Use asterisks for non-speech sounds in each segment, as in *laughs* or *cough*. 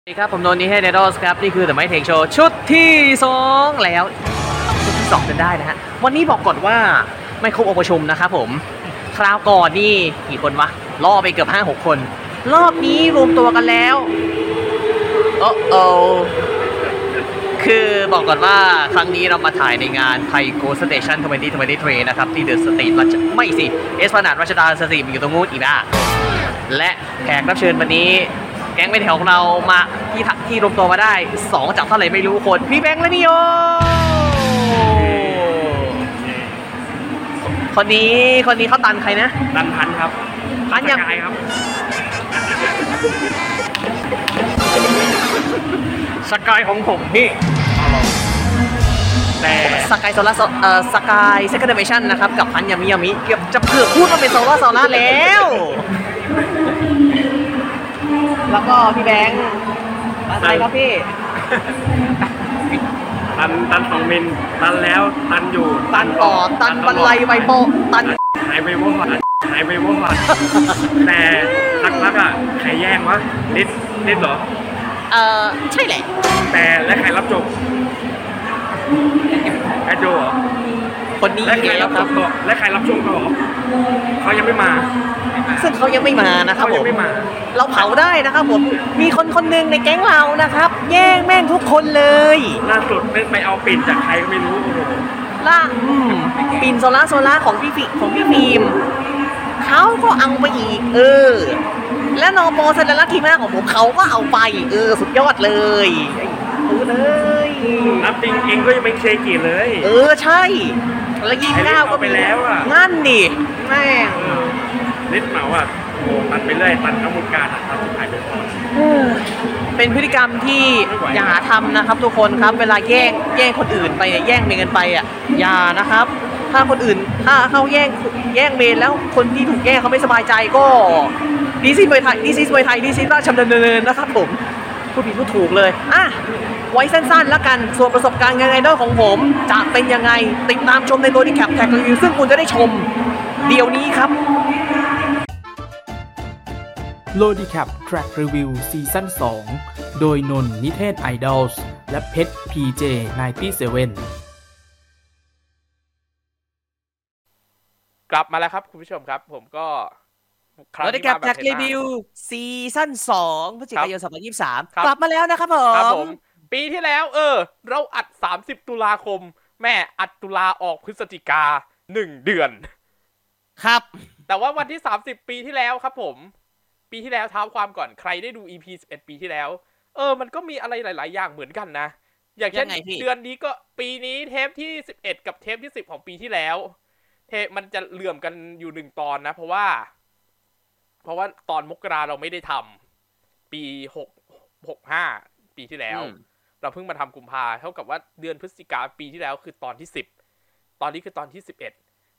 สวัสดีครับ ผมโนนนี่ให้เนดอสครับ นี่คือ The m i Take Show ชุดที่ 2 แล้ว ชุดที่ 2 กันได้นะฮะ วันนี้บอกก่อนว่าไม่ครบองค์ประชุมนะครับผม คราวก่อนนี่กี่คนวะ ล่อไปเกือบ 5 6 คน รอบนี้รวมตัวกันแล้ว โอ้โอคือบอกก่อนว่าครั้งนี้เรามาถ่ายในงานไทยโกสเตชัน2023 นะครับ ที่เดอะสตรีทรัชไม่สิ เอสพนาดรัชดาสตรีทมันอยู่ตรงนู้นอีกนะ และแขกรับเชิญวันนี้ แก๊งไม่แถวของเรามาที่ทะที่รวมตัวมาได้ 2 จากเท่าไหร่ไม่รู้คน พี่แบงค์และพี่โยคนนี้คนนี้เขาตันใครนะ ดันพันครับ พันยัง สกายครับ สกายของผมพี่แต่ สกายโซล่าเอ่อสกายเซคันเดเมชันนะครับ กับพันยามิยามิเกือบจะเกือบพูดว่าเป็นโซล่าโซล่าแล้ว แล้วก็พี่แบงค์มาใครครับพี่ ตันตันของมิน ตันแล้ว ตันอยู่ ตันก่อตันบรรลัยไวโปะตัน หายไปว่อนหายไปว่อนแต่รักๆอ่ะใครแย่งวะนิดนิดเหรอ เอ่อ ใช่แหละ แต่และใครรับจบแอดโจเหรอ คนนี้ และใคร แล้วรับ ค จ รั บบ ต่อและใครรับชมต่อเขายังไม่มา ซึ่งเขายังไม่มานะครับ เขา ผ ยัง ม ไม่มา เราเผาได้นะครับผม มีคนคนหนึ่งในแก๊งเรานะครับ แย่งแม่งทุกคนเลย ล่าสุดไม่ไปเอาปิ่นจากใครก็ไม่รู้โอ้โห ล่างอืมปินโซล่าโซล่าของพี่ฟิของพี่ฟิล์มเขาก็เอาไปอีก เออ และนอมอสลัลทีมาของผมเขาก็เอาไปอีกเออ สุดยอดเลยรู้เลย นับจริงเองก็ยังไม่เคยกี่เลย เออใช่ แล้วยิงก้าวก็มี ไอ้นี่เอาไปแล้วอะ นั่นดิแม่ง เออนิดเหมาอ่ะโอ้โหตัดไปเรื่อยตัดทั้งวงการอ่ะตัดสุดท้ายไปก่อน เออเป็นพฤติกรรมที่อย่าหาทำนะครับ ทุกคนครับ เวลาแย่งแย่งคนอื่นไปเนี่ยแย่งเมนกันไปอ่ะอย่านะครับ ถ้าคนอื่นถ้าเขาแย่งแย่งเมนแล้วคนที่ถูกแย่งเขาไม่สบายใจก็ดีซีมวยไทยดีซีมวยไทยดีซีราชดำเนินนะครับผมผู้ผิดผู้ถูกเลยอ่ะไว้สั้นๆแล้วกันส่วนประสบการณ์งานไอดอลของผมจะเป็นยังไงติดตามชมในตัวดีแคปแท็กรีวิวซึ่งคุณจะได้ชมเดี๋ยวนี้ครับ โลดีแคป Track Review ซีซั่น2 โดยนนท์นิเทศไอดอลส์และเพชร PJ 97 กลับมาแล้วครับคุณผู้ชมครับ ผมก็คง เราได้กลับ ที่มา จาก เห็ รี นหน้ วิวซีซั่น2พฤศจิกายน ครับ 2023 กลับมาแล้วนะครับผ ครับผม ม ปีที่แล้ว เออ เราอัด 30 ตุลาคม แม่อัดตุลาออกพฤศจิกาหนึ่งเดือน ครับ *laughs* แต่ว่าวันที่ 30 ปีที่แล้วครับผม ปีที่แล้วเท้าความก่อนใครได้ดู EP 11 ปีที่แล้ว เออ มันก็มีอะไรหลาย ๆ อย่างเหมือนกันนะ อย่างเช่น ยังไงพี่ เดือนนี้ก็ปีนี้เทปที่ 11 กับเทปที่ 10 ของปีที่แล้ว เทปมันจะเหลื่อมกันอยู่หนึ่งตอนนะ เพราะว่า เพราะว่าตอนมกราเราไม่ได้ทำปีหกหกห้าปีที่แล้ว อืม เราเพิ่งมาทำกุมภาเท่ากับว่าเดือนพฤศจิกาปีที่แล้วคือตอนที่สิบตอนนี้คือตอนที่สิบเอ็ด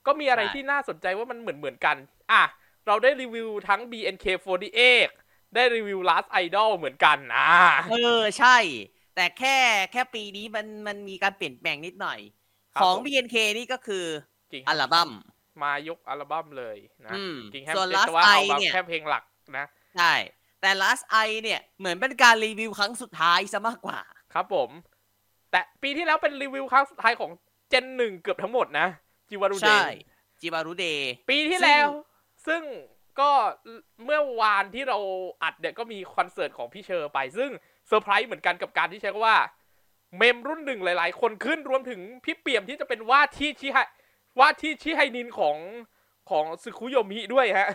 ก็มีอะไร ใช่ ที่น่าสนใจว่ามันเหมือนเหมือนๆกัน อ่ะ เราได้รีวิวทั้ง BNK48 ได้รีวิว Last Idol เหมือนกันอ่ะ เออ ใช่ แต่แค่แค่ปีนี้มันมันมีการเปลี่ยนแปลงนิดหน่อย ของ BNK นี่ก็คือ จริง อัลบั้ม มายกอัลบั้มเลยนะ อืม จริงแฮม ส่วน แต่ Last ว่าเอา Eye มา เนี่ย แค่เพลงหลักนะ ใช่ แต่ Last Eye เนี่ย เหมือนเป็นการรีวิวครั้งสุดท้ายซะมากกว่า ครับผม แต่ปีที่แล้วเป็นรีวิวครั้งสุดท้ายของเจนหนึ่งเกือบทั้งหมดนะจิวารุเด ใช่ น จิบารุเด ปีที่แล้ว ซึ่งก็เมื่อวานที่เราอัดเนี่ยก็มีคอนเสิร์ตของพี่เชอร์ไป ซึ่งเซอร์ไพรส์เหมือนกันกับการที่ใช้คำว่า เมมรุ่นหนึ่งหลาย ๆ คนขึ้นรวมถึงพี่เปี่ยมที่จะเป็นว่าที่ชิไฮว่าที่ชิไฮนินของของซึคุโยมิด้วยฮะ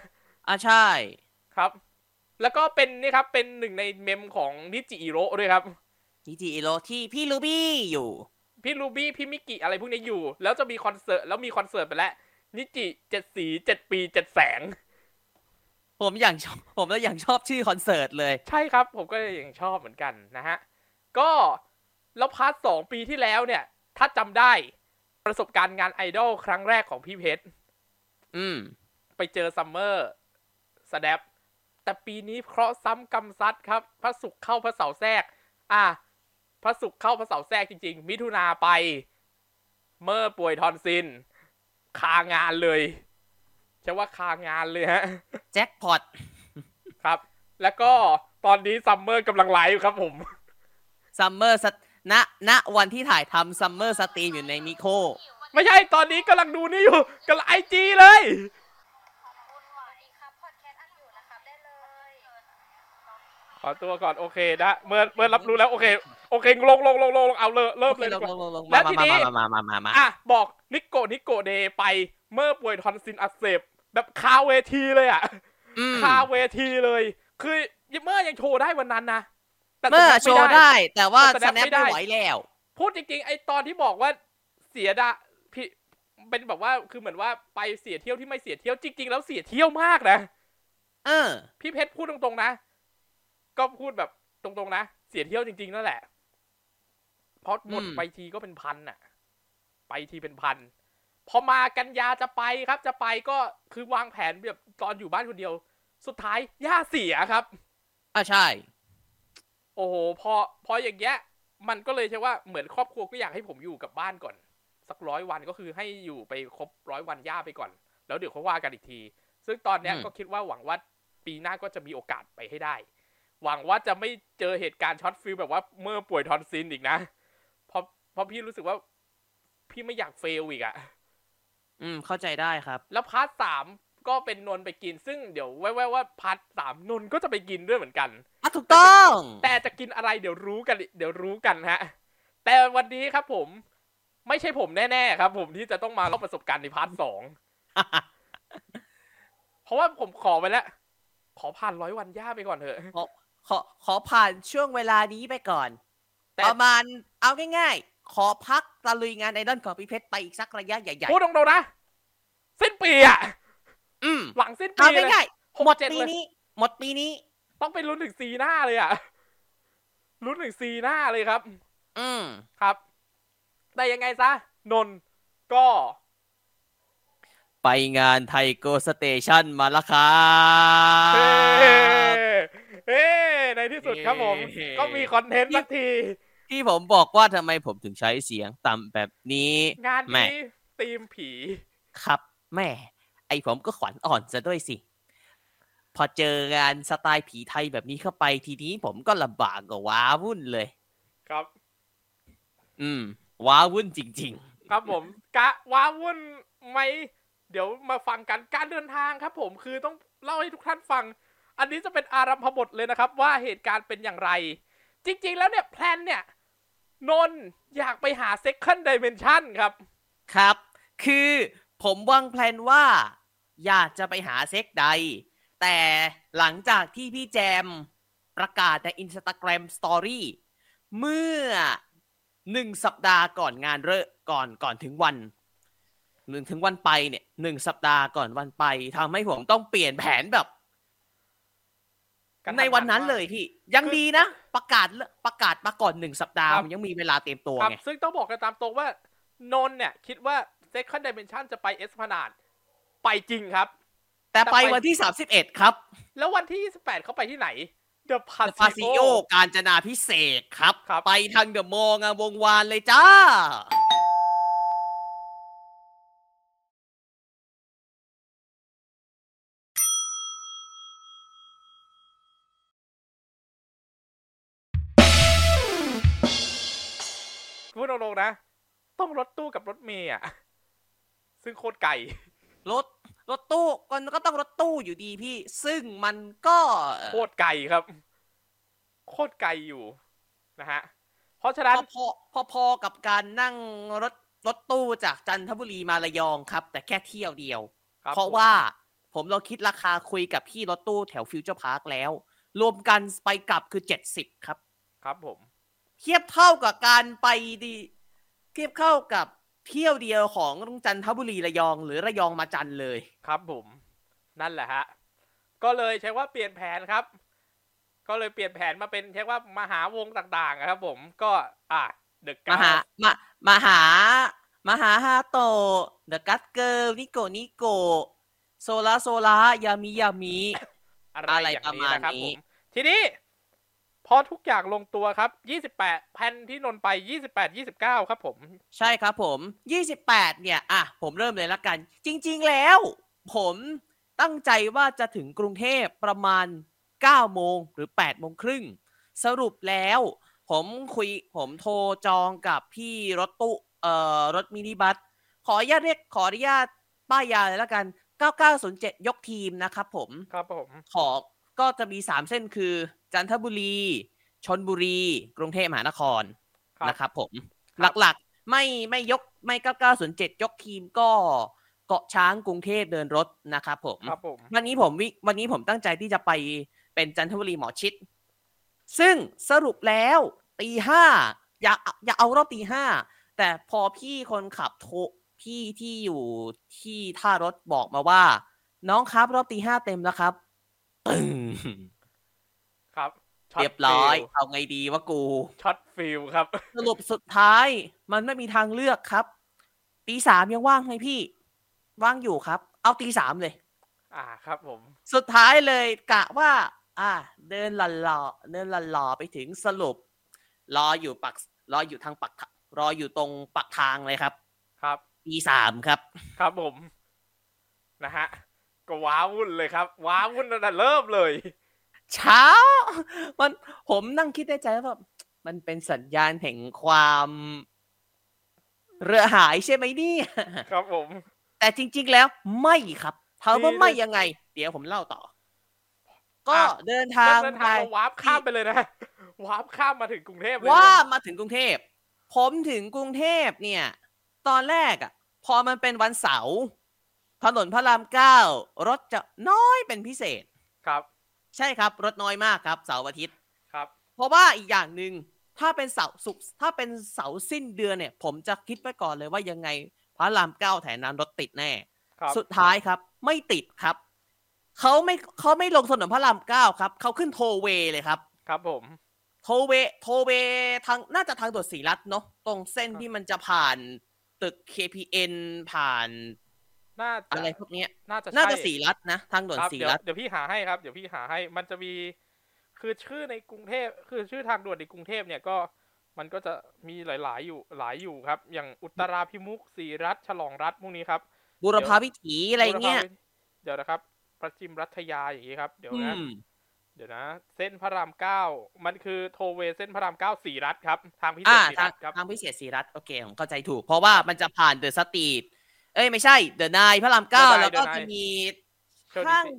อ่ะใช่ ครับ แล้วก็เป็นนี่ครับ เป็นหนึ่งในเมมของนิจิอิโร่ด้วยครับ นิจิอิโรที่พี่ลูบี้อยู่ พี่รูบี้พี่มิกิอะไรพวกนี้อยู่ แล้วจะมีคอนเสิร์ตแล้วมีคอนเสิร์ตไปแล้วนิจิเจ็ดสีเจ็ดปีเจ็ดแสง ผมอย่างชอบผมแล้วอย่างชอบชื่อคอนเสิร์ตเลย ใช่ครับ ผมก็เลยยังชอบเหมือนกันนะฮะ ก็แล้วพาร์ทสองปีที่แล้วเนี่ย ถ้าจำได้ประสบการณ์งานไอดอลครั้งแรกของพี่เพชร อืม ไปเจอซัมเมอร์สแดปแต่ปีนี้เคราะห์ซ้ำกำซัดครับ พระศุกร์เข้าพระเสาร์แทรก อ่ะพระศุกร์เข้าพระเสาร์แทรกจริง ๆ มิถุนาไป เมื่อป่วยทอนซิน คางานเลยใช่ว่าคางานเลยฮะ แจ็คพอต ครับ แล้วก็ ตอนนี้ซัมเมอร์กำลังไลฟ์ครับผม ซัมเมอร์ณณวันที่ถ่ายทำซัมเมอร์สตรีมอยู่ในนิโค ไม่ใช่ตอนนี้กำลังดูนี่อยู่กำลังไอจีเลย คุณหมออีกครับพอดแคสต์อันอยู่นะครับ ได้เลย ขอตัวก่อนโอเคนะเมื่อเมื่อรับรู้แล้วโอเคโอเคลงลงลงลงลงเอาเลยเริ่มเลย ล ดี ง กว่า ลงลงลง แล้ มาว ที มา นี้ มามามามามา อ่ะบอกนิโกะนิโกะเดย์ไปเมื่อป่วยทอนซิลอักเสบแบบคาเวทีเลยอ่ะ อืม คาเวทีเลย คือเมื่อยังโชว์ได้วันนั้นนะแต่ เมื่อ สแนป โชว์ ม่ ได้ แต่ว่า แต่ ส ส แน แน ป ปไม่ได้ ไม่ไหวแล้ว พูดจริงๆไอตอนที่บอกว่าเสียดาพี่เป็นแบบว่าคือเหมือนว่าไปเสียเที่ยวที่ไม่เสียเที่ยวจริง ๆ แล้วเสียเที่ยวมากนะ เออ พี่เพชรพูดตรงๆนะ ก็พูดแบบตรงๆนะ เสียเที่ยวจริงๆนั่นแหละเพราะหมด อืม ไปทีก็เป็นพันน่ะ ไปทีเป็นพัน พอมากันยาจะไปครับ จะไปก็คือวางแผนแบบตอนอยู่บ้านคนเดียว สุดท้ายย่าเสียครับ อ่ะใช่ โอ้โหพอพออย่างเงี้ย มันก็เลยใช่ว่าเหมือนครอบครัวก็อยากให้ผมอยู่กับบ้านก่อน สักร้อยวันก็คือให้อยู่ไปครบร้อยวันย่าไปก่อน แล้วเดี๋ยวเขาว่ากันอีกที ซึ่งตอนเนี้ย อืม ก็คิดว่าหวังว่าปีหน้าก็จะมีโอกาสไปให้ได้ หวังว่าจะไม่เจอเหตุการณ์ช็อตฟิลแบบว่าเมื่อป่วยทอนซิลอีกนะเพราะเพราะพี่รู้สึกว่าพี่ไม่อยากเฟลอีกอะ อืม เข้าใจได้ครับ แล้วพาร์ทสามก็เป็นนนท์ไปกิน ซึ่งเดี๋ยวแว่วๆว่าพาร์ทสามนนท์ก็จะไปกินด้วยเหมือนกัน อ่ะถูกต้อง แต่จะกินอะไรเดี๋ยวรู้กัน เดี๋ยวรู้กันฮะ แต่วันนี้ครับผม ไม่ใช่ผมแน่ๆครับผมที่จะต้องมาเล่าประสบการณ์ในพาร์ทสอง เพราะว่าผมขอไปแล้ว ขอผ่านร้อยวันย่าไปก่อนเถอะ ขอขอผ่านช่วงเวลานี้ไปก่อน แต่ ประมาณเอาง่ายๆ ขอพักตะลุยงานไอดอลของพี่เพชรไปอีกสักระยะใหญ่ พูดตรงๆนะสิ้นปีอะ ๆ อืม หลังสิ้นปี เอา เลย ง่าย ห ๆ ก หมด เจ็ด ปี เลย นี้ หมดปีนี้ ต้องไปลุ้นถึงซีหน้าเลยอะลุ้นถึงซีหน้าเลยครับ อืม ครับ แต่ยังไงซะ นนท์ก็ ไปงานไทโกสเตชันมาละครั เฮ้ บ เฮ้ในที่สุดครับผม เฮ้ ก็มีคอนเทนต์สักที ที่ผมบอกว่าทำไมผมถึงใช้เสียงต่ำแบบนี้ งาน แม่ นี้ตีมผี ครับ แม่ ไอผมก็ขวัญอ่อนซะด้วยสิ พอเจองานสไตล์ผีไทยแบบนี้เข้าไปทีนี้ผมก็ลำบากกว่าว้าวุ่นเลย ครับ อืม ว้าวุ่นจริง ครับผม กะว้าวุ่นไหมเดี๋ยวมาฟังกันการเดินทางครับผมคือต้องเล่าให้ทุกท่านฟัง อันนี้จะเป็นอารัมพบทเลยนะครับ ว่าเหตุการณ์เป็นอย่างไร จริง ๆ แล้วเนี่ยแพลนเนี่ย นนท์อยากไปหา second dimension ครับ ๆ ครับ คือผมวางแพลนว่า อยากจะไปหาเซ็กใด แต่หลังจากที่พี่แจมประกาศใน Instagram Story เมื่อหนึ่งสัปดาห์ก่อนงานเริ่มก่อนก่อนถึงวันหนึ่งถึงวันไปเนี่ยหนึ่งสัปดาห์ก่อนวันไปทำให้ผมต้องเปลี่ยนแผนแบบ ในวันนั้นเลยพี่ ยัง คือ ดีนะ ประกาศเลิกประกาศมาก่อนหนึ่งสัปดาห์ ครับ มันยังมีเวลาเตรียมตัว ครับ ไง ซึ่งต้องบอกกันตามตรงว่า นนท์เนี่ย คิดว่า second dimension จะไปเอสพนาดไปจริงครับ แต่ไป แต่ไป วันที่ 31 ครับ แล้ววันที่ 28 เขาไปที่ไหน The พาซิ Paseo โอการจนาพิเศษกครับ ครับ ไปทางเดอะมอลล์งามวงวานเลยจ้า พูดตรงๆนะ ต้องรถตู้กับรถเมย์อะ *laughs* ซึ่งโคตรไกล รถ รถตู้ก็ก็ต้องรถตู้อยู่ดีพี่ ซึ่งมันก็ โคตรไกลครับ โคตรไกลอยู่นะฮะ เพราะฉะ พ นั้น อพอพอพอกับการนั่งรถรถตู้จากจันทบุรีมาระยองครับ แต่แค่เที่ยวเดียว ครับ เพราะว่าผมเราคิดราคาคุยกับพี่รถตู้แถวฟิวเจอร์พาร์คแล้ว รวมกันไปกลับคือ 70 ครับ ครับผม เทียบเท่ากับการไปดี เทียบเข้ากับเที่ยวเดียวของจันทบุรีระยอง หรือระยองมาจันทร์เลย ครับผม นั่นแหละฮะ ก็เลยใช้ว่าเปลี่ยนแผนครับ ก็เลยเปลี่ยนแผนมาเป็นใช้ว่ามหาวงต่างๆอะครับ ผมก็อ่ะเดอะ ม กา หามามาหา มาหาฮาโตเดอะกัตเกิลนิโกนิโกโซลาโซลายามิยามิ อะไรอย่างอะไรนี้ประมาณ นะครับ นี้ ผมทีนี้ พอทุกอย่างลงตัวครับ 28แผ่นที่นนท์ไป 28 29 ครับผม ใช่ครับผม 28 เนี่ย อ่ะ ผมเริ่มเลยละกัน จริง ๆ แล้ว ผมตั้งใจว่าจะถึงกรุงเทพประมาณ 9โมงหรือ8โมงครึ่ง สรุปแล้ว ผมคุยผมโทรจองกับพี่รถตู้เอ่อรถมินิบัส ขออนุญาตเรียกขออนุญาตป้ายยาเลยละกัน 9907 ยกทีมนะครับผม ครับผม ขอก็จะมี 3 เส้นคือ จันทบุรี ชนบุรี กรุงเทพมหานครนะครับผม หลักๆไม่ไม่ยกไม่ 9907 ยกทีมก็เกาะช้างกรุงเทพเดินรถนะครับผม ครับผม วันนี้ผมวิวันนี้ผมตั้งใจที่จะไปเป็นจันทบุรีหมอชิด ซึ่งสรุปแล้วตีห้าอยากอยากเอารอบตีห้าแต่พอพี่คนขับโทรพี่ที่อยู่ที่ท่ารถบอกมาว่า น้องครับรอบตีห้าเต็มแล้วครับตึ้ง ครับช็ต เรียบร้อย ฟิล เอาไงดีวะกู ช็อตฟิลครับ *laughs* สรุปสุดท้ายมันไม่มีทางเลือกครับตีสามยังว่างไหมพี่ ว่างอยู่ครับ เอาตีสามเลย อ่าครับผม สุดท้ายเลยกะว่า อ่า เดินหล่อๆเดินหล่อๆไปถึงสรุป รออยู่ปักรออยู่ทางปักทะรออยู่ตรงปักทางเลยครับ ครับ ปีสามครับ ครับผมนะฮะก็ว้าวุ่นเลยครับ ว้าวุ่นตั้งแต่เริ่มเลย *laughs* เช้า มันผมนั่งคิดในใจว่าแบบมันเป็นสัญญาณแห่งความ เรือหายใช่ไหมเนี่ย ครับผม แต่จริง ๆ แล้วไม่ครับถามว่า ดีเลย ไม่ยังไง เดี๋ยวผมเล่าต่อ ก็เดินทาง เดิน ไป ทางเราวาร์ปข้ามไปเลยนะ *laughs* วาร์ปข้ามมาถึงกรุงเทพเลย ว่ามาถึงกรุงเทพ ผมถึงกรุงเทพเนี่ย ตอนแรกอ่ะ พอมันเป็นวันเสาร์ถนนพระรามเก้ารถจะน้อยเป็นพิเศษ ครับ ใช่ครับ รถน้อยมากครับเสาร์อาทิตย์ ครับ เพราะว่าอีกอย่างหนึ่งถ้าเป็นเสาร์ศุกร์ถ้าเป็นเสาร์สิ้นเดือนเนี่ย ผมจะคิดไว้ก่อนเลยว่ายังไงพระรามเก้าแถวนั้นรถติดแน่ ครับ สุดท้ายครับ ไม่ติดครับเขาไม่เขาไม่ลงถนนพระรามเก้าครับเขาขึ้นโทเวย์เลยครับ ครับผม โทเวโทเวทางน่าจะทางตรวจสีรัตน์เนาะตรงเส้นที่มันจะผ่านตึก KPN ผ่าน น่า อะ จะ ไรพวกเนี้ย น่าจะใช่ น่าจะสีรัตน์นะ ทางด่วน ครับ สี เดี๋ยว รัตน์ เดี๋ยวพี่หาให้ครับเดี๋ยวพี่หาให้มันจะมีคือชื่อในกรุงเทพคือชื่อทางด่วนในกรุงเทพเนี่ยก็มันก็จะมีหลาย ๆ อยู่หลายอยู่ครับ อย่างอุตราพิมุขศรีรัตน์ฉลองรัตน์พวกนี้ครับ บุรพาวิถีอะไรเงี้ย เดี๋ยวนะครับพระจิมรัชยาอย่างนี้ครับเดี๋ยว อื นะ ม เดี๋ยวนะ เส้นพระรามเก้ามันคือโทเวย์เส้นพระรามเก้าสี่รัฐครับ ทางพิเศ อ่า ษสี่ ทา รั ง ฐครับ ทางพิเศษสีรัตน์โอเคผมเข้าใจถูก เพราะว่ามันจะผ่านเดอะสตรีทเอ้ยไม่ใช่เดอะนายพระรามเก้าแล้วก็จะมี เชิญ ข้าง ดิ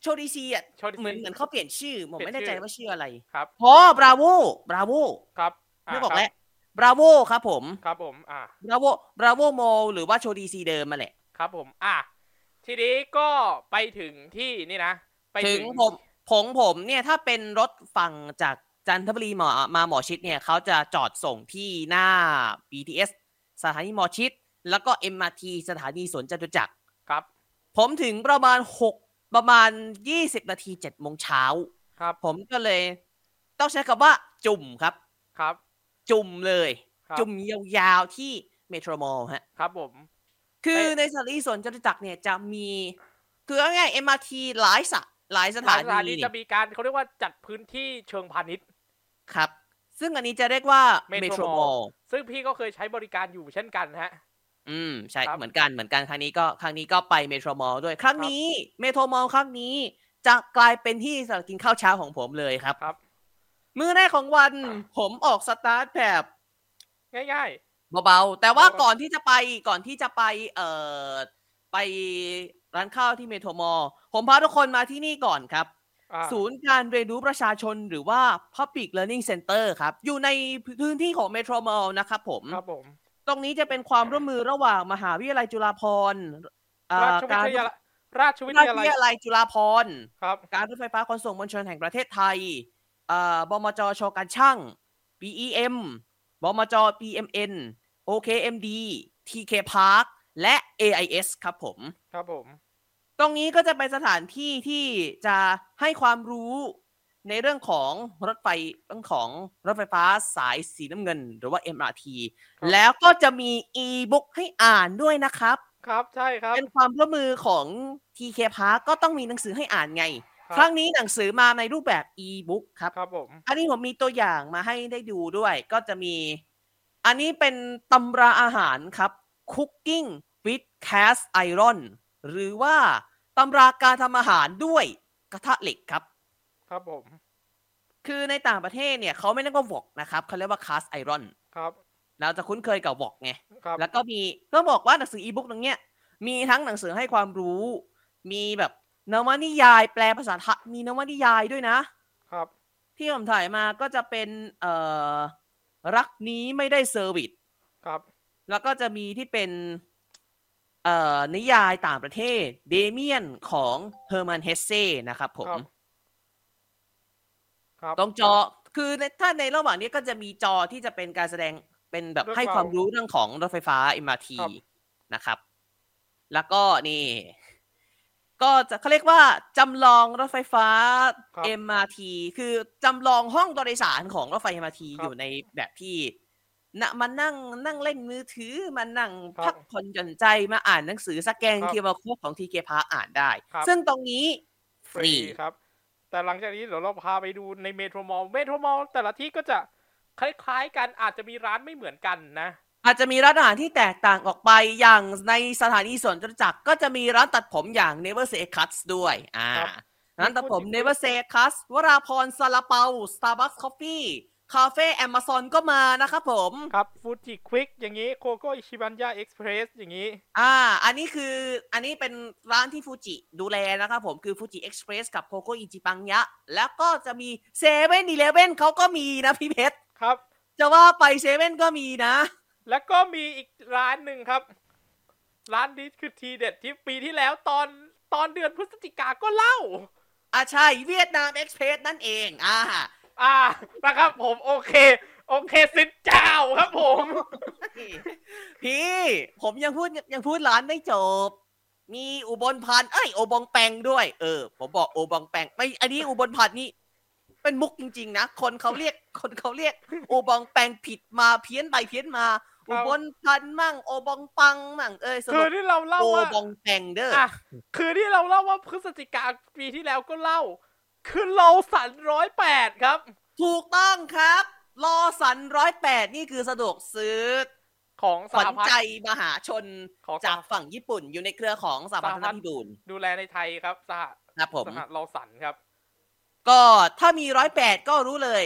โชดีซีอ่ะ โชดิซี เหมือนเหมือนเขาเปลี่ยนชื่อผมไม่แน่ใจ เปลี่ยนว่าชื่อชื่ออะไร ครับ อ๋อบราโวบราโว ครับา ไม่บอก ครับ แล้วบราโวครับผม ครับผม อ่า บราโวบราโวโมหรือว่าโชว์ดีซีเดิมมาแหละ ครับผม อ่ะ ทีนี้ก็ไปถึงที่นี่นะ ไป ถึ ถึ ง ง ผมผงผมเนี่ยถ้าเป็นรถฝั่งจากจันทบุรีหมอมาหมอชิดเนี่ยเขาจะจอดส่งที่หน้า BTS สถานีหมอชิด แล้วก็ MRT สถานีสวนจตุจักร ครับ ผมถึงประมาณ 6 ประมาณ 20 นาที7โมงเช้า ครับ ผมก็เลย ต้องใช้คำว่าจุ่มครับ ครับ จุ่มเลย ครับ จุ่มยาวๆที่เมโทรมอลฮะ ครับผม คือ ไป ในสถานีสวนจตุจักรเนี่ยจะมี คือเอาง่ายเอ็มอาร์ทีหลายสะหลายสถา ทาง นี จะมีการเขาเรียกว่าจัดพื้นที่เชิงพาณิชย์ ครับ ซึ่งอันนี้จะเรียกว่าเม Metro โทร Mall มอล ซึ่งพี่ก็เคยใช้บริการอยู่เช่นกันฮะ อืมใช่ ครับ เหมือนกันเหมือนกันครั้งนี้ก็ครั้งนี้ก็ไปเมโทรมอลด้วยครั้ง ครับ นี้เมโทรมอลครั้งนี้จะกลายเป็นที่สำหรับกินข้าวเช้าของผมเลยครับ ครับ มื้อแรกของวันผมออกสตาร์ทแบบ ง่าย เบาๆแต่ว่า เบาๆ ก่อนที่จะไปก่อนที่จะไปเอ่อไปร้านข้าวที่เมโทรมอลผมพาทุกคนมาที่นี่ก่อนครับ ๆอ่า ศูนย์การเรียนรู้ประชาชนหรือว่า Public Learning Center ครับ อยู่ในพื้นที่ของ Metro Mall นะครับผม ครับผม ตรงนี้จะเป็นความร่วมมือระหว่างมหาวิทยาลัยจุฬาภรณ์เอ่อ ราชวิ การ ท ร ยาลัยราชวิท ถ ยา ไฟ ลัย ฟ้าจุฬาภรณ์ ครับ การรถไฟฟ้าขนส่งมวลชนแห่งประเทศไทยเอ่อบมจชการช่าง BEM บมจ BMN OKMD TK Park และ AIS ครับผม ครับผม ตรงนี้ก็จะเป็นสถานที่ที่จะให้ความรู้ในเรื่องของรถไฟเรื่องของรถไฟฟ้าสายสีน้ำเงิน หรือว่า MRT ครับ แล้วก็จะมี e-book ให้อ่านด้วยนะครับ ครับใช่ครับ เป็นความร่วมมือของ TK Park ก็ต้องมีหนังสือให้อ่านไง ครับ ครั้งนี้หนังสือมาในรูปแบบ e-book ครับ ครับผม อันนี้ผมมีตัวอย่างมาให้ได้ดูด้วย ก็จะมี อันนี้เป็นตำราอาหารครับ Cooking with Cast Iron หรือว่าตำราการทำอาหารด้วยกระทะเหล็กครับ ค ครับผม คือในต่างประเทศเนี่ยเขาไม่เรียกว่าวอกนะครับเขาเรียกว่าคาสไอรอน ครับ เราจะคุ้นเคยกับวอกไง ครับ แล้วก็มีต้องบอกว่าหนังสืออีบุ๊กตรงเนี้ยมีทั้งหนังสือให้ความรู้ มีแบบนวนิยายแปลภาษาไทยมีนวนิยายด้วยนะ ครับ ที่ผมถ่ายมาก็จะเป็นเอ่อรักนี้ไม่ได้เซอร์วิส ครับ แล้วก็จะมีที่เป็นเอ่อนิยายต่างประเทศเดเมียนของเฮอร์มันเฮเซ่นะครับผม ครับครับ ตรงจอคือในถ้าในระหว่างนี้ก็จะมีจอที่จะเป็นการแสดงเป็นแบบ รถไฟ ให้ความรู้เรื่องของรถไฟฟ้า MRT ครับ นะครับ แล้วก็นี่ ก็จะเขาเรียกว่าจำลองรถไฟฟ้า ครับ MRT คือจำลองห้องโดยสารของรถไฟ MRT ครับ อยู่ในแบบที่นะมานั่งนั่งเล่นมือถือมานั่ง คพัรับกผ่อนหย่อนใจมาอ่านหนังสือสแกน ครับ เคียร์โคของทีเกพาอ่านได้ ครับ ซึ่งตรงนี้ฟ ฟ รี รีครับ แต่หลังจากนี้เดี๋ยวเราพาไปดูในเมโทรมอลเมโทรมอลแต่ละที่ก็จะคล้ายๆกันอาจจะมีร้านไม่เหมือนกันนะ อาจจะมีร้านอาหารที่แตกต่างออกไปอย่างในสถานีสวนจตุจักรก็จะมีร้านตัดผมอย่าง Never Say Cuts ด้วย อ่า ครับ ร้านตัดผม พูดถึง Never Say Cuts วราพรซาลาเปา Starbucks Coffee คาเฟ่แอมซอนก็มานะครับผม ครับฟูจิควิกอย่างนี้โคโก้อิชิบันยาเอ็กซ์เพรสอย่างนี้ อ่า อันนี้คืออันนี้เป็นร้านที่ฟูจิดูแลนะครับผมคือฟูจิเอ็กซ์เพรสกับโคโกอิจิปังยะ แล้วก็จะมีเซเว่นอีเลเว่นเขาก็มีนะพี่เพชร ครับ จะว่าไปเซเว่นก็มีนะ แล้วก็มีอีกร้านหนึ่งครับ ร้านนี้คือทีเด็ดที่ปีที่แล้วตอนตอนเดือนพฤศจิกาก็เล่า อ่าใช่เวียดนามเอ็กซ์เพรสนั่นเอง อ่า อ่านะครับผมโอเค โอเคสินเจ้าครับผม พี่ผมยังพูดยังพูดร้านไม่จบ มีอุบลพันธ์เอ้ยโอบองแปงด้วย เออ ผมบอกโอบองแปงไม่อันนี้อุบลพันธ์นี่เป็นมุกจริง ๆ นะ คนเขาเรียกคนเขาเรียกอุบองแปงผิดมาเพี้ยนไปเพี้ยนมา ครั อุ บ บลพันธ์มั่งโอบองปังมั่งเอ้ยส คื รุ อ ป ที่เราเล่า โอ ว่า บองแปงเด้ออ อ่ะคือที่เราเล่าว่าพฤศจิกาปีที่แล้วก็เล่า คือเราสันร้อยแปดครับ ถูกต้องครับลอสันร้อยแปดนี่คือสะดวกซื้อ ของ ข ส วัญ หพัฒ ใจ น์ มหาชน ของส จา ห กฝั่งญี่ปุ่นอยู่ในเครือของสหพันธนาพิบูล ดูแลในไทยครับสห ครับผม สหเราสันครับ ก็ถ้ามีร้อยแปดก็รู้เลย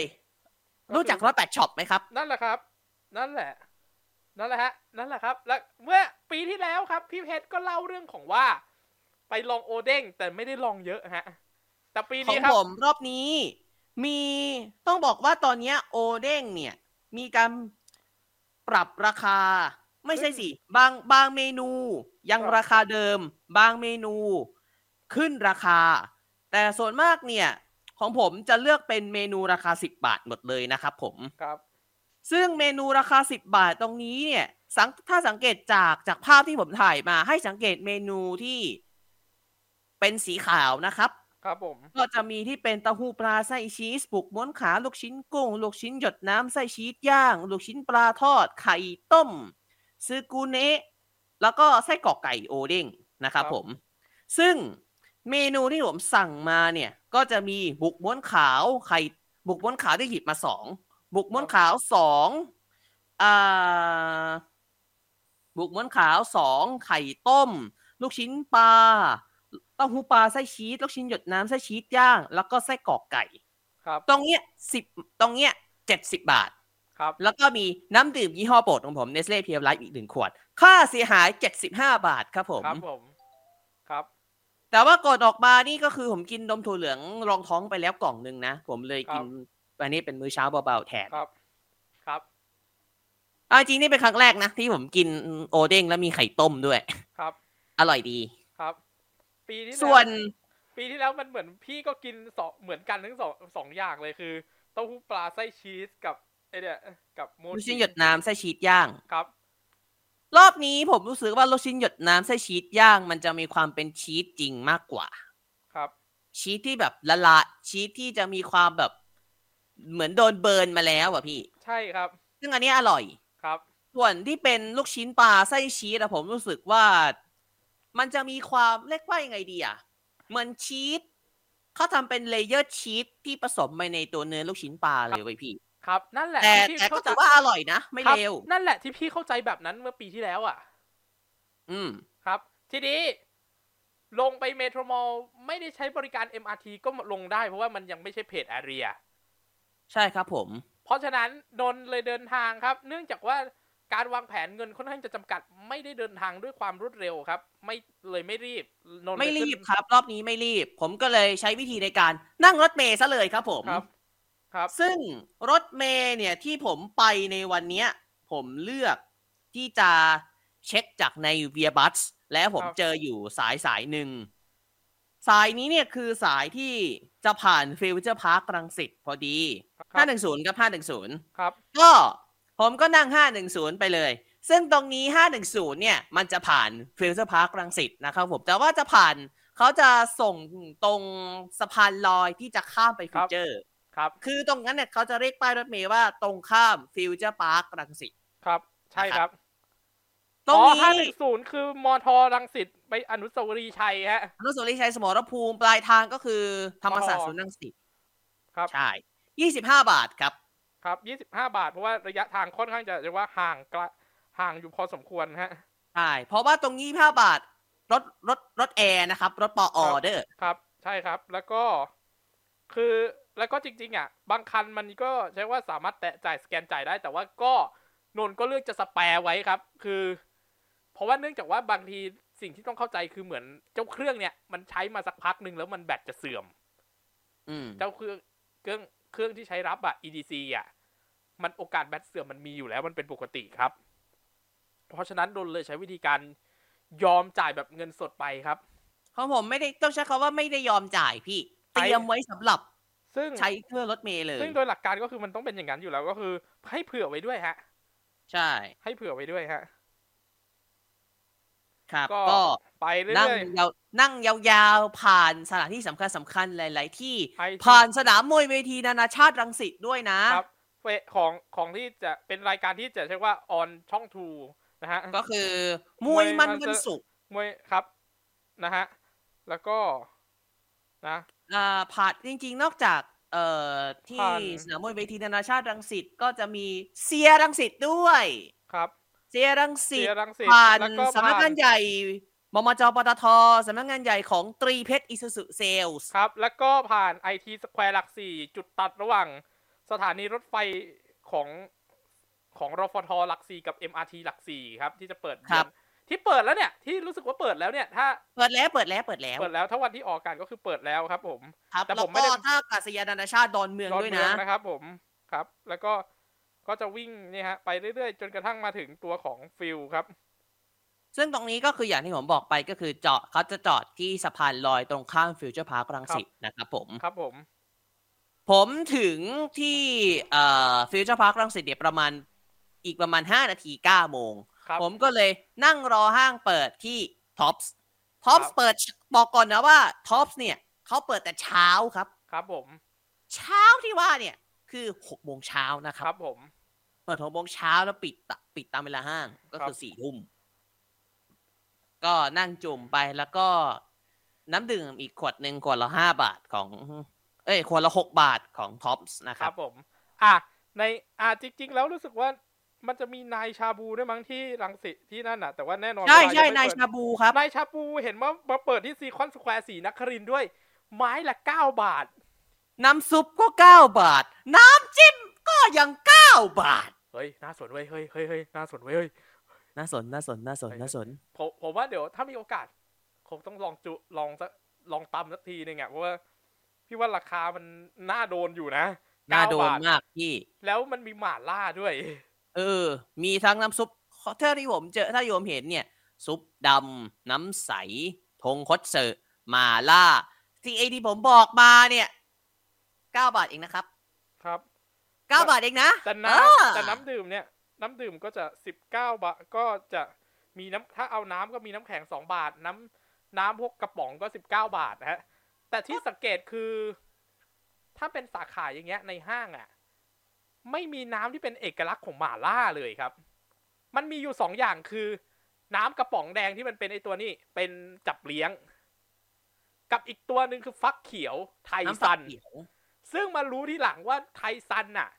ก็คือ รู้จักร้อยแปดช็อปไหมครับ นั่นแหละครับ นั่นแหละ นั่นแหละฮะ นั่นแหละครับ และเมื่อปีที่แล้วครับ พี่เพชรก็เล่าเรื่องของว่า ไปลองโอเด้งแต่ไม่ได้ลองเยอะฮะ แต่ปี ของ นี้ครับ ผมรอบนี้มีต้องบอกว่าตอนเนี้ยโอเด้งเนี่ย มีการปรับราคา ไม่ใช่สิ บางบางเมนู ยัง ครับ ราคาเดิม บางเมนูขึ้นราคา แต่ส่วนมากเนี่ย ของผมจะเลือกเป็นเมนูราคา 10 บาทหมดเลยนะครับผม ครับ ซึ่งเมนูราคา 10 บาทตรงนี้เนี่ยสังถ้าสังเกตจากจากภาพที่ผมถ่ายมา ให้สังเกตเมนูที่เป็นสีขาวนะครับ ครับผม ก็จะมีที่เป็นเต้าหู้ปลาไส้ชีสบุกม้วนขาลูกชิ้นกุ้ง ลูกชิ้นหยดน้ำไส้ชีสย่าง ลูกชิ้นปลาทอด ไข่ต้มซึกุเนะแล้วก็ไส้กรอกไก่โอเด้งนะครับ ครับ ผม ซึ่งเมนูที่ผมสั่งมาเนี่ยก็จะมีบุกม้วนขาวไข่บุกม้วนขาวที่หยิบมาสองบุกม้วนขาวสองอ่าบุกม้วนขาวสองไข่ต้ม ลูกชิ้นปลา เต้าหู้ปลาไส้ชีสลูกชิ้นหยดน้ำไส้ชีสย่าง แล้วก็ไส้กรอกไก่ ครับ ตรงเนี้ยสิบตรงเนี้ยเจ็ดสิบบาท ครับ แล้วก็มีน้ำดื่มยี่ห้อโปรดของผมเนสเล่เพียร์ไลท์อีกหนึ่งขวด ค่าเสียหายเจ็ดสิบห้าบาทครับผม ครับผม ครับ แต่ว่าก่อนออกมานี่ก็คือผมกินนมถั่วเหลืองรองท้องไปแล้วกล่องหนึ่งนะ ผมเลยกินอันนี้เป็นมื้อเช้าเบาๆแทน ครับ ครับ เอาจริงนี่เป็นครั้งแรกนะ ที่ผมกินโอเด้งแล้วมีไข่ต้มด้วย *laughs* ครับ อร่อยดี ครับ ปีที่แล้ว ส่วน ปีที่แล้วมันเหมือนพี่ก็กินสองเหมือนกันทั้งสองสองอย่างเลยคือเต้าหู้ปลาไส้ชีสกับไอเนี่ยกับโม ลูก จิ ชิ้นหยดน้ำไส้ชีสย่าง ครับ รอบนี้ผมรู้สึกว่าลูกชิ้นหยดน้ำไส้ชีสย่าง มันจะมีความเป็นชีสจริงมากกว่า ครับ ชีสที่แบบละลายชีสที่จะมีความแบบ เหมือนโดนเบิร์นมาแล้วอ่ะพี่ ใช่ครับ ซึ่งอันนี้อร่อย ครับ ส่วนที่เป็นลูกชิ้นปลาไส้ชีสอะผมรู้สึกว่า มันจะมีความเรียกว่ายังไงดีอะเหมือนชีสเขาทำเป็นเลเยอร์ชีสที่ผสมไปในตัวเนื้อลูกชิ้นปลาเลยไว้ยพี่ ครับ นั่นแหละ แต่ ที่ แต่ก็ เข้าใจ ถือว่าอร่อยนะ ไม่ ครับ เลว นั่นแหละที่พี่เข้าใจแบบนั้นเมื่อปีที่แล้วอ่ะ อืม ครับ ทีนี้ ลงไปเมโทรมอลไม่ได้ใช้บริการ MRT ก็ลงได้เพราะว่ามันยังไม่ใช่เพจแอเรีย ใช่ครับผม เพราะฉะนั้นนนท์เลยเดินทางครับ เนื่องจากว่าการวางแผนเงินค่อนข้างจะจำกัด ไม่ได้เดินทางด้วยความรวดเร็วครับ ไม่เลยไม่รีบนนท์เลย ไม่รีบ ขึ้น ครับ รอบนี้ไม่รีบ ผมก็เลยใช้วิธีในการนั่งรถเมล์ซะเลยครับผม ครับ ครับ ซึ่งรถเมล์เนี่ยที่ผมไปในวันเนี้ย ผมเลือกที่จะเช็คจากในเวียบัสแล้วผม ครับ เจออยู่สายสายหนึ่ง สายนี้เนี่ยคือสายที่จะผ่านฟิวเจอร์พาร์ครังสิตพอดี 510กับ510 ครับ ก็ผมก็นั่ง 510 ไปเลย ซึ่งตรงนี้ 510 เนี่ย มันจะผ่านฟิลเ e อร์พาร์ครังสิตนะครับผม แต่ว่าจะผ่านเขาจะส่งตรงสะพานลอยที่จะข้ามไปฟิวเจอร์ ครับ คือตรงนั้นเนี่ยเขาจะเรียกป้ายรถเมล์ว่าตรงข้ามฟิวเจอร์พาร์ครังสิต ครับ ใช่ครับ ตรง อ๋อ นี้ ห้าหนึ่งศูนย์คือมอทอรังสิตไปอนุสาวรีย์ชัยฮะ อนุสาวรีย์ชัยสมรภูมิปลายทางก็คือธรรมศาสตร์ศูนย์รังสิต ครับ ใช่ 25 บาทครับ ครับยี่สิบห้าบาท เพราะว่าระยะทางค่อนข้างจะเรียกว่าห่างไกลห่างอยู่พอสมควรฮะ ใช่ เพราะว่าตรงนี้25บาทรถรถรถแอร์นะครับ รถปออเดอร์ ครับ ใช่ครับแล้วก็คือแล้วก็จริง ๆ อ่ะ บางคันมันก็ใช้ว่าสามารถแตะจ่ายสแกนจ่ายได้ แต่ว่าก็นนท์ก็เลือกจะสแปร์ไว้ครับ คือ เพราะว่าเนื่องจากว่าบางทีสิ่งที่ต้องเข้าใจคือเหมือนเจ้าเครื่องเนี่ย มันใช้มาสักพักหนึ่งแล้วมันแบตจะเสื่อม อืม เจ้าเครื่องเครื่องเครื่องที่ใช้รับอะ EDC อะมันโอกาสแบตเสื่อมมันมีอยู่แล้วมันเป็นปกติครับ เพราะฉะนั้นนนท์เลยใช้วิธีการยอมจ่ายแบบเงินสดไปครับ ของผมไม่ได้ต้องใช้คาว่าไม่ได้ยอมจ่ายพี่ ใช้ เตรียมไว้สำหรับ ซึ่ง ใช้เพื่อรถเมล์เลย ซึ่งโดยหลักการก็คือมันต้องเป็นอย่างนั้นอยู่แล้วก็คือ ให้เผื่อไว้ด้วยฮะ ใช่ ให้เผื่อไว้ด้วยฮะ ครับ ก็ ก็ ไปเรื่ นั่ง อย ยาวนั่งยาวๆ ผ่านสถานที่สำคัญสำคัญๆหลาย ๆ ที่ ไปที่ ผ่านสนามมวยเวทีนานาชาติรังสิตด้วยนะ ๆครับเฟของของที่จะเป็นรายการที่จะเรียกว่าออนช่องทูนะฮะ ก็คือ ม ม ว วย ยมัน มัน วัน จะ ศุกร์ มวยครับนะฮะ แล้วก็นะ อ่าผ่านจริง ๆ นอกจากเอ่อที่ ผ่าน สนามมวยเวทีนานาชาติรังสิตก็จะมีเซียรังสิตด้วย ครับ เซียรังสิ เสี ต ยรังสิต ผ่าน แล้วก็ สำนักงานใหญ่มมจปตทสำนักงานใหญ่ของตรีเพชรอิสุสุเซลส์ ครับ แล้วก็ผ่านไอทีสแควร์หลักสี่จุดตัดระหว่างสถานีรถไฟของของรฟทหลักสี่กับ MRT หลักสี่ครับ ที่จะเปิดเดือนที่เปิดแล้วเนี่ย ที่รู้สึกว่าเปิดแล้วเนี่ยถ้า เปิดแล้วเปิดแล้วเปิดแล้ว เปิดแล้วถ้าวันที่ออกอากานก็คือเปิดแล้วครับผม ครับ แต่ แล้ว ผมไม่ ก็ ได้ ท่าอากาศยานนานาชาติดอนเมือง ดอน ด้วย เมือง นะ นะครับผมครับ แล้วก็ก็จะวิ่งเนี่ยฮะไปเรื่อยๆ จนกระทั่งมาถึงตัวของฟิลครับ ซึ่งตรงนี้ก็คืออย่างที่ผมบอกไปก็คือจอดเขาจะจอดที่สะพานลอยตรงข้ามฟิวเจอร์พาร์ครังสิตนะครับผม ครับผม ผมถึงที่เอ่อฟิวเจอร์พาร์ครังสิตเนี่ยประมาณอีกประมาณ 5 นาที 9 โมง ครับ ผมก็เลยนั่งรอห้างเปิดที่ท็อปส์ท็อป ครั ส์ บ เปิดบอกก่อนนะว่าท็อปส์เนี่ยเขาเปิดแต่เช้าครับ ครับผม เช้าที่ว่าเนี่ยคือหกโมงเช้านะค ครับ รับผม เปิดหกโมงเช้าแล้วปิดตะปิดตามเวลาห้างก็ ครั คือบ สี่ทุ่ม ก็นั่งจุ่มไปแล้วก็น้ำดื่มอีกขวดหนึ่งขวดละห้าบาทของ เอ้ยขวดละหกบาทของท็อปส์นะ ค ครั รับ บผม อ่ะในอ่ะจริง ๆ แล้วรู้สึกว่ามันจะมีนายชาบูด้วยมั้งที่รังสิตที่นั่นน่ะ แต่ว่าแน่นอน ใช่ ว่ ใช่ ยัง นาย ไม่เปิด ชาบูครับ นายชาบูเห็นว่ามาเปิดที่ซีคอนสแควร์สีนครินทร์ด้วย ไม้ละเก้าบาท น้ำซุปก็เก้าบาท น้ำจิ้มก็ยังเก้าบาท เฮ้ยน่าสนเว้ยเฮ้ยเฮ้ยเฮ้ยน่าสนเว้ยเฮ้ย น่าสนน่าสนน่าสนน่าสน ผมผมว่าเดี๋ยวถ้ามีโอกาสคงต้องลองจุลองสักลองตำสักทีหนึ่งอะเพราะว่าพี่ว่าราคามันน่าโดนอยู่นะ น่าโดน 9บท มากพี่ แล้วมันมีหมาล่าด้วย เออ มีทั้งน้ำซุปเท่าที่ผมเจอถ้าที่ผมเห็นเนี่ย ซุปดำ น้ำใส ทงคดเซอร์มาล่า ที่ไอที่ผมบอกมาเนี่ยเก้าบาทเองนะครับ ครับ เก้าบาทเองนะ แต่ เออ น้ำแต่น้ำดื่มเนี่ย น้ำดื่มก็จะสิบเก้าบาทก็จะมีน้ำถ้าเอาน้ำก็มีน้ำแข็งสองบาท น้ำน้ำพวกกระป๋องก็สิบเก้าบาทนะฮะแต่ที่สังเกตคือ ถ้าเป็นสาขาอย่างเงี้ยในห้างอะ่ะ ไม่มีน้ำที่เป็นเอกลักษณ์ของหม่าล่าเลยครับ มันมีอยู่สองอย่างคือ น้ำกระป๋องแดงที่มันเป็นไอตัวนี้เป็นจับเลี้ยง กับอีกตัวหนึ่งคือฟักเขียวไทย น้ำ ซั ฝัก น เขียว ซึ่งมารู้ที่หลังว่าไทซันน่ะ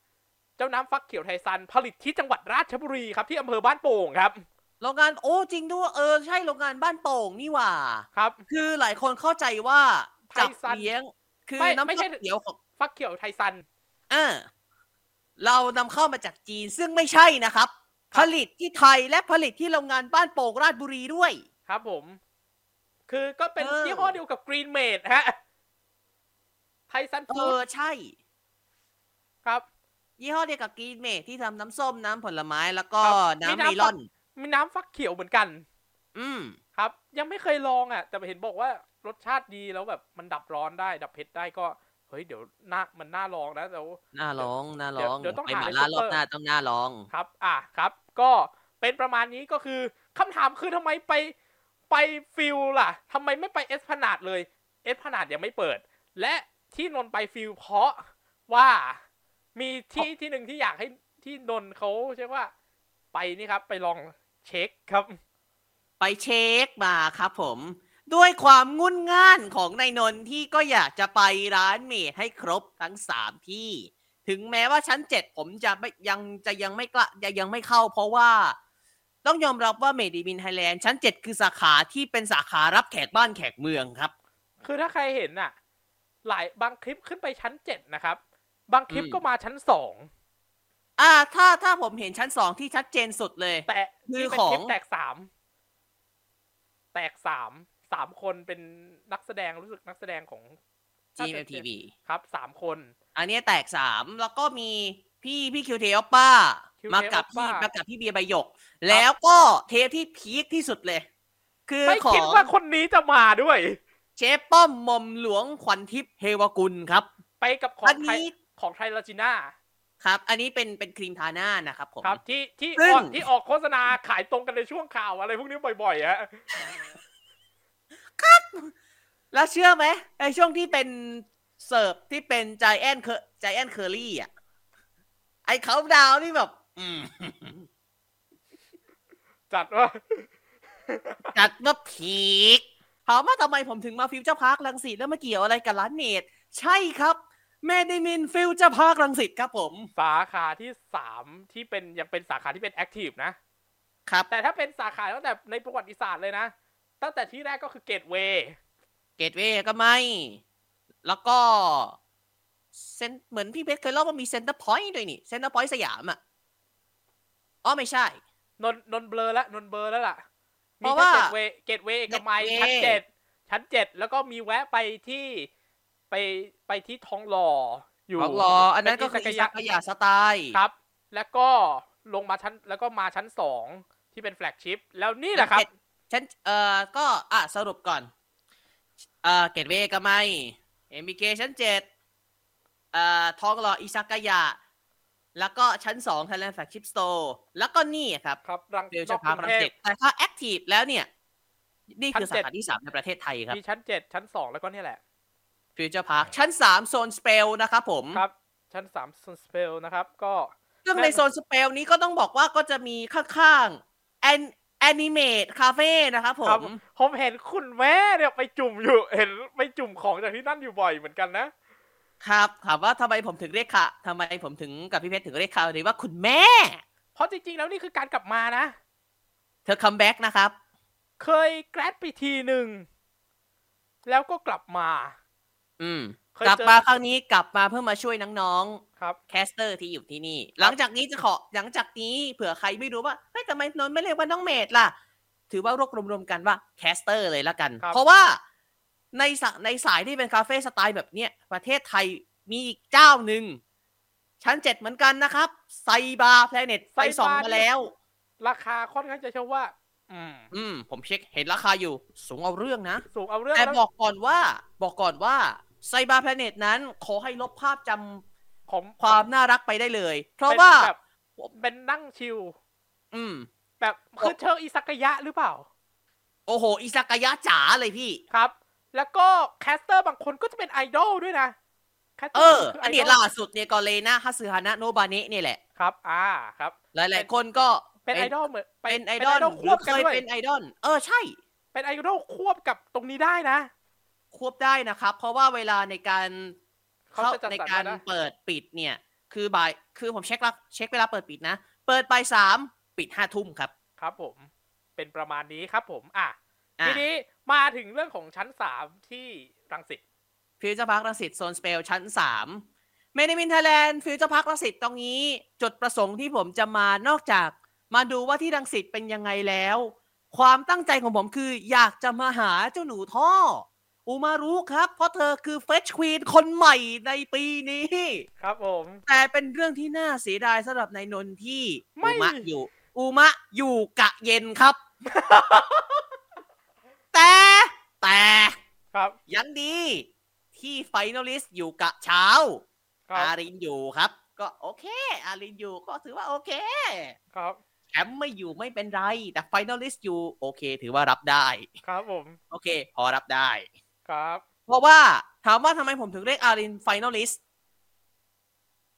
เจ้าน้ำฟักเขียวไทซันผลิตที่จังหวัดราชบุรีครับที่อำเภอบ้านโป่งครับ โรงงานโอ้จริงด้วยเออใช่โรงงานบ้านโป่งนี่หว่า ครับ คือหลายคนเข้าใจว่าจับ ไทยซัน เลี้ยง คือ ไม่ น้ำ ไม่ใช่ ส้มเขียวของ ฟักเขียวไทซัน อ่าเรานำเข้ามาจากจีนซึ่งไม่ใช่นะครับ ผลิตที่ไทยและผลิตที่โรงงานบ้านโป่งราชบุรีด้วย ครับผม คือก็เป็น เออ ยี่ห้อเดียวกับกรีนเมดฮะไทซัน เอ ฟู้ อ ด ใช่ ครับ ยี่ห้อเดียวกับกรีนเมทที่ทำน้ำส้มน้ำผลไม้แล้วก็ ครับมี น้ำ น้ำ เมลอน มีน้ำฟักเขียวเหมือนกัน อืม ครับ ยังไม่เคยลองอ่ะ แต่เห็นบอกว่ารสชาติดีแล้วแบบมันดับร้อนได้ ดับเผ็ดได้ก็ เฮ้ยเดี๋ยวน่ามันน่าลองนะแล้ว น่าร้องน่าร้อง เดี๋ยวต้อง ไป หา หมา ใน ล่า ซุป รอเปอร์ บหน้าต้องน่าร้อง ครับ อ่ะครับ ก็เป็นประมาณนี้ก็คือคำถามคือทำไมไปไปฟิลล่ะทำไมไม่ไปเอสพนาดเลย เอสพนาดยังไม่เปิด และที่นนท์ไปฟิลเพราะว่ามีที่ที่หนึ่งที่อยากให้ที่นนท์เขาใช่ว่า ไปนี่ครับ ไปลองเช็คครับ ไปเช็คมาครับผม ด้วยความงุ่นง่านของนายนนท์ที่ก็อยากจะไปร้านเมดให้ครบทั้งสามที่ ถึงแม้ว่าชั้นเจ็ดผมจะไม่ยังจะยังไม่กล้าจะยังไม่เข้า เพราะว่า ต้องยอมรับว่าเมดิบินไทยแลนด์ชั้นเจ็ดคือสาขาที่เป็นสาขารับแขกบ้านแขกเมืองครับ คือถ้าใครเห็นน่ะ หลายบางคลิปขึ้นไปชั้นเจ็ดนะครับ บางคลิป อืม ก็มาชั้นสอง อ่าถ้าถ้าผมเห็นชั้นสองที่ชัดเจนสุดเลย แต่ที่เป็น คือ คขลิป อง แตกสามแตกสามสามคนเป็นนักแสดงรู้สึกนักแสดงของ GMTV ครับสามคน อันเนี้ยแตกสามแล้วก็มีพี่พี่คิวเทอป้า QT มากับพี่ Oppa มากับพี่เบียร์ใบหยก แล้วก็เทปที่พีคที่สุดเลย คือ ไม่ ขอ คิด ง ว่าคนนี้จะมาด้วย เชฟป้อมมอมหลวงขวัญทิพย์เฮวกุลครับ ไปกับของ อัน ไท นี้ ยของไทยลาจิน่า ครับ อันนี้เป็นเป็นครีมทาหน้านะครับผม ครับที่ที่ ซึ่ง ออกที่ออกโฆษณาขายตรงกันในช่วงข่าวอะไรพวกนี้บ่อยๆฮะ แล้วเชื่อไหมไอช่วงที่เป็นเสิร์ฟที่เป็นใจแอนเคอร์ใจแอนเคอรี่อ่ะ ไอเขาดาวน์นี่แบบ อืม จัดว่า จัดว่าพีคถามว่าทำไมผมถึงมาฟิวเจอร์พาร์คลังสิตแล้วมาเกี่ยวอะไรกับร้านเนตใช่ครับแมดมินฟิวเจอร์พาร์คลังสิตครับผม สาขาที่สามที่เป็นยังเป็นสาขาที่เป็นแอคทีฟนะ ครับ แต่ถ้าเป็นสาขาตั้งแต่ในประวัติศาสตร์เลยนะ ตั้งแต่ที่แรกก็คือเกตเวย์ เกตเวย์ก็ไม่ แล้วก็ เซนเหมือนพี่เพชรเคยเล่าว่ามีเซ็นเตอร์พอยต์ด้วยนี่เซ็นเตอร์พอยต์สยามอ่ะอ๋อไม่ใช่ นนนนเบลอแล้วนนเบลอแล้วล่ะ เพ มี ราะ แค่ ว่า เกตเวย์เกตเวย์เอกมัย Gateway ชั้นเจ็ดชั้นเจ็ดแล้วก็มีแวะไปที่ไปไปที่ท้องหล่ออยู่ ทองหล่ออันนั้นก็คือ เป็ อิ ที่ ซากาสัยะสไตล์ ครับ แล้วก็ลงมาชั้นแล้วก็มาชั้นสองที่เป็นแฟลกชิพแล้วนี่แหละครับ ฉันเอ่อก็อ่ะสรุปก่อน เอ่อเกตเวย์ก็ไม่เอ็มบีเคชั้นเจ็ดเอ่อทองหล่ออิซากายะ แล้วก็ชั้นสองไทยแลนด์แฟคชิปสโตร์แล้วก็นี่ครับ ครับรัง เดี๋ยว ร จะ อบ พาก รั รุ ง งเท เท พ พแต่ถ้าแอคทีฟแล้วเนี่ย นี่คือสานชั้เจ็ด ขาที่สามในประเทศไทยครับ มีชั้นเจ็ดชั้นสองแล้วก็เนี่ยแหละ ฟิวเจอร์พาร์คชั้นสามโซนสเปลนะครับผม ครับ ชั้นสามสเปลนะครับ ก็ ซึ่งในโซนสเปลนี้ก็ต้องบอกว่าก็จะมีข้างๆแอนแอนิเมตคาเฟ่นะครับผ ครับ ม ผมเห็นคุณแม่เนี่ยไปจุ่มอยู่เห็นไปจุ่มของจากที่นั่นอยู่บ่อยเหมือนกันนะครับ ถามว่าทำไมผมถึงเรียกค่ะทำไมผมถึงกับพี่เพชรถึงเรียกค่ะเลยว่าคุณแม่ เพราะจริงๆ แล้วนี่คือการกลับมานะ เธอคัมแบ็กนะครับ เคยแกรดไปทีหนึ่ง แล้วก็กลับมา อืม เคย กลับ เจอ มาครั้งนี้กลับมาเพื่อมาช่วยน้อง ครับ ๆแคสเตอร์ที่อยู่ที่นี่ หลังจากนี้จะขอหลังจากนี้เผื่อใครไม่รู้ว่าเฮ้ยทำไมนนท์ไม่เรียกว่าน้องเมดล่ะ ถือว่ารวบรวมๆกันว่าแคสเตอร์เลยละกัน ครับ เพราะว่าในสาในสายที่เป็นคาเฟ่สไตล์แบบเนี้ยประเทศไทยมีอีกเจ้าหนึ่งชั้นเจ็ดเหมือนกันนะครับไซบาแพลเน็ตไปสองมาแล้ว ราคาค่อนข้างจะเชื่อว่า อืม อืม ผมเช็คเห็นราคาอยู่ สูงเอาเรื่องนะ สูงเอาเรื่อง แต่ แล้ว บอกก่อนว่า บอกก่อนว่าไซบาร์แพลเน็ตนั้น ขอให้ลบภาพจำ ของ ความน่ารักไปได้เลย เพราะ ป็น ว่า แบบเป็นนั่งชิล อืม แบบคือเชิงอิสักายะหรือเปล่า โอ้โห อิซากายะจ๋าเลยพี่ ครับ แล้วก็แคสเตอร์บางคนก็จะเป็นไอดอลด้วยนะแคสต เอ *laughs* อ คื อัน ไดล เนี้ยล่าสุดเนี่ยก็เลนาฮัสฮานะโนบาเนะเนี่ยแหละ ครับ อ่าครับ หลาย ๆ คนก็ เป็นไอดอลเหมือน เป็นไอดอล ลควบกัน หรือ ด้เควย ยเป็นไอดอลเออใช่ เป็นไอดอลควบกับตรงนี้ได้นะ ควบได้นะครับ เพราะว่าเวลาในการ เขาจะจัดสรในรการ แล้วนะ เปิดปิดเนี่ย คือบ่ายคือผมเช็คละเช็คเวลาเปิดปิดนะ เปิดบ่ายสามปิดห้าทุ่มครับ ครับผม เป็นประมาณนี้ครับผมอ่ะ อ่ะ ทีนี้มาถึงเรื่องของชั้นสามที่รังสิต ฟิวเจอร์พาร์ครังสิตโซนสเปลชั้น 3 เมนิมินไทยแลนด์ฟิวเจอร์พาร์ครังสิตตรงนี้ จุดประสงค์ที่ผมจะมานอกจาก มาดูว่าที่รังสิตเป็นยังไงแล้ว ความตั้งใจของผมคืออยากจะมาหาเจ้าหนูท่อ อูมารู้ครับ เพราะเธอคือเฟชควีนคนใหม่ในปีนี้ ครับผม แต่เป็นเรื่องที่น่าเสียดายสำหรับนายนนท์ที่ ไม่ อูมะอยู่ อูมะอยู่กะเย็น *laughs* ครับ แต่แต่ ครับ ยังดีที่ไฟนอลิสอยู่กะเช้า ครั อา บ รินอยู่ครับ ก็โอเค อารินอยู่ก็ถือว่าโอเค ครับ แชมป์ไม่อยู่ไม่เป็นไร แต่ไฟนอลิสอยู่โอเค ถือว่ารับได้ ครับผม โอเค พอรับได้ ครับ เพราะว่าถามว่าทำไมผมถึงเรียกอารินไฟนอลิส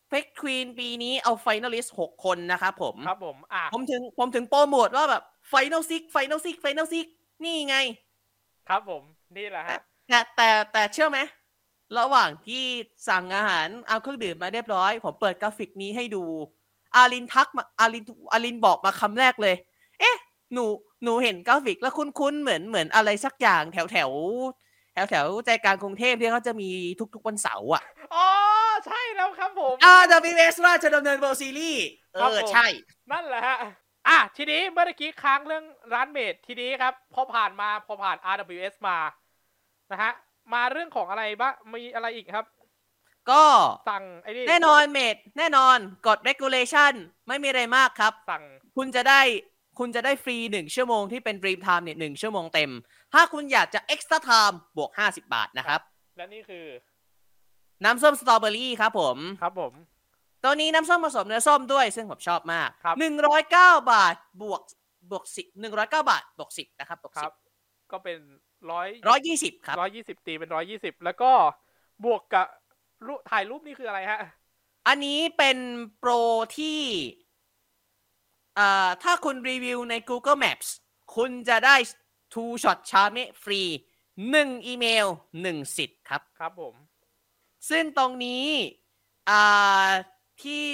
เฟกควีนปีนี้เอาไฟนอลิสหกคนนะครับผม ครับผมอ่ะ ผมถึงผมถึงโปรโมทว่าแบบไฟนอลซิกไฟนอลซิกไฟนอลซิกนี่ไง ครับผมนี่แหละฮะ แต่แต่แต่เชื่อไหม ระหว่างที่สั่งอาหารเอาเครื่องดื่มมาเรียบร้อย ผมเปิดกราฟิกนี้ให้ดู อารินทักมาอารินอารินบอกมาคำแรกเลย เอ๊ะ หนูหนูเห็นกราฟิกแล้วคุ้นๆ เหมือนเหมือนอะไรสักอย่างแถวแถวแถวแถวใจกลางกรุงเทพที่เขาจะมีทุกๆวันเสาร์อ่ะ อ๋อใช่แล้วครับผม อ่า WS ราชดำเนินโบซีรีส์เอ ครับ อ ผม ใช่ นั่นแหละฮะ อ่ะ ทีนี้เมื่อกี้ค้างเรื่องร้านเมดทีนี้ครับ พอผ่านมา พอผ่าน RWS มา นะฮะ มาเรื่องของอะไรบ้างมีอะไรอีกครับ ก็ สั่งไอ้นี่ แน่นอนเมดแน่นอนกฎ regulation ไม่มีอะไรมากครับ สั่ง คุณจะได้คุณจะได้ฟรี 1 ชั่วโมงที่เป็น Dream Time เนี่ยหนึ่งชั่วโมงเต็ม ถ้าคุณอยากจะ Extra Time บวก 50 บาทนะครับ และนี่คือ น้ำส้มสตรอเบอรี่ครับผม ครับผม ตัวนี้น้ำส้มผสมเนื้อส้มด้วย ซึ่งผมชอบมาก ครับ 109 บาทบวกบวกสิบหนึ่งร้อยเก้าบาทบวกสิบนะครับบวก ค สิ รับ บ ก็เป็นร้อย ร้อยยี่สิบครับ ร้อยยี่สิบตีเป็นร้อยยี่สิบแล้วก็บวกกับรูปถ่ายรูปนี่คืออะไรฮะ อันนี้เป็นโปรที่เอ่อถ้าคุณรีวิวใน Google Maps คุณจะได้ Two Shot c h a r m e ฟรี 1 อีเมล 1 สิทธิ์ครับ ครับผม ซึ่งตรงนี้อ่าที่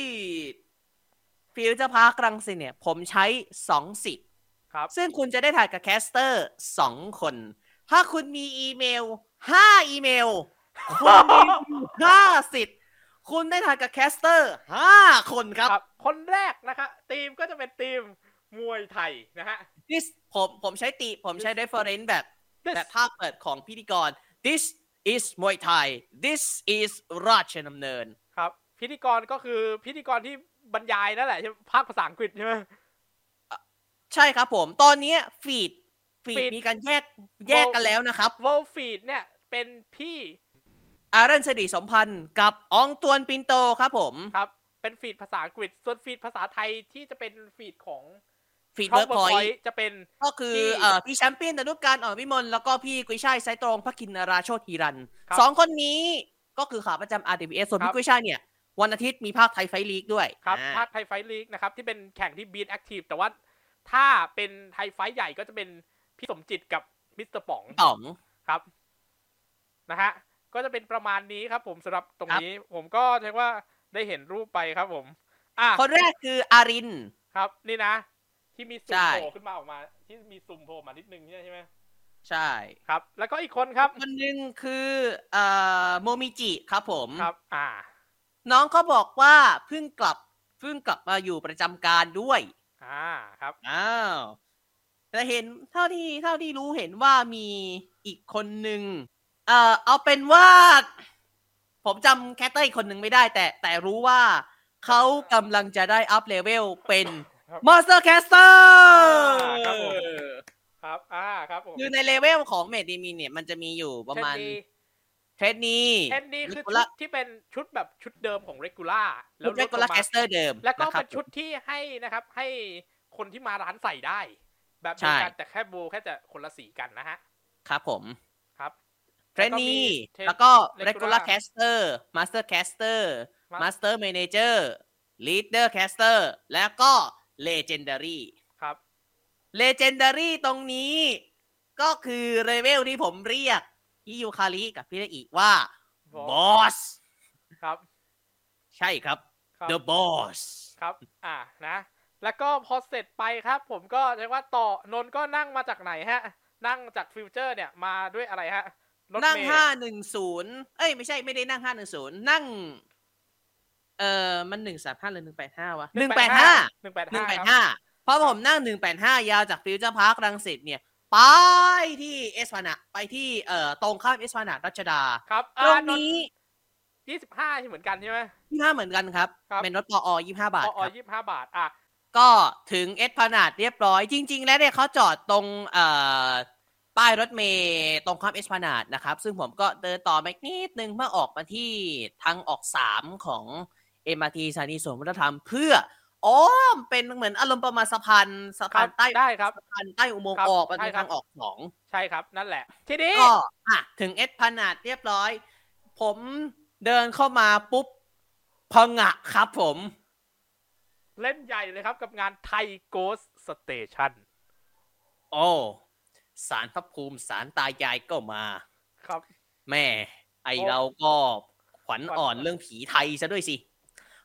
ฟิวเจอร์พาร์ครังสิตเนี่ย ผมใช้สองสิทธิ์ ครับ ซึ่งคุณจะได้ถ่ายกับแคสเตอร์สองคน ถ้าคุณมีอีเมลห้าอีเมล คุณมีห้าสิทธิ์คุณได้ถ่ายกับแคสเตอร์ห้าคนครับ ครับ คนแรกนะคะทีมก็จะเป็นทีมมวยไทยนะฮะ this ผมผมใช้ติ ผมใช้ reference แบบ This แบบภาพเปิดของพิธีกร this is Muay Thai this is ราชดำเนิน ครับ พิธีกรก็คือพิธีกรที่บรรยายนั่นแหละใช่ไหมภาคภาษาอังกฤษใช่ไหม ใช่ครับผม ตอนนี้ฟีดฟีด feed มีการแยกแยกกันแล้วนะครับ วอลฟีดเนี่ยเป็นพี่ อารันสดีสมพันธ์กับอองตวนปินโตครับผม ครับ เป็นฟีดภาษาอังกฤษ ส่วนฟีดภาษาไทยที่จะเป็นฟีดของ ฟีด ท็อ เวิร์กปเบพออร์ ย พอยจะเป็น ก็คือ ที่ เอ่อพี่แชมเปี้ยนดนุการอ่อนวิมลแล้วก็พี่กุยช่ายไซตรองพระกินราโชธีรัน ครับ สองคนนี้ก็คือขาประจำ RWS ส่วนพี่กุยช่ายเนี่ย วันอาทิตย์มีภาคไทยไฟท์ลีกด้วย ครับ อ่า ภาคไทยไฟท์ลีกนะครับ ที่เป็นแข่งที่บีทแอคทีฟแต่ว่าถ้าเป็นไทยไฟท์ใหญ่ก็จะเป็นพี่สมจิตกับมิสเตอร์ป๋อง ป๋อง ครับนะฮะก็จะเป็นประมาณนี้ครับผมสำหรับตรง ครับ นี้ ผมก็เรียกว่าได้เห็นรูปไปครับผม อ่ะ คนแรกคืออาริน ครับนี่นะ ที่มีซุ่ม ใช่ โผล่ขึ้นมาออกมา ที่มีซุ่มโผล่มานิดนึงเนี่ยใช่ไหม ใช่ ครับ แล้วก็อีกคนครับ คนหนึ่งคือเอ่อโมมิจิครับผม ครับ อ่า น้องเขาบอกว่าเพิ่งกลับเพิ่งกลับมาอยู่ประจำการด้วย อ่าครับ อ้าวแต่เห็นเท่าที่เท่าที่รู้เห็นว่ามีอีกคนหนึ่งเอ่อเอาเป็นว่า ผมจำแคตเตอร์อีกคนหนึ่งไม่ได้ แต่แต่รู้ว่าเขากำลังจะได้อัพเลเวลเป็น ครับ มอนสเตอร์แคสเตอร์ อ่าครับผมครับอ่าครับผม คือในเลเวลของเมดิมินเนี่ย มันจะมีอยู่ประมาณ เทนดี เทรนนี เทนดีคือ กุ ชุ ละ ดที่เป็นชุดแบบชุดเดิมของเรกูล่าแล้ว เร ลด กุ ง ละ มา แคสเตอร์เดิม แล้วก็ ะครับ เป็นชุดที่ให้นะครับ ให้คนที่มาร้านใส่ได้ แบบ ใช่ เดียวกันแต่แค่โบว์แค่จะคนละสีกันนะฮะ ครับผม ครับ เทรนนี่ แล้ แล้ว ว ก็ ก็ มี regular regular caster master caster ครับ master manager leader caster แล้วก็ legendary ครับ legendary ตรงนี้ ก็คือเลเวลที่ผมเรียกอิยูคาริกับพี่เรอีว่า boss boss ครับ ใช่ครับ ครับ the boss ครับ อ่า นะ แล้วก็พอเสร็จไปครับ ผมก็เรียกว่าต่อนนท์ก็นั่งมาจากไหนฮะ นั่งจากฟิวเจอร์เนี่ยมาด้วยอะไรฮะรถ นั่ง เมล์ ห้าหนึ่งศูนย์เอ้ย ไม่ใช่ไม่ได้นั่งห้าหนึ่งศูนย์นั่ง เออมันหนึ่งสามห้าหรือหนึ่งแปดห้าวะหนึ่งแปดห้า หนึ่งแปด หนึ่ ห้าง แปดห้าเพราะผมนั่งหนึ่งแปดห้ายาวจากฟิวเจอร์พาร์ครังสิตเนี่ย ไปที่เอสพานะไปที่เอ่อตรงข้ามเอสพานะรัชดา ครับ ตรงนี้ ยี่สิบห้าเหมือนกันใช่ไหม ยี่ห้าเหมือนกันครับ ครับ เป็นรถปอยี่ห้าบาท อ๋อ ครับ ยี่สิบห้าบาท อ่ะ ก็ถึงเอสพานาดเรียบร้อย จริง ๆ แล้วเนี่ยเขาจอดตรงเอ่อป้ายรถเมย์ตรงข้ามเอสพานาดนะครับ ซึ่งผมก็เดินต่อไปนิดนึงเพื่อออกมาที่ทางออก 3 ของ MRT สถานีสวนวัฒนธรรม เพื่ออ้อมเป็นเหมือนอารมณ์ประมาณสะพานสะพาน ครับ ใต้ ได้ครับ สะพานใต้อุโมงค์ ครับ ออกมา ใช่ ทางทาครับงออกสอง ใช่ครับนั่นแหละ ทีนี้ ก็อ่ะถึงเอสพนาดเรียบร้อย ผมเดินเข้ามาปุ๊บพงะครับผม เล่นใหญ่เลยครับกับงานไทยโกสสเตชัน โอ้สารพระภูมิสารตายายก็มา ครับ แม่ ไอ โอ้ เราก็ขวัญ ขวัญ อ่อนเรื่องผีไทยซะด้วยสิ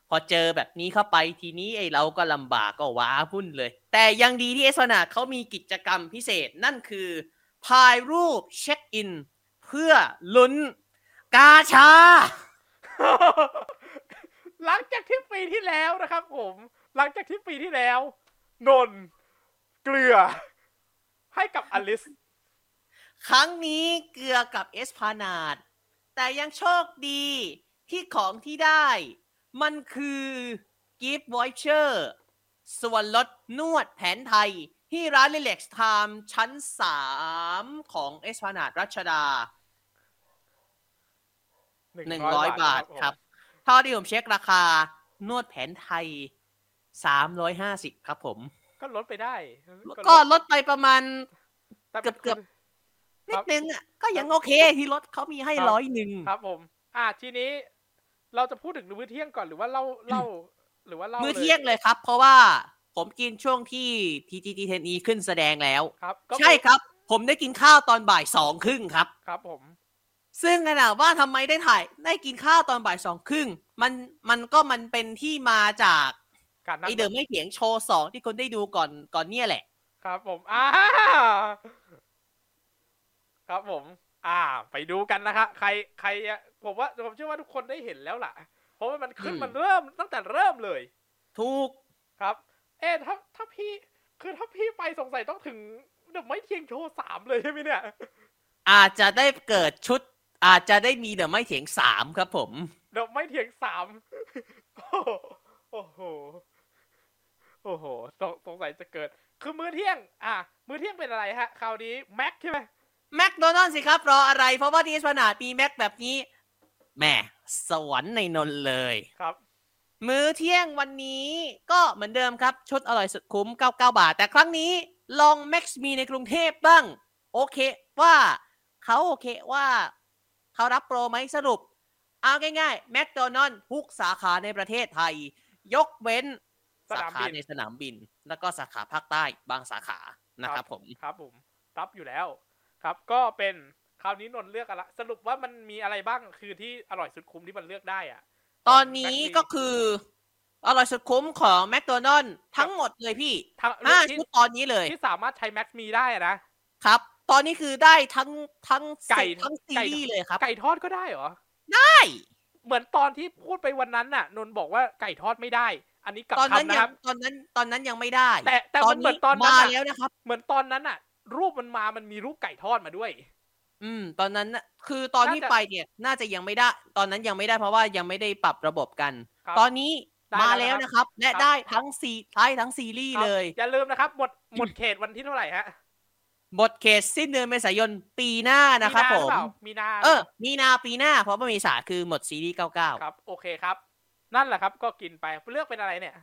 พอเจอแบบนี้เข้าไปทีนี้ไอเราก็ลำบากก็ว้าวุ่นเลย แต่ยังดีที่เอสวนาเขามีกิจกรรมพิเศษนั่นคือพายรูปเช็คอิน เพื่อลุ้นกาชา หลังจากที่ปีที่แล้วนะครับผม หลังจากที่ปีที่แล้ว นนท์เกลือ ให้กับอลิส ครั้งนี้เกลือกับเอสพานาด แต่ยังโชคดีที่ของที่ได้ มันคือกิฟต์วอยเชอร์ส่วนลดนวดแผนไทย ที่ร้านเลเล็กซ์ไทม์ชั้น 3 ของเอสพานาดรัชดา 100 บาทครับเท่าที่ผมเช็คราคานวดแผนไทย 350 ครับผม ก็ลดไปได้ ก็ลดไปประมาณ แต่ เกือบเกือบ นิ ครั ด บ นึงอ่ะก็ยังโอเคที่ลดเขามีให้ ครับ ร้อยหนึ่ง ครับผม อ่ะทีนี้เราจะพูดถึงมื้อเที่ยงก่อนหรือว่าเล่าเล่า หรือว่าเล่า มื้อเที่ยงเลยครับ เพราะว่าผมกินช่วงที่ TGT10 e ขึ้นแสดงแล้ว ครับก็ ใช่ครับ ผมได้กินข้าวตอนบ่ายสองครึ่งครับ ครับผม ซึ่งขนาดว่าทำไมได้ถ่ายได้กินข้าวตอนบ่ายสองครึ่งมันมันก็มันเป็นที่มาจาก การนั่ง ไอเดิมไม่เถียงโชว์สองที่คนได้ดูก่อนก่อนเนี่ยแหละ ครับผมอ่าครับผม อ่า ไปดูกันนะครับใครใครอ่ะผมว่าผมเชื่อว่าทุกคนได้เห็นแล้วล่ะ เพราะว่ามันขึ้น อืม มันเริ่มตั้งแต่เริ่มเลย ถูก ครับ เอ๊ะถ้าถ้าพี่ คือถ้าพี่ไปสงสัยต้องถึงเดอะไม่เที่ยงโชว์สามเลยใช่ไหมเนี่ย อาจจะได้เกิดชุด อาจจะได้มีเดี๋ยวไม่เถียงสามครับผม เดี๋ยวไม่เถียงสาม *laughs* โอ้โห โอ้โห โอ้โหสงสงสัยจะเกิด คือมื้อเที่ยง อ่ะ มื้อเที่ยงเป็นอะไรฮะ คราวนี้แม็กใช่ไหม แมคโดนัลด์สิครับ รออะไร เพราะว่าที่สนาดมีแม็กแบบนี้แหม่สวรรค์ในนนท์เลย ครับ มื้อเที่ยงวันนี้ก็เหมือนเดิมครับ ชุดอร่อยสุดคุ้ม 99 บาท แต่ครั้งนี้ลอง Max มีในกรุงเทพบ้าง โอเคว่าเขาโอเคว่าเขารับโปรไหมสรุป เอาง่ายๆ แมคโดนัลทุกสาขาในประเทศไทย ยกเว้นสานสามบิน ขาในสนามบิน แล้วก็สาขาภาคใต้บางสาขานะครับผม ครับผม รับอยู่แล้ว ครับ ก็เป็น คราวนี้นนท์เลือกอะไร สรุปว่ามันมีอะไรบ้าง คือที่อร่อยสุดคุ้มที่มันเลือกได้อ่ะ ตอนนี้ แม็กมี ก็คืออร่อยสุดคุ้มของแมคโดนัลทั้งหมดเลยพี่ ทั้ง ห้า ที่ ชุดตอนนี้เลย ที่สามารถใช้แม็กมีได้อะนะ ครับ ตอนนี้คือได้ทั้งทั้ง ไก่ สิทั้งซี ไก่ รีส์เลยครับ ไก่ทอดก็ได้เหรอ ได้ เหมือนตอนที่พูดไปวันนั้นน่ะ นนท์บอกว่าไก่ทอดไม่ได้ อันนี้กลับ ตอนนั้น คำนะ ยังครับ ตอนนั้นตอนนั้นยังไม่ได้ แต่แต่มันเหมือนตอนนั้น มา อะ แล้วนะครับ เหมือนตอนนั้นอะรูปมันมามันมีรูปไก่ทอดมาด้วย อืม ตอนนั้นน่ะคือตอนที่ น่าจะ ไปเนี่ย น่าจะยังไม่ได้ ตอนนั้นยังไม่ได้เพราะว่ายังไม่ได้ปรับระบบกัน ครับ ตอนนี้ ได้ มา แล้ แล้ว ว นะ นะ ค ค รั รับ บ และได้ทั้งซีท้ายทั้งซีรีส์เลย ครับอย่าลืมนะครับ หมดหมดเขตวันที่เท่าไหร่ฮะ บทเขตสิ้นเดือนเมษายนปีหน้านะครับผ หรือ ม เปล่ามีนา เออ มีนาปีหน้า เพราะว่าเมีสาคือหมดซีรีส์เก้าเก้า ครับ โอเคครับ นั่นแหละครับก็กินไปเลือกเป็นอะไรเนี่ย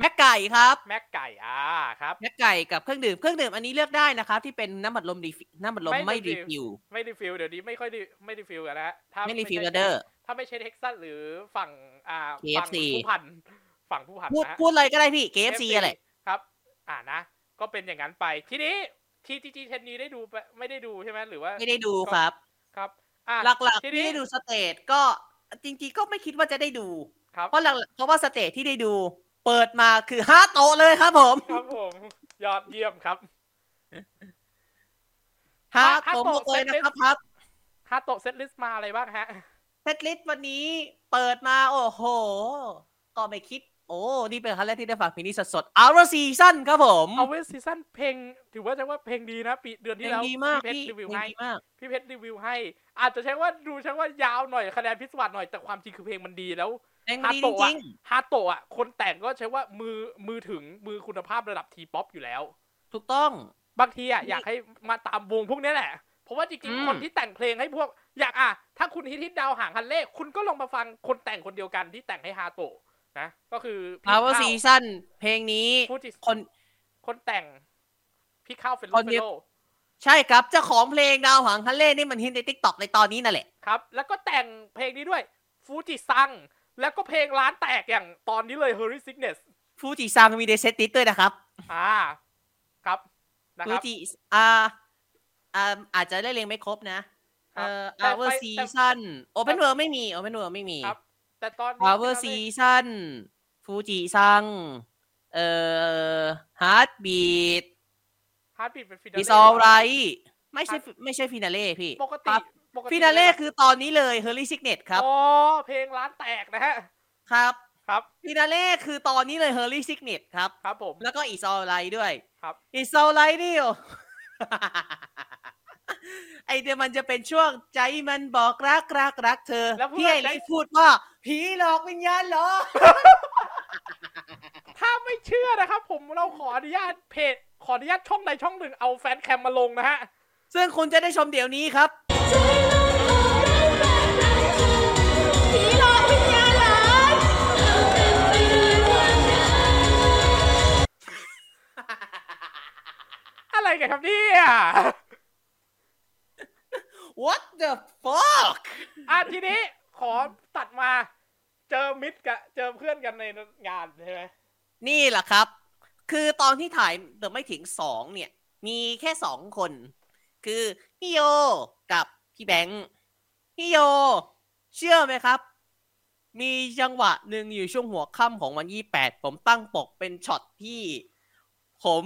แม่ไก่ครับ แม็กไก่อ่าครับ แม่ไก่กับเครื่องดื่ม เครื่องดื่มอันนี้เลือกได้นะครับ ที่เป็นน้ำบัดลมรีฟิลน้ำบัดลม ไม่ ไม่ รี รี ฟิ ฟิ ล ล ไม่รีฟิลเดี๋ยวนี้ไม่ค่อยรีไม่รีฟิลกันแล้วฮะถ้า ไม่รีฟิล ใช่ เดอร์ ถ้าไม่ใช่เท็กซัสหรือฝั่งอ่า KFC ฝั่งผู้พันฝั่งผู้พัน พูด นะฮะ พูดเลยก็ได้พี่ KFC อะไร ครับ อ่านะ ก็เป็นอย่างนั้นไป ทีนี้ทีจีเทนนี้ได้ดูปะไม่ได้ดูใช่ไหมหรือว่า ไม่ได้ดูครับ ครับ อ่า หลัก ที ๆ นี้ ที่ได้ดูสเตทก็จริงๆก็ไม่คิดว่าจะได้ดู ครับ เพราะหลักๆเพราะว่าสเตทที่ได้ดู เปิดมาคือห้าโต๊ะเลยครับผม ครับผมยอดเยี่ยมครับ ห้า ห้า โต๊ะ โต๊ะ เลยนะครับครับ ฮาโตะเซตลิสต์มาอะไรบ้างฮะ เซตลิสต์วันนี้เปิดมาโอ้โห ก็ไม่คิด โอ้นี่เป็นครั้งแรกที่ได้ฟังเพลงนี้สดๆอาร์ซีซั่นครับผม เอาเวสซีซั่นเพลง ถือว่าจะว่าเพลงดีนะ ปีเดือน เพล ที่ ง แล้ว ดีมาก พี่เพชร พี่ รีวิว เพลง ให้ ดีมาก พี่เพชรรีวิวให้ อาจจะใช้ว่าดูใช้ว่ายาวหน่อยคะแนนพิศวาสหน่อยแต่ความจริงคือเพลงมันดีแล้ว เพลง ฮา ดีจ โตะ ริง อะฮาโตะอะคนแต่งก็ใช้ว่ามือมือถึงมือคุณภาพระดับทีป๊อปอยู่แล้ว ๆถูกต้อง บางทีอะอยากให้มาตามวงพวกเนี้ยแหละ เพราะว่าจริง อืม ๆ คนที่แต่งเพลงให้พวก อยากอะถ้าคุณฮิตฮิตดาวหางฮันเล่คุณก็ลองมาฟังคนแต่งคนเดียวกันที่แต่งให้ฮาโตะนะ ก็คือพี่ พาวเวอร์ ข้ ซีซั่นเพลงนี้ ผู้ที่ คน คนแต่งพี่ข้าวเฟลโลเฟลโล ใช่ครับเจ้าของเพลงดาวหางคันเล่นี่มันฮิตในทิกตอกในตอนนี้นั่นแหละ ครับ แล้วก็แต่งเพลงนี้ด้วยฟูจิซัง แล้วก็เพลงร้านแตกอย่างตอนนี้เลย h u r r y Sickness ฟูจิซังมีเดเซตติสด้วยนะครับ อ่าครับนะค ฟู รับ จิอ่าอ่าอาจจะได้เรียงไม่ครบนะ ครั เอ่ บ อ แต่ พาวเวอ ไป ร์ซี แต่ ซั่นโอเ r นเวิร์ไม่มีโอเ n นเวิร์ไม่มี ครับ แต่ตอนนี้ พาวเวอร์ ที่ ซี ราได้ ซั่นฟูจิซังเอ่อฮาร์ดบีด ฮาร์ดบีทเป็นฟินาเล่ ดิซอลไร เหอ ไม่ใช่ไม่ใช่ฟินาเล่พี่ ปกติ ครับ ปกติ ฟินาเล่คือตอนนี้เลยเฮอร์รี่ซิกเนตครับ อ๋อเพลงร้านแตกนะฮะ ครับ ครับ ฟินาเล่คือตอนนี้เลยเฮอร์รี่ซิกเนตครับ ครับผม แล้วก็อีซอลไลด้วย ครับ อีซอลไลนี่ *laughs* โอ้ ไอเดียมันจะเป็นช่วงใจมันบอกรักรักรักเธอ แล้วพูด พี่ไอ ว่าใจ ริพูดว่า ผีหลอกวิญญาณเหรอ ถ้าไม่เชื่อนะครับ ผมเราขออนุญาตเพจขออนุญาตช่องใดช่องหนึ่งเอาแฟนแคมมาลงนะฮะ ซึ่งคุณจะได้ชมเดี๋ยวนี้ครับ ผีหลอกวิญญาณร้ายเราเต็มไปด้วยความรัก อะไรกันครับเนี่ย What the fuck อ่ะทีนี้ขอตัดมา เจอมิตรกับเจอเพื่อนกันในงานใช่ไหม นี่แหละครับ คือตอนที่ถ่ายเดอะไม่ถึงสองเนี่ย มีแค่สองคน คือพี่โยกับพี่แบงค์พี่โย เชื่อไหมครับ มีจังหวะหนึ่งอยู่ช่วงหัวค่ำของวันยี่แปดผมตั้งปกเป็นช็อตที่ ผม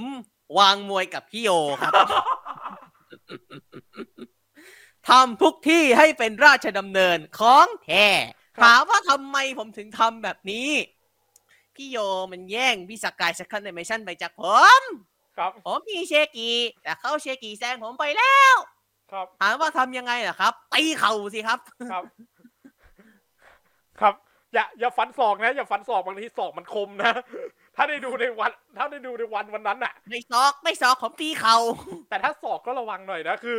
วางมวยกับพี่โยครับ *laughs* ทำทุกที่ให้เป็นราชดำเนินของแท้ถามว่าทำไมผมถึงทำแบบนี้ พี่โยมันแย่งพี่สกายสคันเดเมชั่นไปจากผม ครับ ผมมีเชกีแต่เขาเชกีแซงผมไปแล้ว ครับ ถามว่าทำยังไงล่ะครับตีเข่าสิครับ *laughs* ครับ ครับ อย่าอย่าฟันศอกนะ อย่าฟันศอกบางทีศอกมันคมนะ *laughs* ถ้าได้ดูในวัน ถ้าได้ดูในวันวันนั้นอ่ะ ไม่ซอกไม่ซอกผมตีเข่า *laughs* แต่ถ้าศอกก็ระวังหน่อยนะ คือ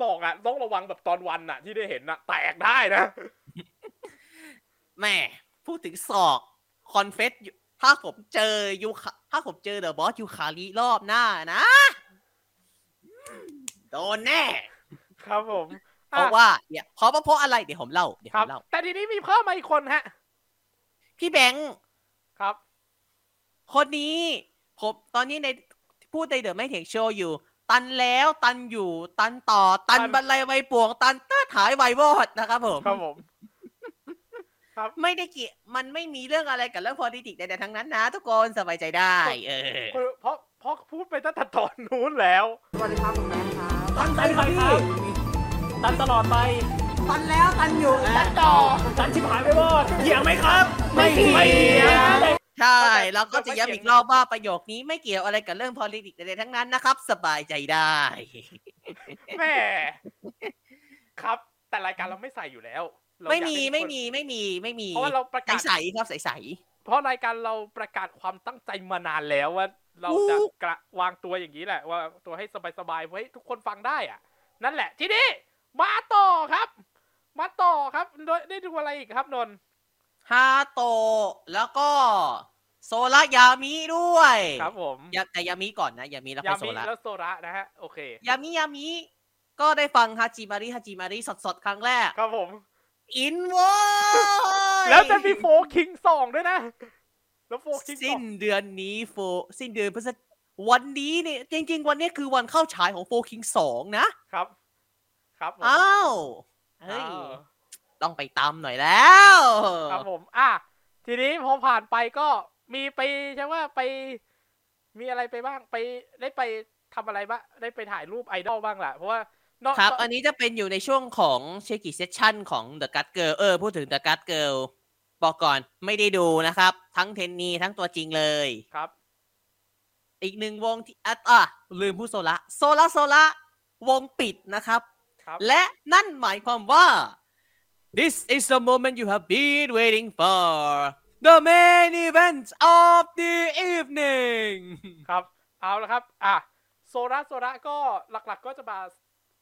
ศอกอ่ะต้องระวังแบบตอนวันอ่ะ ที่ได้เห็นอ่ะ แตกได้นะ *laughs* แหม่พูดถึงศอกคอนเฟสถ้าผมเจอยูคาถ้าผมเจอเดอะบอสยูคาริรอบหน้านะโดนแน่ ครับผม เพราะว่าเนี่ยเพราะว่าเพราะอะไรเดี๋ยวผมเล่าเดี๋ยว ค ผ รับ มเล่า แต่ทีนี้มีเพิ่มมาอีกคนฮะ พี่แบงค์ ครับ คนนี้ผมตอนนี้ในพูดในเดอะไม่เถียงโชว์อยู่ ตันแล้วตันอยู่ ตันต่อ ตัน ตัน บรรลัยไวยปวง ตันเต้าถายไววอดนะครับผม ครับผม ครับ ไม่ได้เกี่ยมันไม่มีเรื่องอะไรกับเรื่อง politics ใดๆทั้งนั้นนะทุกคนสบายใจได้เออ คือเพราะเพราะพูดไปตั้งแต่ตอนนู้นแล้ว ตันไปพี่ ตันตลอดไป ตันแล้วตันอยู่ตันต่อ ตันชิบหายไปบ่เถียงไหมครับ ไม่เถียง ไม่เถียง ใช่ เข้าใจ แล้วก็จะย้ำอีกรอบว่าประโยคนี้ไม่เกี่ยวอะไรกับเรื่อง politics ใดๆทั้งนั้นนะครับ สบายใจได้ แหม่ ครับ แต่รายการเราไม่ใส่อยู่แล้วเราอยาก ไม่มี ให้ทุกคน ไม่มีไม่มีไม่มี เพราะว่าเราประกาศ ใสๆครับใสๆ เพราะรายการเราประกาศความตั้งใจมานานแล้วว่า เราจะกระวางตัวอย่างนี้แหละ ว่าตัวให้สบายๆไว้ทุกคนฟังได้อ่ะ นั่นแหละ ทีนี้มาต่อครับ มาต่อครับโดยได้ดูอะไรอีกครับนนท์ ฮาโตะแล้วก็โซระยามิด้วย ครับผม ยาแต่ยามิก่อนนะยามิแล้ว ยา ก็โซ มิ ระ แล้วโซระนะฮะ โอเค ยามิยามิก็ได้ฟังฮาจิมาริฮาจิมาริสดๆ ครั้งแรก ครับผม อินเว้ย แล้วจะมีโฟคิงสองด้วยนะ แล้วโฟคิงส สิ้ อน ง เดือนนี้โฟสิ้นเดือนพฤษวันนี้เนี่ย จริง ๆ วันนี้คือวันเข้าฉายของโฟคิงสองนะครับ ครับผม อ้าวเฮ้ย อ้าว ต้องไปตามหน่อยแล้ว ครับผม อ่ะ ทีนี้พอผ่านไปก็ มีไปใช่ว่าไป มีอะไรไปบ้างไปได้ไปทำอะไรบ้างได้ไปถ่ายรูปไอดอลบ้างล่ะ เพราะว่านอก ครับ นอก อันนี้จะเป็นอยู่ในช่วงของเชกิเซสชั่นของ The g u t Girl เออ พูดถึง The g u t Girl บอกก่อนไม่ได้ดูนะครับ ทั้งเทนนีทั้งตัวจริงเลย ครับ อีกหนึ่งวงที่อ่ะอ่ะลืมผู้โซละโซละโซละวงปิดนะครับ ครับ และนั่นหมายความว่า this is the moment you have been waiting for the main event of the evening ครับ เอาละครับ อ่ะ โซระโซระก็หลักๆ ก็จะมา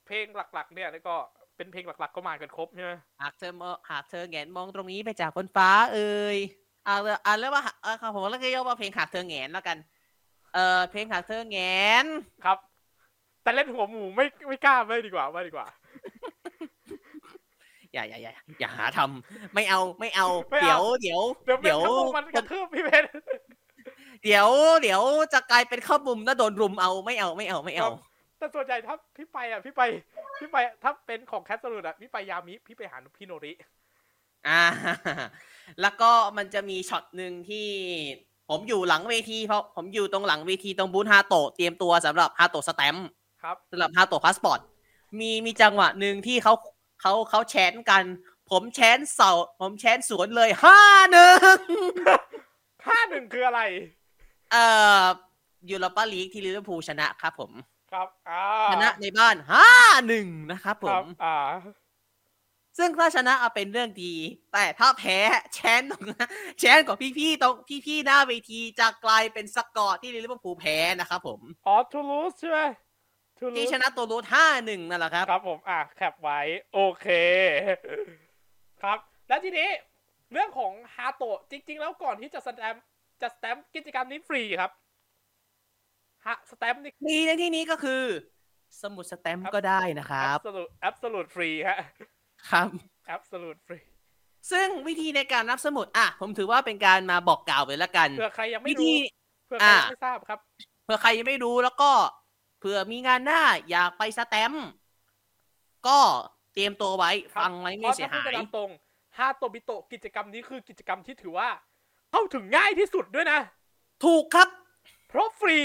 เพลงหลัก ๆ เนี่ยแล้วก็เป็นเพลงหลัก ๆ ก็มากันครบใช่ไหม หากเธอมองหากเธอแงนมองตรงนี้ไปจากบนฟ้าเอ่ยอ่าเอ่าแล้วว่าเออครับผมแล้วก็ยกว่าเพลงหากเธอแงนแล้วกันเออเพลงหากเธอแงน ครับ แต่เล่นหัวหมูไม่ไม่กล้าไม่ดีกว่าไม่ดีกว่า อย่าอย่าอย่าอย่าหาทำไม่เอาไม่เอา ไม่เอา เดี๋ยวเดี๋ยว เดี๋ยวเม็ดกระปุกมันกระทืบพี่เพชร เดี๋ยวเดี๋ยวจะกลายเป็นเข้ามุมแล้วโดนรุมเอาไม่เอาไม่เอาไม่เอา ครับ แต่ส่วนใหญ่ถ้าพี่ไปอ่ะพี่ไปพี่ไปถ้าเป็นของแคสเซอร์อ่ะพี่ไปยามิพี่ไปหาพี่โนริ อ่า *laughs* แล้วก็มันจะมีช็อตหนึ่งที่ผมอยู่หลังเวทีเพราะผมอยู่ตรงหลังเวทีตรงบูธฮาโตะเตรียมตัวสำหรับฮาโตะสแตมป์ ครับ สำหรับฮาโตะพาสปอร์ตมีมีจังหวะหนึ่งที่เขาเขาเขาแชนกัน ผมแชนเสาผมแชนสวนเลยห้าหนึ่ง ห้าหนึ่งคืออะไร เอ่อยูโรปาลีกที่ลิเวอร์พูลชนะครับผม ครับอ่า ชนะในบ้านห้าหนึ่งนะครับผ ครั ม บอ่า ซึ่งถ้าชนะเอาเป็นเรื่องดี แต่ถ้าแพ้แชนตรงนั้นแชนของพี่ๆตรงพี่ๆหน้าเวทีจะกลายเป็นสกอร์ที่ลิเวอร์พูลแพ้นะครับผม อ๋อทูลูสใช่ไหมทูลู ที่ ส ชนะตัวรูทห้าหนึ่งนั่นแหละครับ ครับผมอ่ะแคปไว้ โอเค ครับ แล้วทีนี้ เรื่องของฮาโตะจริง ๆ แล้วก่อนที่จะสแตมป์จะสแตมป์กิจกรรมนี้ฟรีครับฮะสแตมป์นี่ มีในที่นี้ก็คือ สมุดสแตม ครั ป์ บ ก็ได้นะครับ absolute absolute free ฮะ ครับ absolute free ซึ่งวิธีในการรับสมุดอ่ะ ผมถือว่าเป็นการมาบอกกล่าวเลยละกัน เผื่อใครยังไม่ วิ รู้ ธี เผื่อใครยัง อ่า ไม่ทราบครับ เผื่อใครยังไม่รู้แล้วก็เผื่อมีงานหน้าอยากไปสแตมป์ก็เตรียมตัวไว้ ครับ ฟังไว้ไม่เสียหา เพระถ้พูด ย กันตามตรงฮาโตบิโตะกิจกรรมนี้คือกิจกรรมที่ถือว่า เข้าถึงง่ายที่สุดด้วยนะ ถูกครับ เพราะฟรี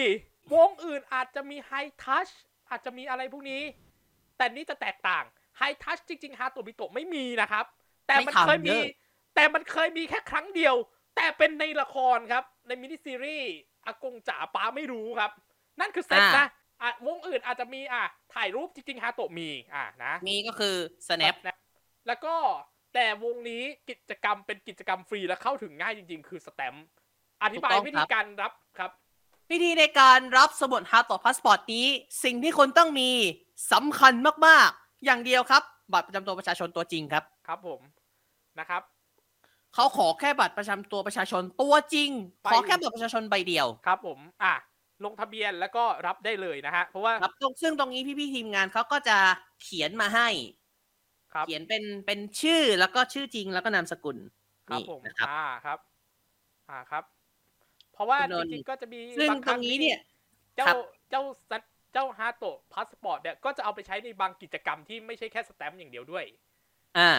วงอื่นอาจจะมีไฮทัชอาจจะมีอะไรพวกนี้ แต่นี่จะแตกต่างไฮทัชจริงๆฮาโตบิโตะไม่มีนะครับ แต่มัน ไม่ทำ เคยมี เด้อ แต่มันเคยมีแค่ครั้งเดียว แต่เป็นในละครครับ ในมินิซีรีส์อากงจ๋าป้าไม่รู้ครับ นั่นคือเซตนะอ่ะวงอื่นอาจจะมีอ่ะถ่ายรูปจริงๆฮาโตะมีอ่ะนะ นี่ก็คือ แน snap บแล้วก็แต่วงนี้กิจกรรมเป็นกิจกรรมฟรีและเข้าถึงง่ายจริง ๆ คือสแตมป์อธิบาย ถูกต้องครับ วิธีการรับครับ วิธีในการรับสมุดฮาร์ดต่อพาสปอร์ตนี้ สิ่งที่คนต้องมีสำคัญมากๆ อย่างเดียวครับ บัตรประจำตัวประชาชนตัวจริงครับ ครับผมนะครับ เขาขอแค่บัตรประจำตัวประชาชนตัวจริง ไป ขอแค่บัตรประชาชนใบเดียว ครับผมอ่ะลงทะเบียนแล้วก็รับได้เลยนะฮะ เพราะว่า ครับตรงซึ่งตรงนี้พี่ๆทีมงานเขาก็จะเขียนมาให้ ครับ เขียนเป็นเป็นชื่อแล้วก็ชื่อจริงแล้วก็นามสกุล ครับ นี่ ผม นะครับ อ่าครับ อ่าครับ เพราะว่า คุณน จ นท์ ริงๆก็จะมี ซึ่ง บาค ตรงนี้ ที่ เนี่ย เจ้า ครับ เจ้าสัตว์เจ้าฮาโตะพาสปอร์ตเนี่ยก็จะเอาไปใช้ในบางกิจกรรมที่ไม่ใช่แค่สแตมป์อย่างเดียวด้วย อ่า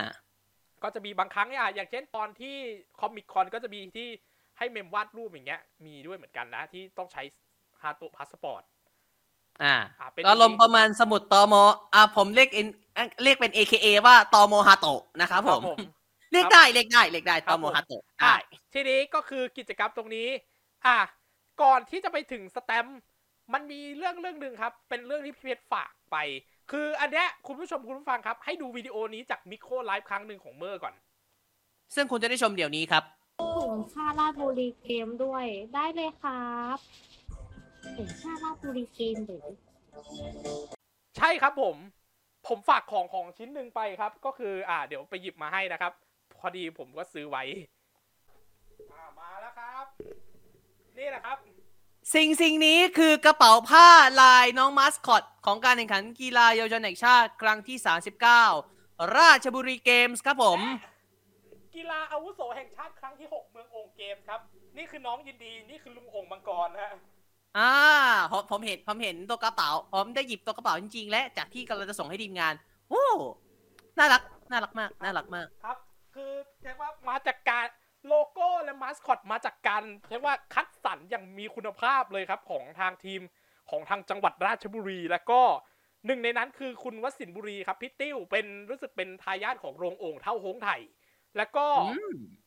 ก็จะมีบางครั้งเนี่ยอ่ะอย่างเช่นตอนที่คอมิคคอนก็จะมีที่ให้เมมวาดรูปอย่างเงี้ย มีด้วยเหมือนกันนะ ที่ต้องใช้ฮาโตะพาสปอร์ต อ่า อ่าเป็น อารมณ์ประมาณสมุดตอมอ่าผมเรียกเอ็นเรียกเป็น AKA ว่าตอมฮาโตะนะครับผม เรียกได้เรียกได้เรียกได้ ครั ตอบ ม ผม ฮาโตะ อ่ะ ได้ ทีนี้ก็คือกิจกรรมตรงนี้ อ่ะก่อนที่จะไปถึงสแตมป์มันมีเรื่องเรื่องหนึ่งครับ เป็นเรื่องที่พี่เพชรฝากไป คืออันเนี้ยคุณผู้ชมคุณผู้ฟังครับ ให้ดูวิดีโอนี้จากมิโคไลฟ์ครั้งหนึ่งของเมอร์ก่อน ซึ่งคุณจะได้ชมเดี๋ยวนี้ครับ ถึงชาลาดบุรีเกมด้วยได้เลยครับถึงชาลาดบุรีเกมหรือ ใช่ครับผม ผมฝากของของชิ้นหนึ่งไปครับ ก็คืออ่า เดี๋ยวไปหยิบมาให้นะครับ พอดีผมก็ซื้อไว้อ่ามาแล้วครับ นี่แหละครับ สิ่งสิ่งนี้คือกระเป๋าผ้าลายน้องมาสคอต ของการแข่งขันกีฬาเยาวชนแห่งชาติครั้งที่ 39 ราชบุรีเกมส์ครับผม กีฬาอาวุโสแห่งชาติครั้งที่ 6 เมืองโองเกมครับ นี่คือน้องยินดี นี่คือลุงโองมังกรนะฮะ อ่าผมผมเห็นผมเห็นตัวกระเป๋า ผมได้หยิบตัวกระเป๋าจริงๆ และจากที่กำลังจะส่งให้ทีมงานโอ้น่ารัก น่ารักมาก น่ารักมาก ครับ คือเรียกว่ามาจากการ โลโก้และมาสคอตมาจากการเรียกว่าคัดสรรอย่างมีคุณภาพเลยครับ ของทางทีมของทางจังหวัดราชบุรี แล้วก็หนึ่งในนั้นคือคุณวสินทร์บุรีครับพี่ติ้วเป็นรู้สึกเป็นทายาทของโรงโอ่งเท่าโฮงไทยแล้วก็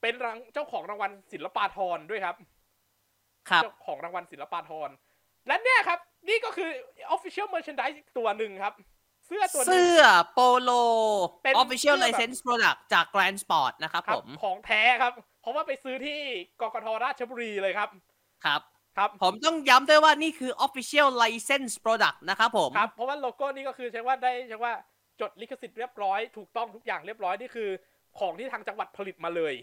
เป็นรางเจ้าของรางวัลศิลปาธรด้วยครับ ครับ เจ้าของรางวัลศิลปาธร และเนี่ยครับ นี่ก็คือ Official Merchandise อีกตัวหนึ่งครับ เสื้อตัวหนึง เสื้อโปโล เป็น Official เสื้อแบบ License Product จาก Grand Sport นะครับ ครั ผ บ ม ของแท้ครับ เพราะว่าไปซื้อที่กกทราชบุรีเลยครับ ครับ ครับ ผมต้องย้ำด้วยว่านี่คือ Official License Product นะครับผม ครับ เพราะว่าโลโก้นี่ก็คือเช็คว่าได้เช็คว่าจดลิขสิทธิ์เรียบร้อย ถูกต้องทุกอย่างเรียบร้อย นี่คือของที่ทางจังหวัดผลิตมาเลย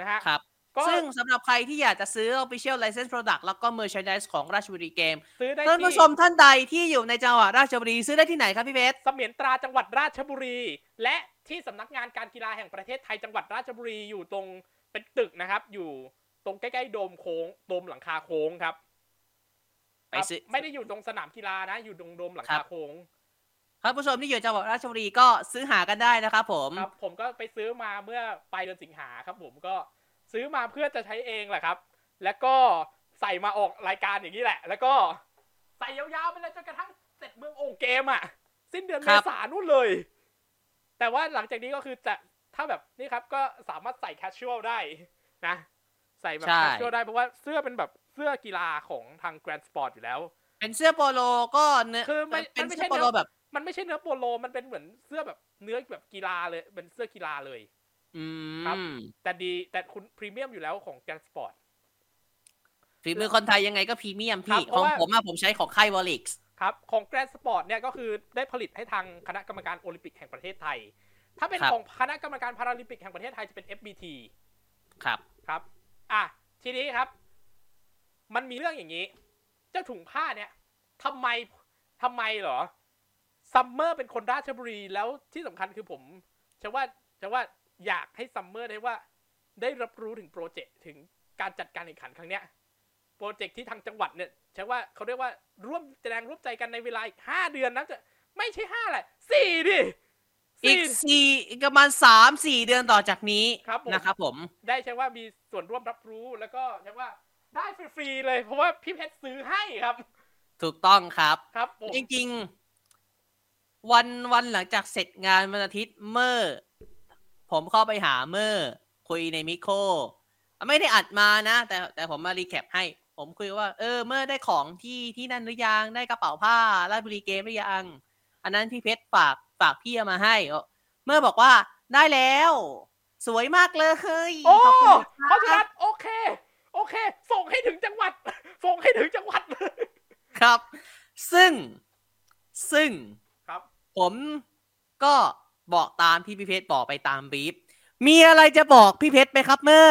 นะฮะ ครับ ก็ ซึ่งสำหรับใครที่อยากจะซื้อ Official License Product แล้วก็ Merchandise ของราชบุรีเกม ซื้อได้ ท่าน ที่ ผู้ชมท่านใดที่อยู่ในจังหวัดราชบุรีซื้อได้ที่ไหนครับพี่เพชร เสมียนตราจังหวัดราชบุรี และที่สำนักงานการกีฬาแห่งประเทศไทยจังหวัดราชบุรีอยู่ตรงเป็นตึกนะครับ อยู่ตรงใกล้ๆโดมโค้งโดมหลังคาโค้งครับ ไปซื้อ ครับไม่ได้อยู่ตรงสนามกีฬานะ อยู่ตรงโดมหลัง ครั คา บ โค้ง ท่านผู้ชมที่อยู่จังหวัดราชบุรีก็ซื้อหากันได้นะครับผม ครับ ผมก็ไปซื้อมาเมื่อปลายเดือนสิงหาครับ ผมก็ซื้อมาเพื่อจะใช้เองแหละครับ แล้วก็ใส่มาออกรายการอย่างนี้แหละ แล้วก็ใส่ยาวๆไปเลยจนกระทั่งเสร็จเมืองโอ่งเกมอ่ะ สิ้นเดือน ค เม รับ ษานู่นเลย แต่ว่าหลังจากนี้ก็คือจะถ้าแบบนี่ครับก็สามารถใส่แคชชวลได้นะ ใส่แบบ ใช่ แคชชวลได้เพราะว่าเสื้อเป็นแบบเสื้อกีฬาของทางแกรนด์สปอร์ตอยู่แล้ว เป็นเสื้อโปโลก็เนื้อ คือมัน เป็ มัน นไม่ใช่ เสื้อโปโล เนื้อ แบบ มันไม่ใช่เนื้อโปโล มันเป็นเหมือนเสื้อแบบเนื้อแบบกีฬาเลย เป็นเสื้อกีฬาเลย อื ครับ ม แต่ดี แต่คุณพรีเมียมอยู่แล้วของแกนสปอร์ต ฝีมือคนไทยยังไงก็พรีเมียม ครั พี่ บเพ ขอ ราะ ง ว่า ผมอะผมใช้ของค่ายวอลิก ครับ ของแกนสปอร์ตเนี่ยก็คือได้ผลิตให้ทางคณะกรรมการโอลิมปิกแห่งประเทศไทย ถ้าเป็น ครับ ของคณะกรรมการพาราลิมปิกแห่งประเทศไทยจะเป็น FBT ครับ ครับ อ่ะ ทีนี้ครับ มันมีเรื่องอย่างนี้ เจ้าถุงผ้าเนี่ยทำไมทำไมเหรอ ซัมเมอร์เป็นคนราชบุรีแล้วที่สำคัญคือผมจะว่าจะว่าอยากให้ซัมเมอร์ได้ว่า ได้รับรู้ถึงโปรเจกต์ถึงการจัดการแข่งขันครั้งเนี้ย โปรเจกต์ที่ทางจังหวัดเนี่ยใช่ว่าเขาเรียกว่าร่วมแสดงร่วมใจกันในเวลาอีกห้าเดือนนะจะไม่ใช่ห้าแหละสี่ดิ อี สี่ กสี่อีกประมาณสามสี่เดือนต่อจากนี้ ครับผม นะครับผม ได้ใช่ว่ามีส่วนร่วมรับรู้แล้วก็ใช่ว่าได้ฟรีๆเลยเพราะว่าพี่เพชรซื้อให้ครับ ถูกต้องครับ ครับผม จริงๆ วันวันหลังจากเสร็จงานวันอาทิตย์เมื่อ ผมเข้าไปหาเมื่อ คุยในมิโครไม่ได้อัดมานะ แต่แต่ผมมารีแคปให้ ผมคุยว่า เออ เมื่อได้ของที่ที่นั่นหรือยัง ได้กระเป๋าผ้าราชบุรีเกมหรือยัง อันนั้นพี่เพชรฝากฝากพี่เอามาให้เออเมื่อบอกว่าได้แล้ว สวยมากเลยเฮ้ย โอ้ ขอบคุณนะ เพราะฉะนั้นโอเค โอเค ส่งให้ถึงจังหวัด *laughs* ส่งให้ถึงจังหวัดเลย ครับ ซึ่งซึ่ง ครับ ผมก็บอกตามที่พี่เพชรบอกไปตามบรีฟ มีอะไรจะบอกพี่เพชรไหมครับเมื่อ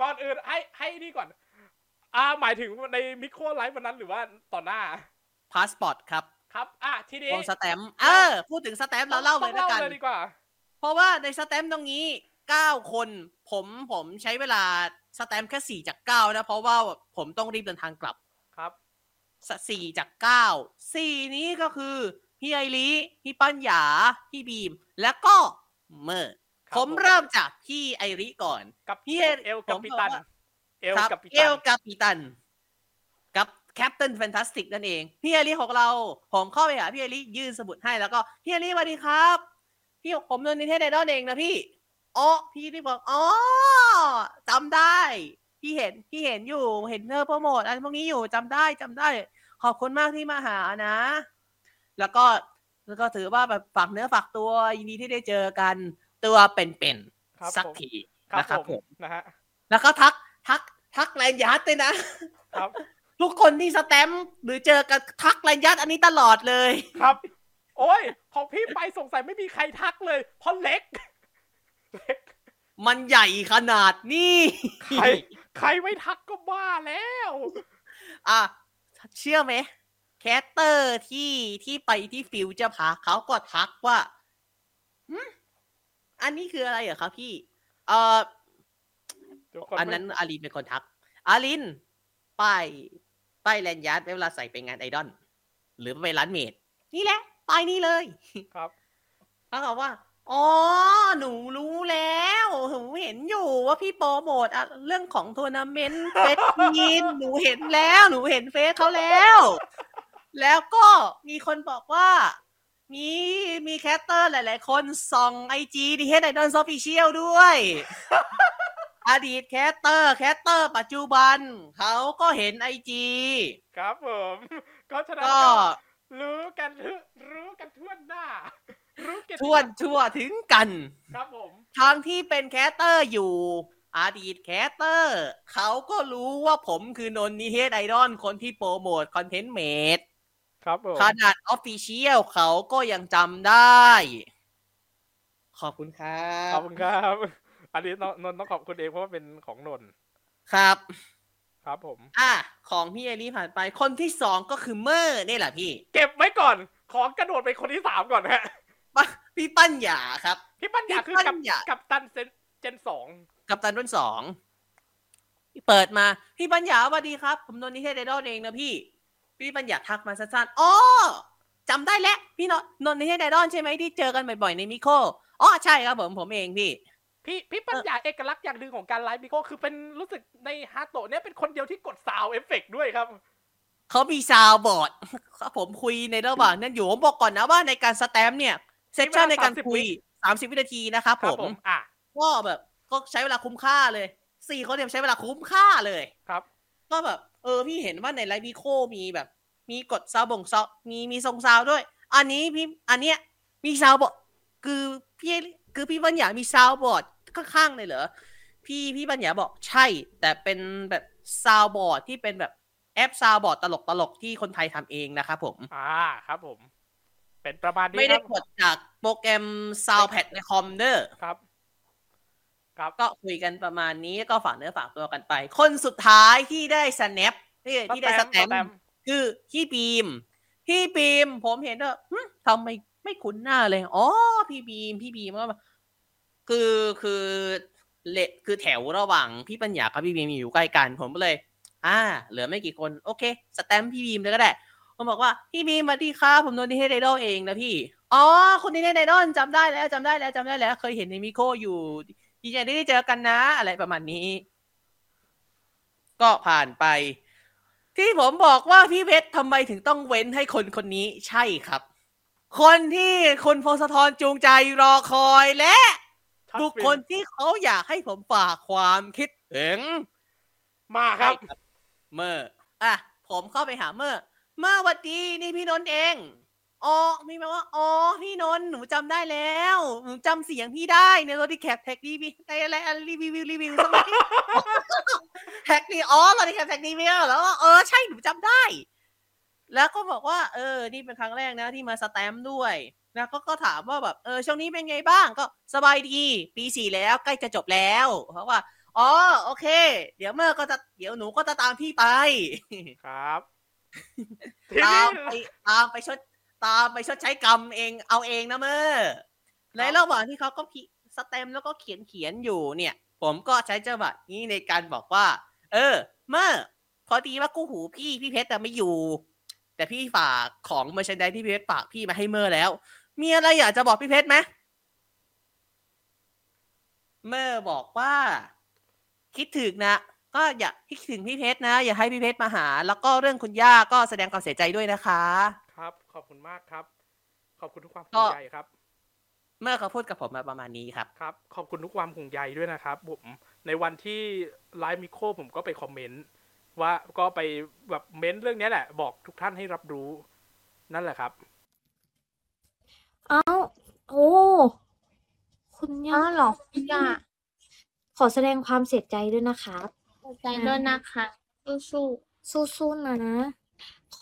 ก่อนอื่นให้ให้นี่ก่อน อ่าหมายถึงในมิโครไลฟ์วันนั้นหรือว่าต่อหน้า พาสปอร์ตครับ ครับ อ่ะทีนี้ วงสแตมป์เออ พูดถึงสแตมป์เราเล่าเลย ต้ แล้ว อง กัน ดีกว่า เพราะว่าในสแตมป์ตรงนี้ 9 คน ผมผมใช้เวลาสแตมป์แค่ 4 จาก 9 นะ เพราะว่าผมต้องรีบเดินทางกลับ ครับ สสี่จาก 9 4 นี้ก็คือ พี่ไอรีพี่ปัญญา พี่บีม แล้วก็เมอร์ ครับ ผ ผม ม เริ่มจากพี่ไอริก่อน กับ พี่เอ เอล ผ กั ม บปิ บอก ตัน ว่า เอล ครับ กับปิ เอ ตัน ลกับปีตัน กับแคป t ันแฟนตาสติกนั่นเอง พี่เอลี่ของเรา ผมเข้าไปหาพี่เอลี่ยื่นสมุดให้แล้วก็ พี่เอลี่สวัสดีครับ พี่ผมโดนนิเทศไอดอลเองนะพี่อ๋อพี่ที่บอกอ๋อจำได้ พี่เห็นพี่เห็นอยู่เห็นเนอร์โปรโมทอะไรพวกนี้อยู่จำได้จำได้ ขอบคุณมากที่มาหานะ แล้วก็แล้วก็ถือว่าแบบฝากเนื้อฝากตัวยินดีที่ได้เจอกันตัวเป็น ครับ ๆสัก ผม ที ครับ นะครับ ผ ผม ม นะฮะ แล้วก็ทักทักทักแรงยัดเลยนะ ครับ ทุกคนที่สแตมป์หรือเจอกันทักแรงยัดอันนี้ตลอดเลย ครับ โอ้ย ของพี่ไปสงสัยไม่มีใครทักเลยเพราะเล็ก เล็ก มันใหญ่ขนาดนี้ ใคร ใครไม่ทักก็บ้าแล้ว อ่ะเชื่อไหมแคสเตอร์ที่ที่ไปที่ฟิวจะพาร์คเขาก็ทักว่าหึอันนี้คืออะไรเหรอครับพี่ เอ่อ ทุกคน อันนั้นอารินเป็นคนทัก อารินป้ายป้ายแลนด์ยาร์ดไว้เวลาใส่ไปงานไอดอลหรือไปร้านเมดนี่แหละป้ายนี้เลย ครับ เขาบอกว่า อ๋อ หนูรู้แล้วหนูเห็นอยู่ว่าพี่โปรโมทอะเรื่องของทัวร์นาเมนต์เฟสยิน หนูเห็นแล้ว หนูเห็นเฟซเขาแล้ว แล้วก็มีคนบอกว่า มีมีแคสเตอร์หลาย ๆ คนส่องไอจีดีเฮดไอดอนซอฟฟิเชียลด้วย อดีตแคสเตอร์แคสเตอร์ปัจจุบัน เขาก็เห็นไอจี ครับผม ก็ฉะนั้น ก็ ก็รู้กันทุรู้กันทั่วหน้า รู้กัน ชวนชั่วถึงกัน ครับผม ทั้งที่เป็นแคสเตอร์อยู่ อดีตแคสเตอร์ เขาก็รู้ว่าผมคือนนนิเทศไอดอลคนที่โปรโมทคอนเทนต์เมด ครับผม ขนาดออฟฟิเชียลเขาก็ยังจำได้ ขอบคุณครั ขอ บบ คุณครับ อันนี้นนนท์ต้องขอบคุณเองเพราะว่าเป็นของนนท์ ครับ ครับผม อ่ะ ของพี่เอลี่ผ่านไปคนที่สองก็คือเมอร์นี่แหละพี่ เก็บไว้ก่อน ขอกระโดดไปคนที่สามก่อนฮะ ปะพี่ปั้นหยาครับ พี่ปัญญาคือ พี่ปั กั ญ บ ญากั กับตันเซนเจนสอง กับตันรุ่นสองเปิดมา พี่ปัญญาสวัสดีครับ ผมนนท์นิเทศไอดอลเองนะพี่ พี่ปัญญาทักมาสั้นๆอ๋อจำได้แล้วพี่นนท์นนท์นิเทศไอดอลใช่ไหมที่เจอกันบ่อยๆในมิโคอ๋อใช่ครับผมผมเองพี่ พี่พี่ปัญญาเอกลักษณ์อย่างหนึ่งของการไลฟ์มิโกคือเป็นรู้สึกในฮาโตะเนี่ยเป็นคนเดียวที่กดซาวเอฟเฟกด้วยครับ เขามีซาวด์บอร์ด ครับผมคุยในระหว่างนั้นอยู่ผมบอกก่อนนะว่าในการสแตมป์เนี่ยเซสชั่นในการคุยสามสิบวินาทีนะครับ ครั ผ บ ม ผม อ่ะ ก็แบบก็ใช้เวลาคุ้มค่าเลยสี่คนเนี่ยใช้เวลาคุ้มค่าเลย ครับ ก็แบบเออพี่เห็นว่าในไลฟ์พีโคมีแบบ มีกดซาวบ่งซาวมีมีทรงซาวด้วย อันนี้พี่อันเนี้ยมีซาวบอร์ดคือพี่คือพี่บัญญามีซาวบอร์ดข้างๆเลยเหรอพี่พี่บัญญาบอกใช่ แต่เป็นแบบซาวบอร์ดที่เป็นแบบแอปซาวบอร์ดตลกตลกๆที่คนไทยทำเองนะครับผม อ่า ครับผม เป็นประมาณนี้ ไม่ ค ได้ รับ กดจากโปรแกรมซาวแพดในคอมเดอร์ ครับ ครับ ก็คุยกันประมาณนี้ก็ฝากเนื้อฝากตัวกันไป คนสุดท้ายที่ได้ snap ที่ที่ได้ สแต snap มป์ คือพี่บีม พี่บีม ผมเห็นว่าหึทำไมไม่คุ้นหน้าเลย อ๋อ พี่บีม พี่บีมก็มาคือคือเลคือแถวระหว่างพี่ปัญญากับพี่บีมอยู่ใกล้กันผมก็เลย อ่า เหลือไม่กี่คน โอเค สแตมป์พี่บีมเลยก็ได้ ผมบอกว่า พี่บีมสวัสดีครับผมโดนที่ให้ไดดอลเองนะพี่ อ๋อคนที่ให้ไดดอลจำได้แล้วจำได้แล้วจำได้แล้ว เคยเห็นในมิโคอยู่ดีใจที่ได้เจอกันนะ อะไรประมาณนี้ ก็ผ่านไป ที่ผมบอกว่าพี่เพชรทำไมถึงต้องเว้นให้คนคนนี้ใช่ครับ คนที่คุณพงศธรจูงใจรอคอยและ Touch บุคคลที่เขาอยากให้ผมฝากความคิดถึง มาครับ ใช่เมื่ออ่ะ ผมเข้าไปหาเมื่อ เมื่อหวัดดีนี่พี่นนท์เอง อ๋อมีไหมาว่า อ๋อ พี่นนท์หนูจำได้แล้ว หนูจำเสียงพี่ได้ในรถที่แคปแท็กดีพี่ในอะไรอะไรรีวิวรีวิวสักหน่อย *laughs* แท็กนี่อ๋อรถที่แคปแท็กดีพี่แล้วก็เออใช่หนูจำได้ แล้วก็บอกว่า เออ นี่เป็นครั้งแรกนะที่มาสแตมป์ด้วย แล้วก็ก็ถามว่าแบบเออช่วงนี้เป็นไงบ้างก็สบายดี ปีสี่แล้วใกล้จะจบแล้ว เพราะว่า อ๋อโอเค เดี๋ยวเมื่อก็จะเดี๋ยวหนูก็จะตามพี่ไป ครับที ตา นี้ มไป *laughs* ตามไปชดตามไปชดใช้กรรมเองเอาเองนะเมื่อในระหว่างที่เขาก็พิสแตมป์แล้วก็เขียนเขียนอยู่เนี่ย ผมก็ใช้จังหวะนี้ในการบอกว่า เออ เมื่อพอดีว่ากู้หูพี่พี่เพชรแต่ไม่อยู่ แต่พี่ฝากของเมอร์ชนดที่พี่เพชรฝากพี่มาให้เมื่อแล้ว มีอะไรอยากจะบอกพี่เพชรไหมเมื่อบอกว่า คิดถึงนะ ก็อย่าคิดถึงพี่เพชรนะ อย่าให้พี่เพชรมาหา แล้วก็เรื่องคุณย่าก็แสดงความเสียใจด้วยนะคะ ครับ ขอบคุณมากครับ ขอบคุณทุกความ ก็ ห่วงใยครับ เมื่อเขาพูดกับผมมาประมาณนี้ครับ ครับ ขอบคุณทุกความห่วงใยด้วยนะครับผม ในวันที่ไลฟ์มิโคผมก็ไปคอมเมนต์ว่าก็ไปแบบเม้นเรื่องเนี้ยแหละ บอกทุกท่านให้รับรู้นั่นแหละครับ เอ้า โอ้ คุณย่า อ้าวเหรอคุณย่า ขอแสดงความเสียใจด้วยนะครับ ขอบใจด้วยนะคะสู้ สู้ๆนะ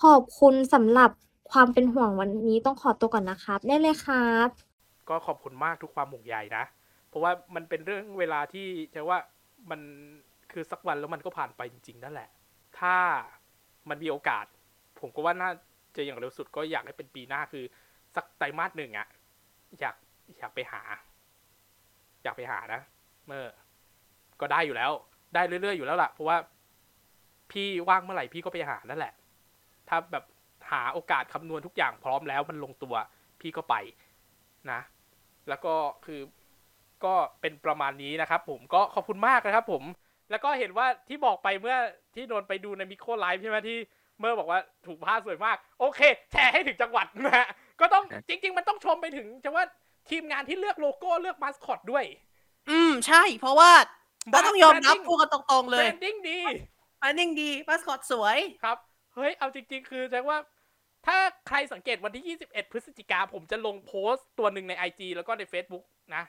ขอบคุณสำหรับความเป็นห่วงวันนี้ต้องขอตัวก่อนนะครับ ได้เลยครับ ก็ขอบคุณมากทุกความห่วงใยนะ เพราะว่ามันเป็นเรื่องเวลาที่จะว่ามันคือสักวันแล้วมันก็ผ่านไปจริง ๆ นั่นแหละ ถ้ามันมีโอกาส ผมก็ว่าน่าจะอย่างเร็วสุดก็อยากให้เป็นปีหน้าคือ สักไตรมาสหนึ่งอะอยากอยากไปหา อยากไปหานะ เมื่อ ก็ได้อยู่แล้ว ได้เรื่อยๆอยู่แล้วล่ะ เพราะว่าพี่ว่างเมื่อไหร่พี่ก็ไปหานั่นแหละ ถ้าแบบหาโอกาสคำนวณทุกอย่างพร้อมแล้วมันลงตัว พี่ก็ไปนะ แล้วก็คือก็เป็นประมาณนี้นะครับผมก็ขอบคุณมากนะครับผม แล้วก็เห็นว่าที่บอกไปเมื่อที่โดนไปดูในมิโคไลฟ์ใช่ไหมที่เมื่อบอกว่าถูกผ้าสวยมาก โอเค แชร์ให้ถึงจังหวัดนะฮะก็ต้องจริง ๆ มันต้องชมไปถึงจังหวัดทีมงานที่เลือกโลโก้เลือกมาสคอตด้วย อืม ใช่ เพราะว่าก็ต้องยอมรับ Branding พูดกันตรงๆเลย แบรนดิ้งดี อันนิ่งดีมาสคอตสวย ครับ เฮ้ย เอาจริง ๆ คือแสดงว่า ถ้าใครสังเกตวันที่ 21 พฤศจิกาผมจะลงโพสต์ตัวหนึ่งใน IG แล้วก็ใน Facebook นะ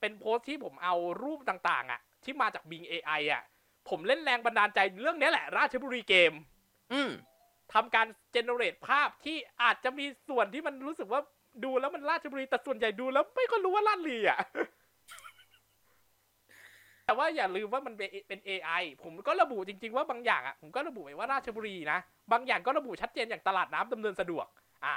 เป็นโพสต์ที่ผมเอารูปต่างๆ อ่ะ ที่มาจาก Bing AI อ่ะ ผมเล่นแรงบันดาลใจเรื่องเนี้ยแหละ ราชบุรีเกม อืม ทำการเจเนเรตภาพที่อาจจะมีส่วนที่มันรู้สึกว่าดูแล้วมันราชบุรี แต่ส่วนใหญ่ดูแล้วไม่ก็รู้ว่าลาดลีอ่ะ *laughs* แต่ว่าอย่าลืมว่ามันเป็นเป็น AI ผมก็ระบุจริง ๆ ว่าบางอย่างอ่ะผมก็ระบุไว้ว่าราชบุรีนะ บางอย่างก็ระบุชัดเจนอย่างตลาดน้ำดำเนินสะดวก อ่า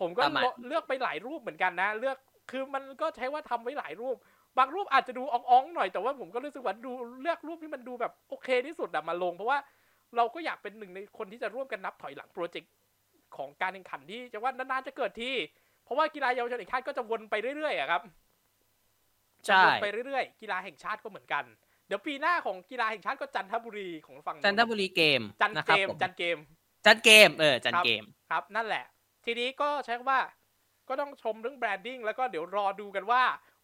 ผมก็ ประมาณ เลือกไปหลายรูปเหมือนกันนะ เลือกคือมันก็ใช้ว่าทำไว้หลายรูป บางรูปอาจจะดูอ่องๆหน่อยแต่ว่าผมก็รู้สึกว่าดูเลือกรูปที่มันดูแบบโอเคที่สุดอะมาลงเพราะว่า เราก็อยากเป็นหนึ่งในคนที่จะร่วมกันนับถอยหลังโปรเจกต์ของการแข่งขันที่จะว่านานๆจะเกิดที่ เพราะว่ากีฬาเยาวชนแห่งชาติก็จะวนไปเรื่อยๆอะครับ ใช่ วนไปเรื่อยๆ กีฬาแห่งชาติก็เหมือนกัน เดี๋ยวปีหน้าของกีฬาแห่งชาติก็จันทบุรีของฝั่ง จันทบุรีเกม จัน นะค เก รับ ม ผม จันเกม จันเกม เออ จัน ครับ เกม ครับ นั่นแหละ ทีนี้ก็ใช้คำว่าก็ต้องชมเรื่องแบรนดิ้งแล้วก็เดี๋ยวรอดูกันว่า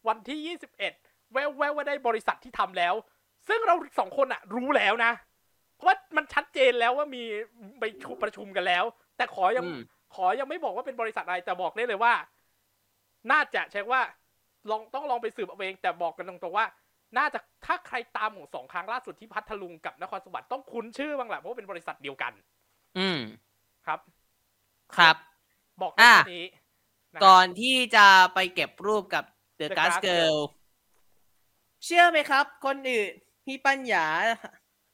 วันที่ 21 แววแววๆว่าได้บริษัทที่ทำแล้ว ซึ่งเราสองคนอะรู้แล้วนะ เพราะว่ามันชัดเจนแล้วว่ามีไปประชุมกันแล้ว แต่ขอยัง อืม ขอยังไม่บอกว่าเป็นบริษัทอะไรแต่บอกได้เลยว่า น่าจะใช้คำว่าลองต้องลองไปสืบเอาเองแต่บอกกันตรงๆว่า น่าจะถ้าใครตามของสองครั้งล่าสุดที่พัทลุงกับนครสวรรค์ต้องคุ้นชื่อบ้างแหละเพราะว่าเป็นบริษัทเดียวกัน อืม ครับ ครับ บอกได้ อ่ะ แค่นี้ะครับ ก่อนที่จะไปเก็บรูปกับเดอะ The ก s Gas Girl Girl เชื่อไหมครับ คนอื่น พี่ปัญญา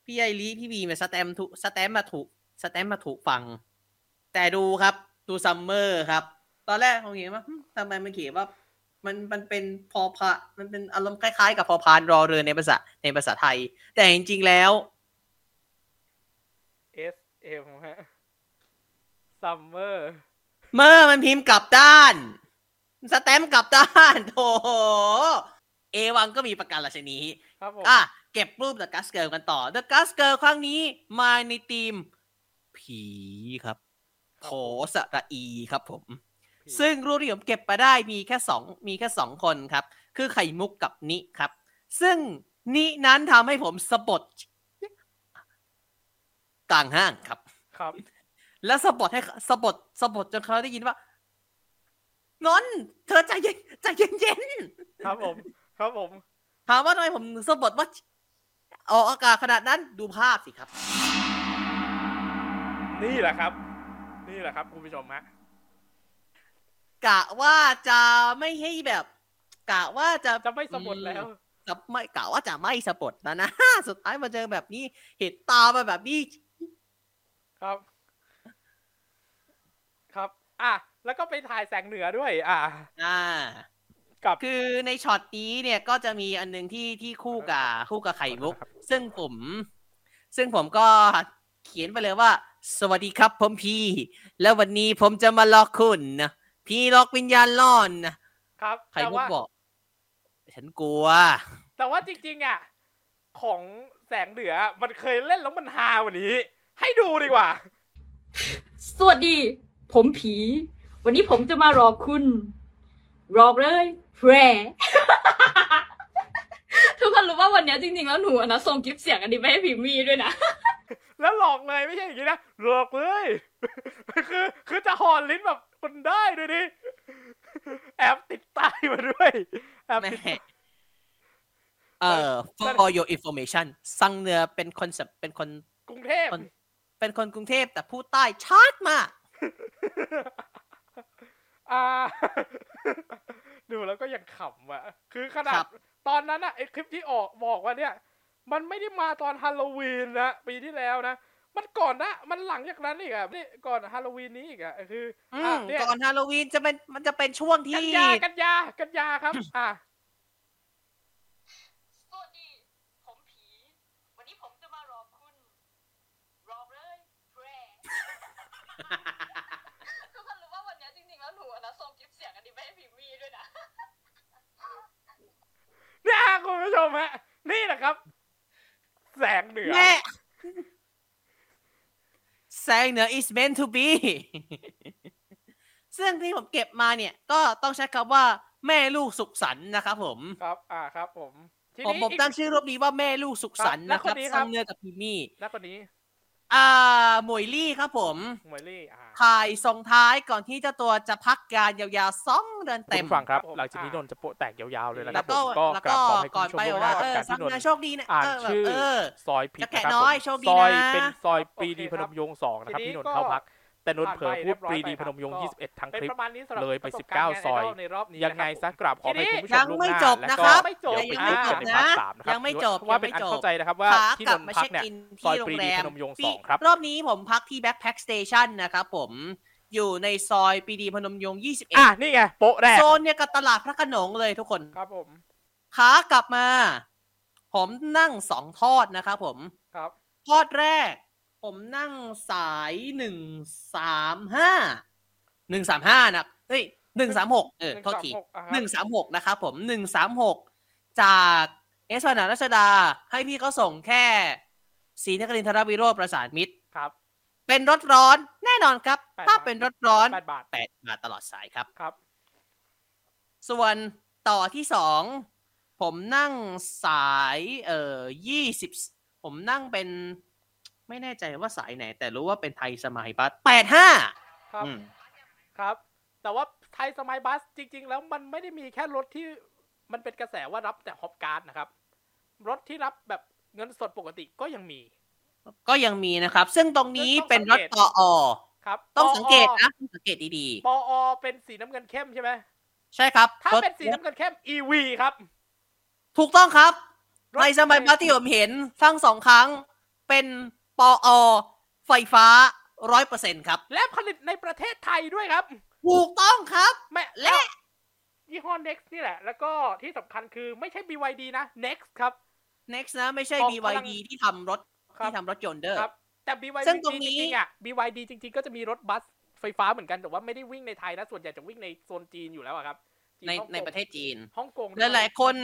พี่ไอรีพี่บีมาสแตมป์ถูกสแตมป์มาถูกสแตมป์มาถูกฟัง แต่ดูครับ ดูซัมเมอร์ครับ ตอนแรกผมเห็นว่าหึทำไมมันเขียนว่า มันมันเป็นพอพะมันเป็นอารมณ์คล้ายๆ กับพอพานรอเรือในภาษาในภาษาไทย แต่จริงๆแล้ว S M ฮะ Summer เมื่อมันพิมพ์กลับด้าน สแตมป์กลับด้าน *laughs* โถเอวังก็มีประกันละชนี ครับผม อ่ะ เก็บรูป The Gas Girl กันต่อ The Gas Girl ครั้งนี้มาในทีม ผีครับ ครั โผ บผม สระอีครับผม ซึ่งรูปที่ผมเก็บมาได้มีแค่สองมีแค่สองคนครับ คือไข่มุกกับนิครับ ซึ่งนินั้นทำให้ผมสะบดกลางห้างครับ ครับ แล้วสะบดให้สะบดสะบดจนเขาได้ยินว่านนท์เธอใจเย็นใจเย็นเย็นๆ ครับผม ครับผม ถามว่าทำไมผมถึงสะบัดว่าออกอากาศขนาดนั้นดูภาพสิครับ นี่แหละครับ นี่แหละครับคุณผู้ชมฮะ กะว่าจะไม่ให้แบบ กะว่าจะ จะไม่สมบดแล้ว จะไม่กะว่าจะไม่สะบัดนะนะ *laughs* สุดท้ายมาเจอแบบนี้ เห็นตามาแบบนี้ ครับ ครับ อ่ะ แล้วก็ไปถ่ายแสงเหนือด้วย อ่ะ อ่า กับ คือในช็อตนี้เนี่ยก็จะมีอันหนึงที่ที่คู่กับคู่กับไข่มุก ซึ่งผม ซึ่งผมก็เขียนไปเลยว่า สวัสดีครับผมพี่ และวันนี้ผมจะมาล็อกคุณนะพี่ล็อกวิญญาณล่อนนะ ครับ ใคร แต่ มุก ว่า บอก ฉันกลัว แต่ว่าจริง ๆ อ่ะ ของแสงเหนือ มันเคยเล่นแล้วมันฮากว่านี้ ให้ดูดีกว่า สวัสดี ผมผี วันนี้ผมจะมารอกคุณ รอกเลยแพร *laughs* ทุกคนรู้ว่าวันเนี้ยจริง ๆ แล้วหนูอะนะส่งคลิปเสียงอันนี้ไปให้พิมมี่ด้วยนะ แล้วหลอกเลยไม่ใช่อย่างนี้นะ หลอกเลย คือ คือจะหอนลิ้นแบบคนได้ด้วยดิแอบติดใตายมาด้วยแอบ แม่ ติด เอ่อ for your information สังเหนือเป็นคนสำเป็นคน กรุงเทพ คน เป็นคนกรุงเทพแต่พูดใต้ชัดมาก อ่า *laughs* ดูแล้วก็ยังขำอ่ะ คือขนา ครั ด บ ตอนนั้นอะไอคลิปที่ออกบอกว่าเนี่ย มันไม่ได้มาตอนฮาโลวีนนะปีที่แล้วนะ มันก่อนนะมันหลังจากนั้นอีกอะนี่ก่อนฮาโลวีนนี้อีกอะคือ อื อ่ะ ม เนี่ย ก่อนฮาโลวีนจะเป็นมันจะเป็นช่วง กั ที่ นยากันยากันยาครับ อ่ะ สวัสดี ผมผี วันนี้ผมจะมารอกคุณ รอกเลยแพร *laughs* ทุกคนรู้ว่าวันเนี้ยจริง ๆ แล้วหนูอะนะส่งคลิปเสียงอันนี้ไปให้พิมมี่ด้วยนะ ผู้ชมฮะ นี่แหละครับ แสงเหนือ แม่แซงเหนือ is meant to be *laughs* ซึ่งที่ผมเก็บมาเนี่ย ก็ต้องใช้คำว่าแม่ลูกสุขสันต์นะครับผม ครับ อ่าครับ ผมที ผม นี้ ผม อีก ตั้งชื่อรูปนี้ว่าแม่ลูกสุขสันต์ ครับ นะครั และบคนนี้ครับ ซัมเนอร์กับพิมมี่ นักคนนี้ อ่า หมวยลี่ครับผม หมวยลี่อ่า ถ่ายส่งท้ายก่อนที่เจ้าตัวจะพักการยาวๆสองเดือนเต็ม คุณผู้ฟังครับ หลังจากนี้นนท์จะโปะแตกยาวๆเลยนะค แล้ รับ ว ผ ก็ มก็ แล้วก็กราบขอให้คุ ก่ ณ อน ผู้ชม ไป ล่วงห ว่า น้า เออ การ ซัมที่นน เนอร์ ท์ โชคดีนะ อ่าน เออแบบ ชื่อ เออ ซอยผิด จะแกะ รับ น้อย ผม โชคดี ซอย นะ เป็นซอยปรีดี โอเค พ ครั น บ มยงค์สองนะครับ ทีนี้ ที่นน ก็ ท์เข้าพัก แต่นนท์เผลอพูด ผ่านไป ปรีเรีดียบ พ ร้อย นมยงค์ ไปครับ 21 ทั้ง เป็น คลิป ประมาณนี้สำหรับ เลยไป ระสบ 19 การณ์งาน ซอย ไดลในรอบนี้ ยังไง นะครับ ซะกราบขอให้คุณผู้ชม ยัง ล่วงห ไม่ น้า จบ และ นะ ก็ ครับ ไม่จบ แต่ อี ยั ก งไม่จบ ใน นะ ภาคสามนะครับ ยังไม่จบ เพราะว่าเป็น ยัง อั ไม่ น จบ เข้าใจนะครับว่า ขา ที่ ก น ลับ นท์ มา พัก เช็ค เนี่ย อิน ซอย ที่โร ปรี งแร ดี ม พนมยงค์สองครับ รอบนี้ผมพักที่ Backpack Station นะครับผมอยู่ในซอยปรีดีพนมยงค์ อ่ะนี่ไงโป๊ะแร 21 ก โซนเนี่ยกับตลาดพระโขนงเลยทุกคน ครับผม ขากลับมา ผมนั่งสองทอดนะครับผม ครับ ทอดแรก ผมนั่งสายหนึ่งสามห้าหนึ่งสามห้านะเฮ้ยหนึ่งสามหกเออโทษทีหนึ่งสามหกนะครับผมหนึ่งสามหกจากเอสพนารัชดา ให้พี่เขาส่งแค่ศรีนครินทรวิโรธประสานมิตร ครับ เป็นรถร้อนแน่นอนครับ แปดบาท ถ้าเป็นรถร้อน แปดบาท แปดบาทตลอดสายครับ ครับ ส่วนต่อที่สองผมนั่งสายเอ่อยี่สิบผมนั่งเป็นไม่แน่ใจว่าสายไหน แต่รู้ว่าเป็นไทยสมัยบัสแปดห้า ครับครับ แต่ว่าไทยสมัยบัสจริง ๆ แล้วมันไม่ได้มีแค่รถที่มันเป็นกระแสว่ารับแต่ฮอปการ์ดนะครับ รถที่รับแบบเงินสดปกติก็ยังมี ก็ยังมีนะครับ ซึ่งตรงนี้เป็นรถปออ ครับ ต้อง ป สังเกตนะต้องสังเกตดี ปออเป็นสีน้ำเงินเข้มใช่ไหม ๆ ใช่ครับ ถ้าร ถ เป็นสีน้ำเงินเข้ม EV ครับ ถูกต้องครับ รถ ไทยสมัยบัสที่ผมเห็นทั้งสองครั้งเป็นปออไฟฟ้าร้อยเปอร์เซ็นครับ และผลิตในประเทศไทยด้วยครับ ถูกต้องครับ แม่ และ ยี่ห้อ Next นี่แหละ แล้วก็ที่สำคัญคือไม่ใช่ BYD นะ Next ครับ next นะไม่ใช่ ออกพลัง BYD ที่ทำรถ ครับ ที่ทำรถยนต์เด้อ ครับ แต่ BYD ซึ่งตรงนี้ จริงๆอ่ะ BYD จริงๆ ก็จะมีรถบัสไฟฟ้าเหมือนกัน แต่ว่าไม่ได้วิ่งในไทยนะ ส่วนใหญ่จะวิ่งในโซนจีนอยู่แล้วอะครับจี ใน ฮ่องกง ในประเทศจีน ฮ่องกง หลายหลายๆคน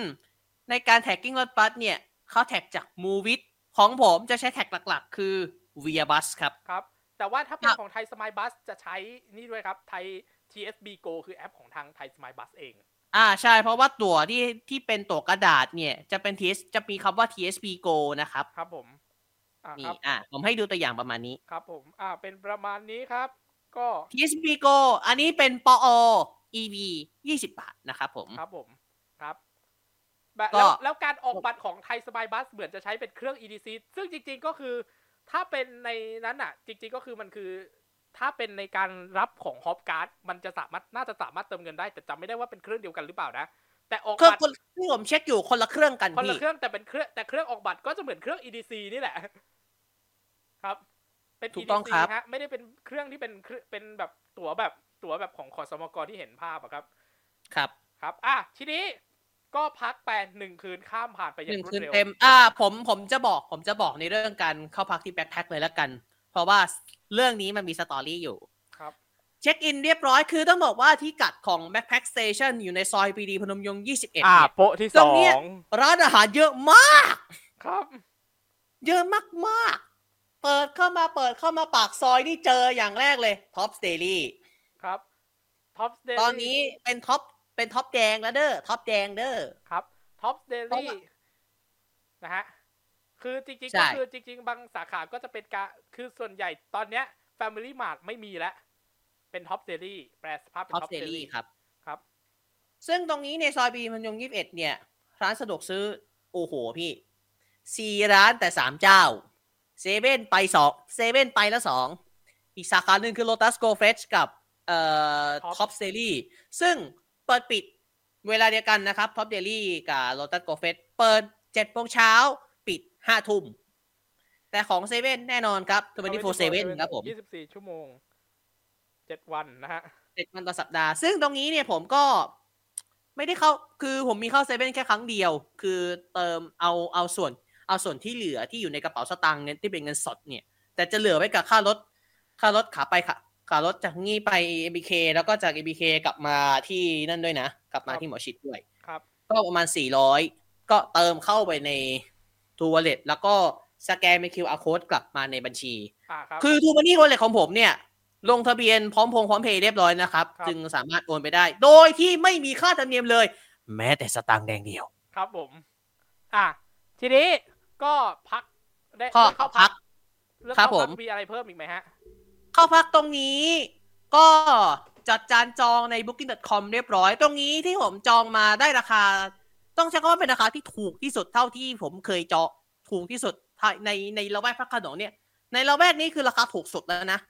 ในการแท็กกิ้งรถบัสเนี่ยเขาแท็กจากมูวิ t ของผมจะใช้แท็กหลักๆ คือ via bus ครับ ครับ แต่ว่าถ้าเป็คนรับ ของไทยสม y ยบัสจะใช้นี่ด้วยครับ ไทย TSB Go คือแอปของทางไทยสม y ยบัสเอง อ่าใช่ เพราะว่าตั๋วที่ที่เป็นตั๋วกระดาษเนี่ย จะเป็น TS จะมีคำว่า TSP Go นะครับ ครับผมอ่าค นี่ รับ อ่าผมให้ดูตัวอย่างประมาณนี้ ครับผมอ่าเป็นประมาณนี้ครับ ก็ TSP Go อันนี้เป็นปอ EV 20 บาทนะครับผม ครับผมครับแบบ ก็ แล้วแล้วการออกบัตรของไทยสบายบัสเหมือนจะใช้เป็นเครื่อง EDC ซึ่งจริง ๆก็คือ ถ้าเป็นในนั้นอ่ะ จริง ๆก็คือมันคือ ถ้าเป็นในการรับของฮอปการ์ดมันจะสามารถน่าจะสามารถเติมเงินได้ แต่จำไม่ได้ว่าเป็นเครื่องเดียวกันหรือเปล่านะ แต่ออก เครื่อง บัตร คนที่ผมเช็คอยู่คนละเครื่องกัน คนละ พี่ เครื่องแต่เป็นเครื่องแต่เครื่องออกบัตรก็จะเหมือนเครื่อง EDC นี่แหละ ครับ เป็น ถูกต้องค EDC รับ ฮะไม่ได้เป็นเครื่องที่เป็นเครื่องเป็นแบบตั๋วแบบตั๋วแบบของขอสมกที่เห็นภาพอะครับ ครับ ครับ อ่ะ ทีนี้ก็พักแปนหนึ่งคืนข้ามผ่านไปอ ห ย่าง นึ่ง รวด คืน เร็ว เต็ม อ่า ผม ผมจะบอก ผมจะบอกในเรื่องการเข้าพักที่แบ็คแพ็คเลยละกัน เพราะว่าเรื่องนี้มันมีสตอรี่อยู่ ครับ เช็คอินเรียบร้อย คือต้องบอกว่าที่กัดของแบ็คแพ็คสเตชันอยู่ในซอยปรีดีพนมยงค์21 อ่า เนี่ย โปะที่ ต ส ร อง เนี้ย ง ร้านอาหารเยอะมาก ครับ เยอะมากๆ เปิดเข้ามาเปิดเข้ามาปากซอยนี่เจออย่างแรกเลยท็อปสเตอรี่ ครับ ท็อปเดลี่ ตอนนี้เป็นท็อป เป็นท็อปแดงแล้วเด้อ ท็อปแดงเด้อ ครับ ท็อปเด เพราะ ลี่ ว่า นะฮะ คือจริงๆ ใช่ ก็คือจริง ๆ บางสาขาก็จะเป็นกะคือส่วนใหญ่ตอนเนี้ย Family Mart ไม่มีแล้ว เป็นท็อปเดลี่ แปลสภาพเป็น ท็อป ท็อป เด เด ลี่ ลี่ ครับ ครับ ซึ่งตรงนี้ในซอยบีมันยงยี่สิบเอ็ดเนี่ย ร้านสะดวกซื้อ โอ้โหพี่สี่ร้านแต่สามเจ้าเซเว่นไปสองเซเว่นไปแล้วสองอีกสาขาหนึ่งคือโ o ตัสโก f เฟ s ชกับเอ่อ Top ท็อปเซรี่ซึ่งเปิดปิดเวลาเดียวกันนะครับท็อปเดลี่กับโ o ตัสโก f เฟ s ชเปิดเจ็ดโมงเช้าปิดห้าทุ่ม แต่ของเซเว่นแน่นอนครับทเวนตี้โฟร์เซเว่นครับผม ยี่สิบสี่ชั่วโมงเจ็ดวันนะฮะ เจ็ดวันต่อสัปดาห์ ซึ่งตรงนี้เนี่ยผมก็ไม่ได้เข้า คือผมมีเข้าเซเว่นแค่ครั้งเดียว คือเติมเอาเอาส่วนเอาส่วนที่เหลือที่อยู่ในกระเป๋าสตางค์เงินที่เป็นเงินสดเนี่ย แต่จะเหลือไว้กับค่ารถ ค่ารถขาไปค่ะค่ารถจากนี่ไป MBK แล้วก็จาก MBK กลับมาที่นั่นด้วยนะ กลับมา ครับ ที่หมอชิดด้วย ครับ ก็ประมาณ 400 ก็เติมเข้าไปใน True Wallet แล้วก็สแกนเป็น QR code กลับมาในบัญชี อ่าครับ คือ True Money Wallet ของผมเนี่ย ลงทะเบียนพร้อมพงพร้อมเพย์เรียบร้อยนะครับ ครับ จึงสามารถโอนไปได้ โดยที่ไม่มีค่าธรรมเนียมเลย แม้แต่สตางค์แดงเดียว ครับผม อ่ะ ทีนี้ก็พักได้ ก็ ได้เข้าพัพักก เรื่อง ครับ เข้าพัก ผม มีอะไรเพิ่มอีกไหมฮะ เข้าพักตรงนี้ก็จัดจานจองใน booking.com เรียบร้อย ตรงนี้ที่ผมจองมาได้ราคา ต้องใช้คำว่าเป็นราคาที่ถูกที่สุดเท่าที่ผมเคยจองถูกที่สุดในในละแวกพระโขนงเนี่ย ในละแวกนี้คือราคาถูกสุดแล้วนะ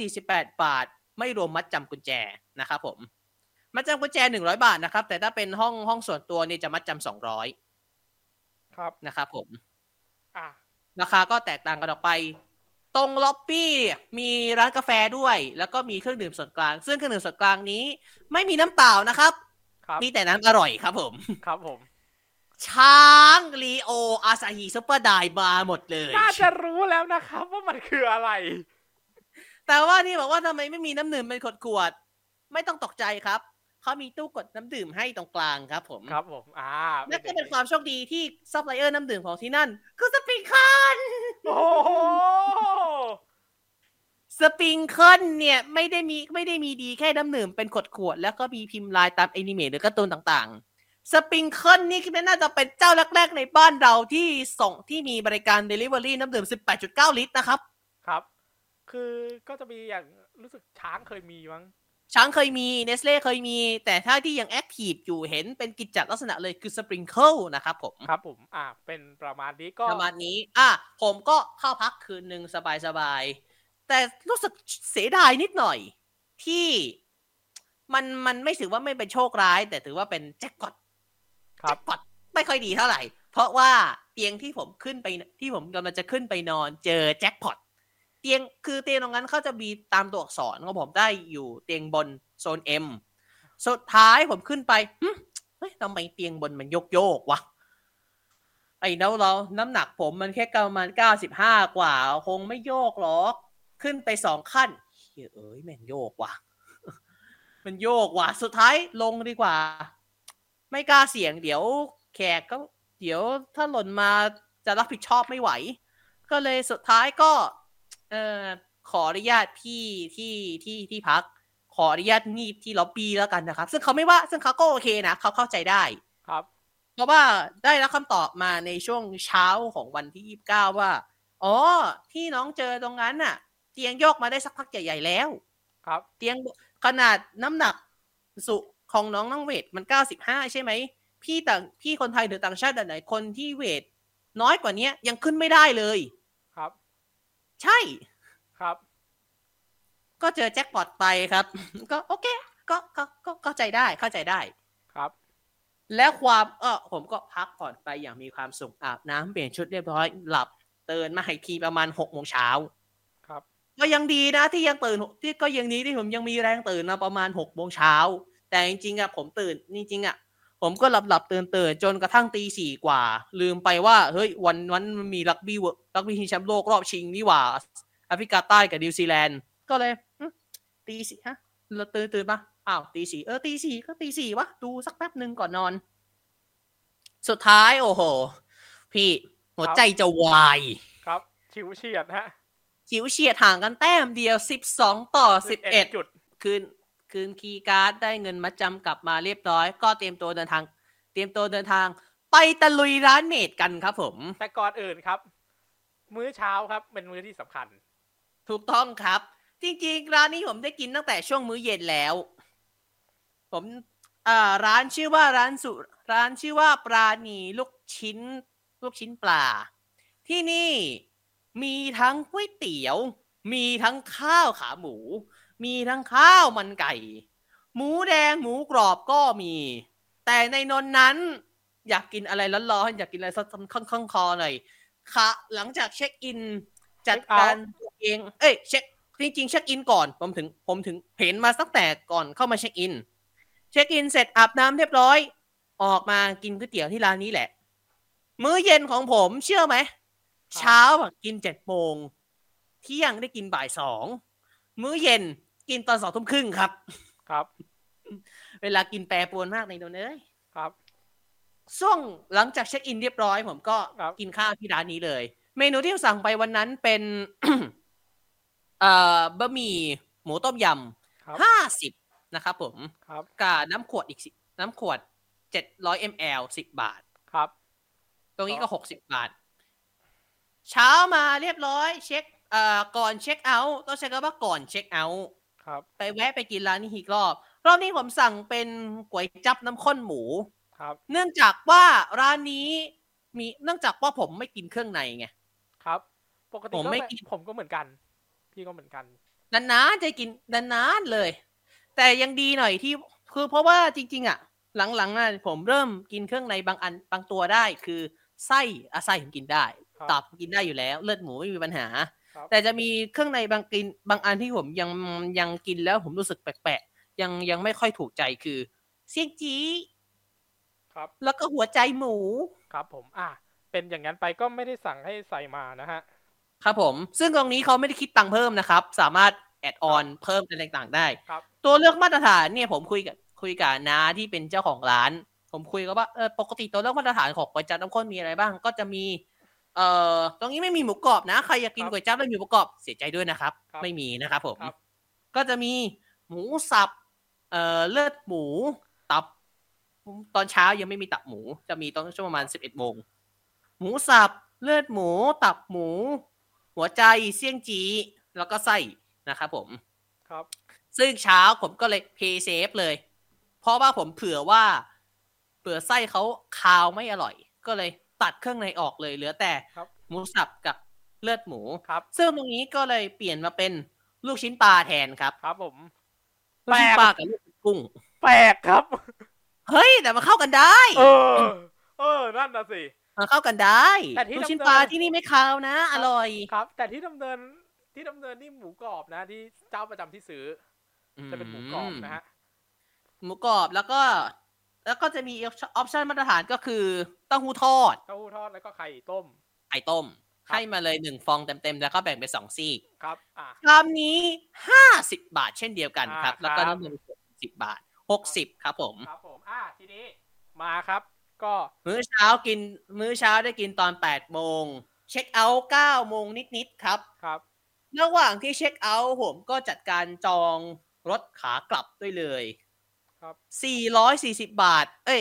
248 บาท ไม่รวมมัดจำกุญแจนะครับผม มัดจำกุญแจ 100 บาทนะครับ แต่ถ้าเป็นห้องห้องส่วนตัวเนี่ยจะมัดจำ ครับ 200นะครับผม อ่ะ ราคาก็แตกต่างกันออกไป ตรงล็อบบี้มีร้านกาแฟด้วย แล้วก็มีเครื่องดื่มส่วนกลาง ซึ่งเครื่องดื่มส่วนกลางนี้ ไม่มีน้ำเปล่านะครับ ครับ มีแต่น้ำอร่อยครับผม ครับผม ช้างลีโอ อาซาฮิซุปเปอร์ไดมาหมดเลย น่าจะรู้แล้วนะครับว่ามันคืออะไร แต่ว่านี่บอกว่าทำไมไม่มีน้ำดื่มเป็นขวดขวดๆไม่ต้องตกใจครับ เขามีตู้กดน้ำดื่มให้ตรงกลางครับผม ครับผม อ่า นั่นก็เป็นความโชคดีที่ซัพพลายเออร์น้ำดื่มของที่นั่น คือสปริงเกิล โอ้โห สปริงเกิลเนี่ยไม่ได้มีไม่ได้มีดีแค่น้ำหนึ่มเป็นขวดขวดๆแล้วก็มีพิมพ์ลายตามแอนิเมะหรือการ์ตูนต่างๆ สปริงเกิลนี่คิดว่าน่าจะเป็นเจ้าแรกๆ ในบ้านเราที่ส่งที่มีบริการ Delivery น้ำดื่ม 18.9 ลิตรนะครับ ครับ คือก็จะมีอย่างรู้สึกช้างเคยมีมั้ง ช้างเคยมีเนสเล่เคยมี แต่ถ้าที่ยังแอคทีฟอยู่เห็นเป็นกิจจัดลักษณะเลยคือสปริงเกิลนะครับผม ครับผม อ่า เป็นประมาณนี้ก็ ประมาณนี้ อ่ะ ผมก็เข้าพักคืนหนึ่งสบายๆ แต่รู้สึกเสียดายนิดหน่อย ที่มันมันไม่ถือว่าไม่เป็นโชคร้าย แต่ถือว่าเป็นแจ็คพอต ครับ แจ็คพอตไม่ค่อยดีเท่าไหร่ เพราะว่าเตียงที่ผมขึ้นไปที่ผมกำลังจะขึ้นไปนอนเจอแจ็คพอตเตียงคือเตียงตรงนั้นเขาจะมีตามตัวอักษรของผมได้อยู่เตียงบนโซนเอ็มสุดท้ายผมขึ้นไปหึเฮ้ยทำไมเตียงบนมันโยกโยกๆวะ ไอ้เนาเรา น้ำหนักผมมันแค่ประมาณเก้าสิบห้ากว่า คงไม่โยกหรอก ขึ้นไปสองขั้นเฮ้ยเอ้ยแม่งโยกว่ะ มันโยกว่ะ สุดท้ายลงดีกว่า ไม่กล้าเสี่ยงเดี๋ยวแขกก็ เดี๋ยวถ้าหล่นมาจะรับผิดชอบไม่ไหว ก็เลยสุดท้ายก็ เออขออนุญาตพี่ที่ที่ที่พัก ขออนุญาตงีบที่ล็อบบี้แล้วกันนะครับ ซึ่งเขาไม่ว่า ซึ่งเขาก็โอเคนะเขาเข้าใจได้ ครับ เพราะว่าได้รับคำตอบมาในช่วงเช้าของวันที่ 29 ว่า อ๋อ ที่น้องเจอตรงนั้นน่ะ เตียงโยกมาได้สักพักใหญ่ๆแล้ว ครับ เตียงขนาดน้ำหนักสุของน้องน้องเวทมัน 95 ใช่ไหม พี่ต่างพี่คนไทยหรือต่างชาติหลายๆคนที่เวทน้อยกว่าเนี้ยยังขึ้นไม่ได้เลย ครับ ใช่ ครับ ก็เจอแจ็คพอตไปครับ ก็โอเค ก็ก็ก็เข้าใจได้เข้าใจได้ ครับ และความเออผมก็พักผ่อนไปอย่างมีความสุขอาบน้ำเปลี่ยนชุดเรียบร้อยหลับตื่นมาอีกทีประมาณหกโมงเช้า ครับ ก็ยังดีนะที่ยังตื่นที่ก็ยังดีที่ผมยังมีแรงตื่นมาประมาณหกโมงเช้าแต่จริงๆอะผมตื่นจริงๆอะผมก็หลับหลับๆตื่นตื่นๆจนกระทั่งตีสี่กว่า ลืมไปว่าเฮ้ยวันวันมันมีรักบี้เวิร์รักบี้ชิงแชมป์โลกรอบชิงนี่หว่าแอฟริกาใต้กับนิวซีแลนด์ก็เลยอืมตีสี่ฮะเราตื่นตื่นปะอ้าวตีสี่เออตีสี่ก็ตีสี่วะดูสักแป๊บหนึ่งก่อนนอน สุดท้ายโอ้โห พี่หัวใจจะวาย ครับ ชิวเฉียดฮะ จิ๋วเฉียดห่างกันแต้มเดียว 12 ต่อ 11 จุด คืนคืนคีย์การ์ดได้เงินมัดจำกลับมาเรียบร้อย ก็เตรียมตัวเดินทาง เตรียมตัวเดินทาง ไปตะลุยร้านเมดกันครับผม แต่ก่อนอื่นครับ มื้อเช้าครับ เป็นมื้อที่สำคัญ ถูกต้องครับ จริงๆ ร้านนี้ผมได้กินตั้งแต่ช่วงมื้อเย็นแล้ว ผมอ่าร้านชื่อว่าร้านสุร้านชื่อว่าปลาหนีลูกชิ้น ลูกชิ้นปลา ที่นี่มีทั้งก๋วยเตี๋ยว มีทั้งข้าวขาหมู มีทั้งข้าวมันไก่ หมูแดงหมูกรอบก็มี แต่ในนนนั้น อยากกินอะไรร้อนๆอยากกินอะไรซดๆข้างๆคอหน่อยค่ะหลังจากเช็คอิน จัดการตัวเอง เอ้ยเช็คจริงๆเช็คอินก่อน ผมถึงผมถึงเห็นมาตั้งแต่ก่อนเข้ามาเช็คอิน เช็คอินเสร็จอาบน้ำเรียบร้อย ออกมากินก๋วยเตี๋ยวที่ร้านนี้แหละ มื้อเย็นของผมเชื่อไหม เช้าอะกินเจ็ดโมงเที่ยงได้กินบ่ายสอง มื้อเย็นกินตอนสองทุ่มครึ่งครับ ครับ เวลากินแปรปรวนมากในโดนเอ้ย ครับ ช่วงหลังจากเช็คอินเรียบร้อย ผมก็ ครับ กินข้าวที่ร้านนี้เลย เมนูที่สั่งไปวันนั้นเป็น *coughs* เอ่อบะหมี่หมูต้มย ครับ ำห้าสิบนะครับผม ครับ กับน้ำขวดอีกสิน้ำขวดเจ็ดร้อยมลสิบบาท ครับ ตรงนี้ อ๋ ก็ อ หกสิบบาท เช้ามาเรียบร้อย เช็คเอ่อก่อนเช็คเอาท์ต้องใช้คำว่าก่อนเช็คเอาท์ ครับ ไปแวะไปกินร้านนี้อีกรอบ รอบนี้ผมสั่งเป็นก๋วยจับน้ำข้นหมู ครับ เนื่องจากว่าร้านนี้มีเนื่องจากว่าผมไม่กินเครื่องในไง ครับ ปกติ ผมไม่ ป กิน ผมก็เหมือนกัน พี่ก็เหมือนกัน นานๆจะกินนานๆเลย แต่ยังดีหน่อยที่คือเพราะว่าจริง ๆ อ่ะ หลังๆอ่ะผมเริ่มกินเครื่องในบางอันบางตัวได้ คือไส้อะไส้ผมกินได้ ครับ ตับกินได้อยู่แล้ว เลือดหมูไม่มีปัญหา ครับ แต่จะมีเครื่องในบางกินบางอันที่ผมยังยังกินแล้วผมรู้สึกแปลกๆยังยังไม่ค่อยถูกใจคือเสี่ยงจี ครับ แล้วก็หัวใจหมู ครับผม อ่ะ เป็นอย่างนั้นไปก็ไม่ได้สั่งให้ใส่มานะฮะ ครับผม ซึ่งตรงนี้เขาไม่ได้คิดตังค์เพิ่มนะครับ สามารถแอดออนเพิ่มอะไรต่างๆได้ ครับ ตัวเลือกมาตรฐานเนี่ยผมคุยกับคุยกับน้าที่เป็นเจ้าของร้าน ผมคุยกับว่าเออปกติตัวเลือกมาตรฐานของก๋วยจั๊บน้ำข้นมีอะไรบ้าง ก็จะมี เอ่อตรงนี้ไม่มีหมูกรอบนะ ใครอยากกิน ครับ ก๋วยจั๊บแล้วมีหมูกรอบเสียใจด้วยนะครับ ครับ ไม่มีนะครับผม ครับ ก็จะมีหมูสับ เอ่อเลือดหมู ตับ ตอนเช้ายังไม่มีตับหมู จะมีตอนช่วงประมาณสิบเอ็ดโมง หมูสับ เลือดหมู ตับหมู หัวใจเสี่ยงจี แล้วก็ไส้นะครับผม ครับ ซึ่งเช้าผมก็เลยเพย์เซฟเลย เพราะว่าผมเผื่อว่าเผื่อไส้เขาคาวไม่อร่อย ก็เลยตัดเครื่องในออกเลยเหลือแต่ ครับ หมูสับกับเลือดหมู ครับ ซึ่งตรงนี้ก็เลยเปลี่ยนมาเป็นลูกชิ้นปลาแทนครับ ครับผม ลูกชิ้นปลากับลูกชิ้นกุ้ง แปลกครับ เฮ้ย แต่มันเข้ากันได้ เอ *coughs* อ เออ นั่นนะสิ มันเข้ากันได้ แต่ที่ ลูกชิ้น ดำเนิน ปลาที่นี่ไม่คาวนะ อร่อย ครับ แต่ที่ดำเนิน ที่ดำเนินนี่หมูกรอบนะ ที่เจ้าประจำที่ซื้อ จะเป็นหมูกรอบนะฮะ หมูกรอบแล้วก็ แล้วก็จะมีออปชั่นมาตรฐานก็คือเต้าหู้ทอด เต้าหู้ทอดแล้วก็ไข่ต้ม ไข่ต้ม ครับ ให้มาเลยหนึ่งฟองเต็มๆ แล้วก็แบ่งเป็นสองซี่ ครับ อ่ะ ชามนี้ห้าสิบบาทเช่นเดียวกันครับ อ่า แล้วก็ ครับ น้ำมันสิบบาทหกสิบครับผม ครับผม อ่ะ ทีนี้ มาครับ ก็ มื้อเช้ากิน มื้อเช้าได้กินตอนแปดโมง เช็คเอาท์เก้าโมงนิดๆครับ ครับ ระหว่างที่เช็คเอาท์ผมก็จัดการจองรถขากลับด้วยเลย ครั440บบาท เอ้ย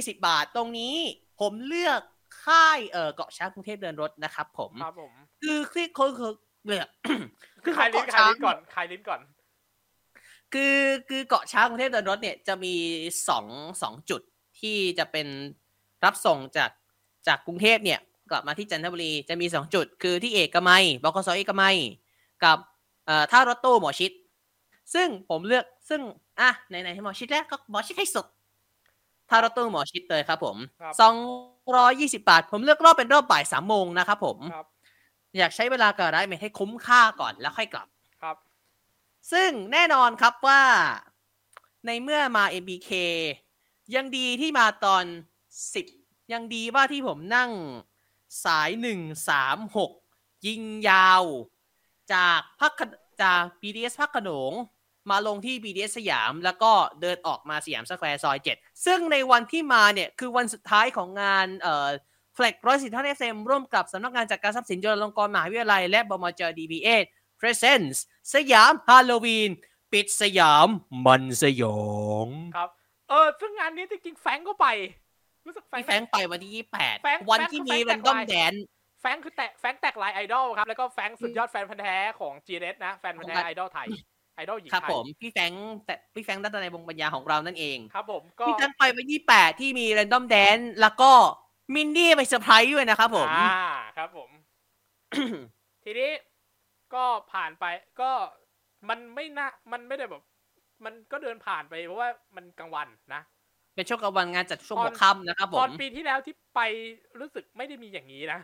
220 บาท ตรงนี้ผมเลือกค่ายเออเกาะช้างกรุงเทพเดินรถนะครับผม ครับผม คือคือคือคือเนี่ย คือคลายลิ้นคลายลิ้นก่อนคลายลิ้นก่อน คือคือเกาะช้างกรุงเทพเดินรถเนี่ยจะมีสองสองจุดที่จะเป็นรับส่งจากจากกรุงเทพเนี่ยกลับมาที่จันทบุรีจะมีสองจุด คือที่เอกมัยบกสเอกมัยกับเอ่อท่ารถตู้หมอชิด ซึ่งผมเลือกซึ่งอ่ะไหนๆให้หมอชิดแล้วก็หมอชิดให้สุดท่ารถตู้หมอชิดเลยครับผม ครับ สองร้อยยี่สิบาท ผมเลือกรอบเป็นรอบบ่ายสามโมงนะครับผม ครับ อยากใช้เวลากับร้านเมทให้คุ้มค่าก่อนแล้วค่อยกลับ ครับ ซึ่งแน่นอนครับว่าในเมื่อมา MBK ยังดีที่มาตอน 10 ยังดีว่าที่ผมนั่งสาย 136 ยิงยาว จากพักจาก BDS พักขนง มาลงที่ BDS สยาม แล้วก็เดินออกมาสยามสแควร์ซอย 7 ซึ่งในวันที่มาเนี่ย คือวันสุดท้ายของงานเอ่อ f l a g ร้อยสิบท่านเอฟเอ็มร่วมกับสำนักงานจัดการทรัพย์สินจุฬาลงกรณ์มหาวิทยาลัย และบมจดีบีเอ Presents สยามฮาโลวีน ปิดสยามมันสยอง ครับ เออ ซึ่งงานนี้จริงๆ แฟรงก์ก็ไป รู้สึกแฟรง พี่ ก์ แฟงไปวันที่ แฟง 28 วันที่มี แฟง แรนดอม แฟง แดน แฟรงค์คือแตะแฟรงค์แตกลายไอดอลครับ แล้วก็แฟรงค์สุดยอดแฟนพันธ์แท้ของ GNS นะ แฟนพันธ์แท้ ของใคร ไอดอลไทย ไอดอลหญิง ครับ ไทย ผม พี่แฟงแต่พี่แฟงด้านในวงปัญญาของเรานั่นเอง ครับผมก็ พี่แฟงไปวันที่ 8 ที่มีแรนดอมแดน แล้วก็มินนี่ไปเซอร์ไพรส์ด้วยนะครับผม อ่า ครับ *coughs* ผม ทีนี้ก็ผ่านไปก็มันไม่น่ามันไม่ได้แบบ มันก็เดินผ่านไปเพราะว่ามันกลางวันนะ เป็นช่วงกลางวันงานจัดช่วง ตอน หัวค่ำนะครับผ ตอน ม ปีที่แล้วที่ไปรู้สึกไม่ได้มีอย่างนี้นะ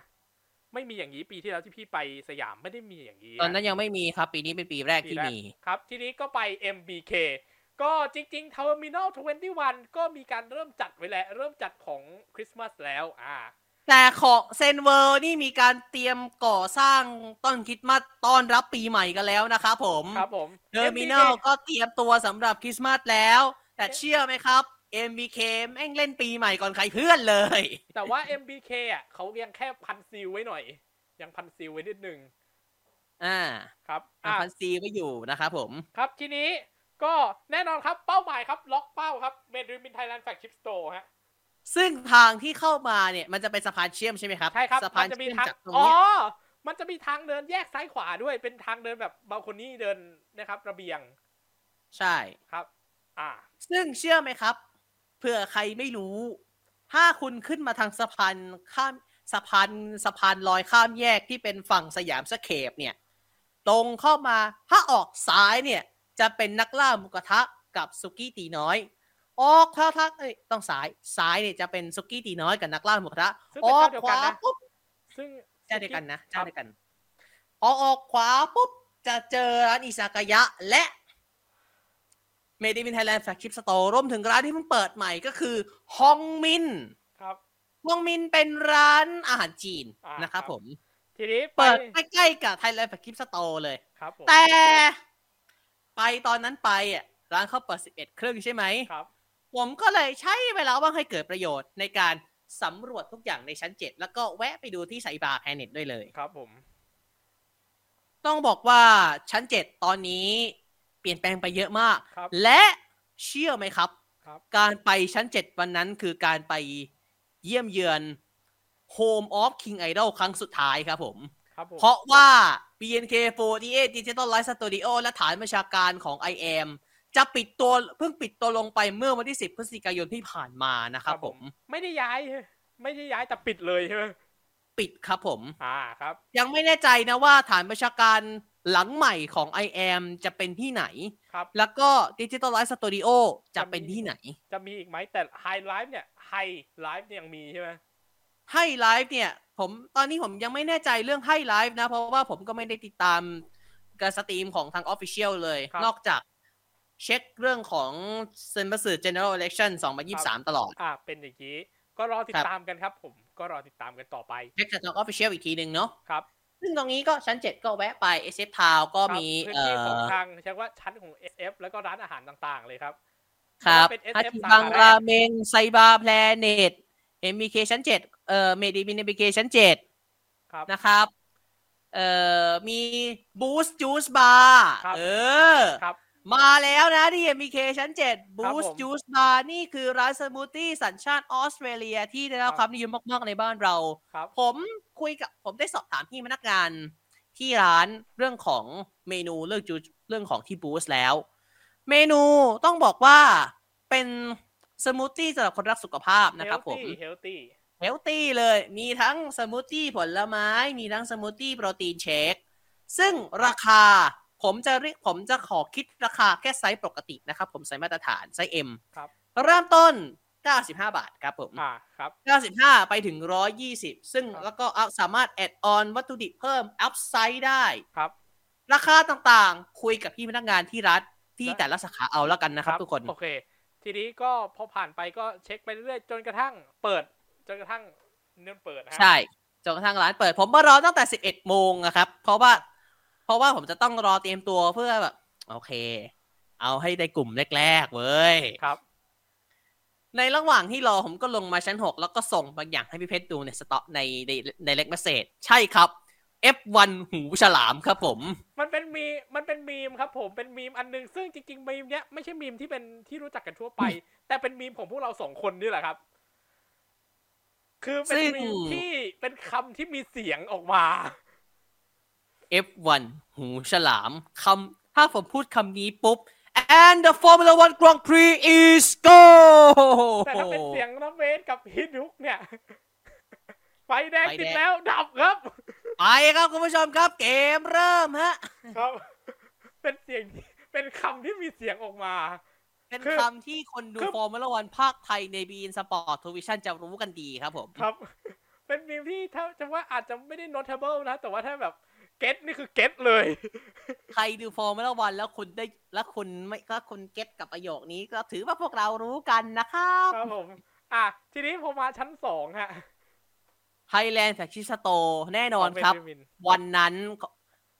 ไม่มีอย่างนี้ปีที่แล้วที่พี่ไปสยามไม่ได้มีอย่างนี้ะ ตอนนั้นยังไม่มีครับ ปีนี้เป็นปีแรก ปี ที่ แรก มี ครับ ทีนี้ก็ไป MBK ก็จริงๆ Terminal 21 ก็มีการเริ่มจัดไว้แล้ว เริ่มจัดของคริสต์มาสแล้ว อ่า แต่ของเซนเวิร์นี่มีการเตรียมก่อสร้างต้นคริดมาสต้อนรับปีใหม่กันแล้วนะครับผม ครับผม เทอร์มิน MBK ก็เตรียมตัวสำหรับคริสต์มาสแล้ว แต่เชื่อไหมครับ MBK แม่งเล่นปีใหม่ก่อนใครเพื่อนเลย แต่ว่า MBK อ่ะเขายังแค่พันซีลไว้หน่อย ยังพันซีลไว้นิดหนึ่ง อ่า ครับ อ่ะ อ่ะ พันซีก็อยู่นะครับผม ครับทีนี้ก็แน่นอนครับเป้าหมายครับล็อกเป้าครับเมดริมินไทยแลนด์แฟคชิปสโตร์ฮะ ซึ่งทางที่เข้ามาเนี่ยมันจะเป็นสะพานเชื่อมใช่ไหมครับ ใช่ครับ สะพา มัน นจะมี เชื่อม ทาง จากตรง อ๋อ เนี้ย มันจะมีทางเดินแยกซ้ายขวาด้วย เป็นทางเดินแบบบาลคอนี่เดินนะครับระเบียง ใช่ ครับ อ่า ซึ่งเชื่อไหมครับ เผื่อใครไม่รู้ ถ้าคุณขึ้นมาทางสะพานข้ามสะพานสะพานลอยข้ามแยกที่เป็นฝั่งสยามสเคปเนี่ย ตรงเข้ามาถ้าออกซ้ายเนี่ย จะเป็นนักล่าหมุกระทะกับสุกี้ตีน้อย ออกขวาทักเอ้ยต้องซ้ายซ้ายเนี่ยจะเป็นสุกี้ตีน้อยกับนักล่าหมุกระทะ ซึ่ง อ เป็อนกขวาเจ้าเดียวกันนะ ปุ๊บ ซึ่ง เจ้าเดียวกันนะ ครั เจ้า บ เดียวกันพอออกขวาปุ๊บ จะเจอร้านอิซากายะ และเมดิวินไทยแลนด์แฟคชิปสโตร์รวมถึงร้านที่เพิ่งเปิดใหม่ก็คือฮองมิน ครับ ฮองมินเป็นร้านอาหารจีน อ่า นะค ครั รับบ ผม ทีนี้ไ เปิดใกล้ๆกับไทยแลนด์แฟคชิปสโตร์เลย ครับผม แต่ไปตอนนั้นไปอ่ะร้านเขาเปิด 11 ครึ่งใช่ไหม ครับ ผมก็เลยใช้เวลาว่างให้เกิดประโยชน์ในการสำรวจทุกอย่างในชั้น 7 แล้วก็แวะไปดูที่ไซบาร์แพเน็ตด้วยเลย ครับผม ต้องบอกว่าชั้นเจ็ดตอนนี้เปลี่ยนแปลงไปเยอะมาก ครับ และเชื่อไหมครับ ครับ การไปชั้นเจ็ดวันนั้นคือการไปเยี่ยมเยือน Home of King Idol ครั้งสุดท้ายครับผม ครับผม เพราะว่า BNK48 Digital Life Studio และฐานประชาการของ IM จะปิดตัวเพิ่งปิดตัวลงไปเมื่อวันที่ 10 พฤศจิกายนที่ผ่านมานะครับผม ไม่ได้ย้าย ไม่ได้ย้ายแต่ปิดเลยใช่ไหม ปิดครับผม อ่าครับ ยังไม่แน่ใจนะว่าฐานประชาการหลังใหม่ของ IM จะเป็นที่ไหน ครับ แล้วก็ Digital Life Studio จะเป็นที่ไหน จะมีอีกไหมแต่ไฮไลฟ์เนี่ยไฮไลฟ์ยังมีใช่ไหม ให้ไลฟ์เนี่ย ผมตอนนี้ผมยังไม่แน่ใจเรื่องให้ไลฟ์นะ เพราะว่าผมก็ไม่ได้ติดตามการสตรีมของทาง Official เลย นอกจากเช็คเรื่องของเซนบัส General Election 2023 ตลอด อ่า เป็นอย่างนี้ ก็รอติ ครั ด บ ตามกันครับ ผม ก็รอติดตามกันต่อไป เช็คจากทาง Official อีกทีหนึ่งเนาะ ครับ ซึ่งตรงนี้ก็ชั้น 7 ก็แวะไป SF Town ก็ ครับ มี พื้น เอ่ ที่ของ อ ทางเรียกว่าชั้นของ SF แล้วก็ร้านอาหารต่างๆ เลยครับ ครับ เป็น SF อาทิบัง สาขาแรก ราเมงไซบาร์แพลเน็ต MBK ชั้น 7 เอ่อเมดิมิน MBK ชั้น 7 ครับ นะครับ เอ่อ มีบูส j จูสบาร์ ครับ เออ ครับ มาแล้วนะที่ MBK ชั้น7บูส ผม j จูสบาร์นี่คือร้านสมูทตี้สัญชาติออสเตรเลียที่ได้รับ ครับ ความนิยมมาก ๆ ในบ้านเรา ครับ ผมคุยกับผมได้สอบถามพี่พนักงานที่ร้านเรื่องของเมนูเรื่องจูเรื่องของที่บูสแล้ว เมนูต้องบอกว่าเป็นสมูทตี้สำหรับคนรักสุขภาพนะครับผม เฮลตี้ เฮลตี้เลย มีทั้งสมูทตี้ผลไม้ มีทั้งสมูทตี้โปรตีนเชค ซึ่งราคาผมจะเรียกผมจะขอคิดราคาแค่ไซส์ปกตินะครับ ผมไซส์มาตรฐานไซส์ M ครับ เริ่มต้น 95 บาทครับผม อ่าครับ 95 ไปถึง 120 ซึ่ง ครับ แล้วก็เอาสามารถแอดออนวัตถุดิบเพิ่ม อัพไซด์ได้ ครับ ราคาต่างๆ คุยกับพี่พนักงานที่รัฐที่ ได้ แต่ละสาขาเอาแล้วกันนะครับทุกคน โอเค ทีนี้ก็พอผ่านไปก็เช็คไปเรื่อยๆ จนกระทั่งเปิด จนกระทั่งเนื่อเปิดนะฮะ ใช่จนกระทั่งร้านเปิด ผมมารอตั้งแต่ 11 โมงอะครับ เพราะว่า เพราะว่าผมจะต้องรอเตรียมตัวเพื่อแบบ โอเค เอาให้ได้กลุ่มแรกๆเว้ย ครับ ในระหว่างที่รอผมก็ลงมาชั้น 6 แล้วก็ส่งบางอย่างให้พี่เพชรดูในสต็อกในในในเล็กเมสเซจใช่ครับ F1 หูฉลามครับผม มันเป็นมีมมันเป็นมีมครับผม เป็นมีมอันหนึง ซึ่งจริงๆมีมเนี้ยไม่ใช่มีมที่เป็นที่รู้จักกันทั่วไป แต่เป็นมีมของพวกเราสองคนนี่แหละครับ คือเป็น ซึ่ง มีมที่เป็นคำที่มีเสียงออกมา F1 หูฉลามคำถ้าผมพูดคำนี้ปุ๊บ and the Formula 1 Grand Prix is go แต่ถ้าเป็นเสียงน้องเวสกับฮิดุกเนี่ย *laughs* ไฟแดงติดแล้ว ดับครับ ไปครับคุณผู้ชมครับเกมเริ่มฮะ ครับ เป็นเสียงที่เป็นคำที่มีเสียงออกมา เป็น คือ คำที่คนดู คือ ฟอร์มูล่าวันภาคไทยในบีนสปอร์ตทวิชั่นจะรู้กันดีครับผม ครับ *laughs* เป็นมีมที่ถ้าจะว่าอาจจะไม่ได้ notable นะ แต่ว่าถ้าแบบเก็ตนี่คือเก็ตเลย *laughs* ใครดูฟอร์มูล่าวันแล้วคุณได้แล้วคุณไม่ก็คุณเก็ตกับประโยคนี้ก็ถือว่าพวกเรารู้กันนะครับ ครับผม อ่ะ ทีนี้ผมมาชั้นสองฮะ ไทยแลนด์แฟคชิสโตแน่นอนครับ ของเบนจามิน วันนั้นก็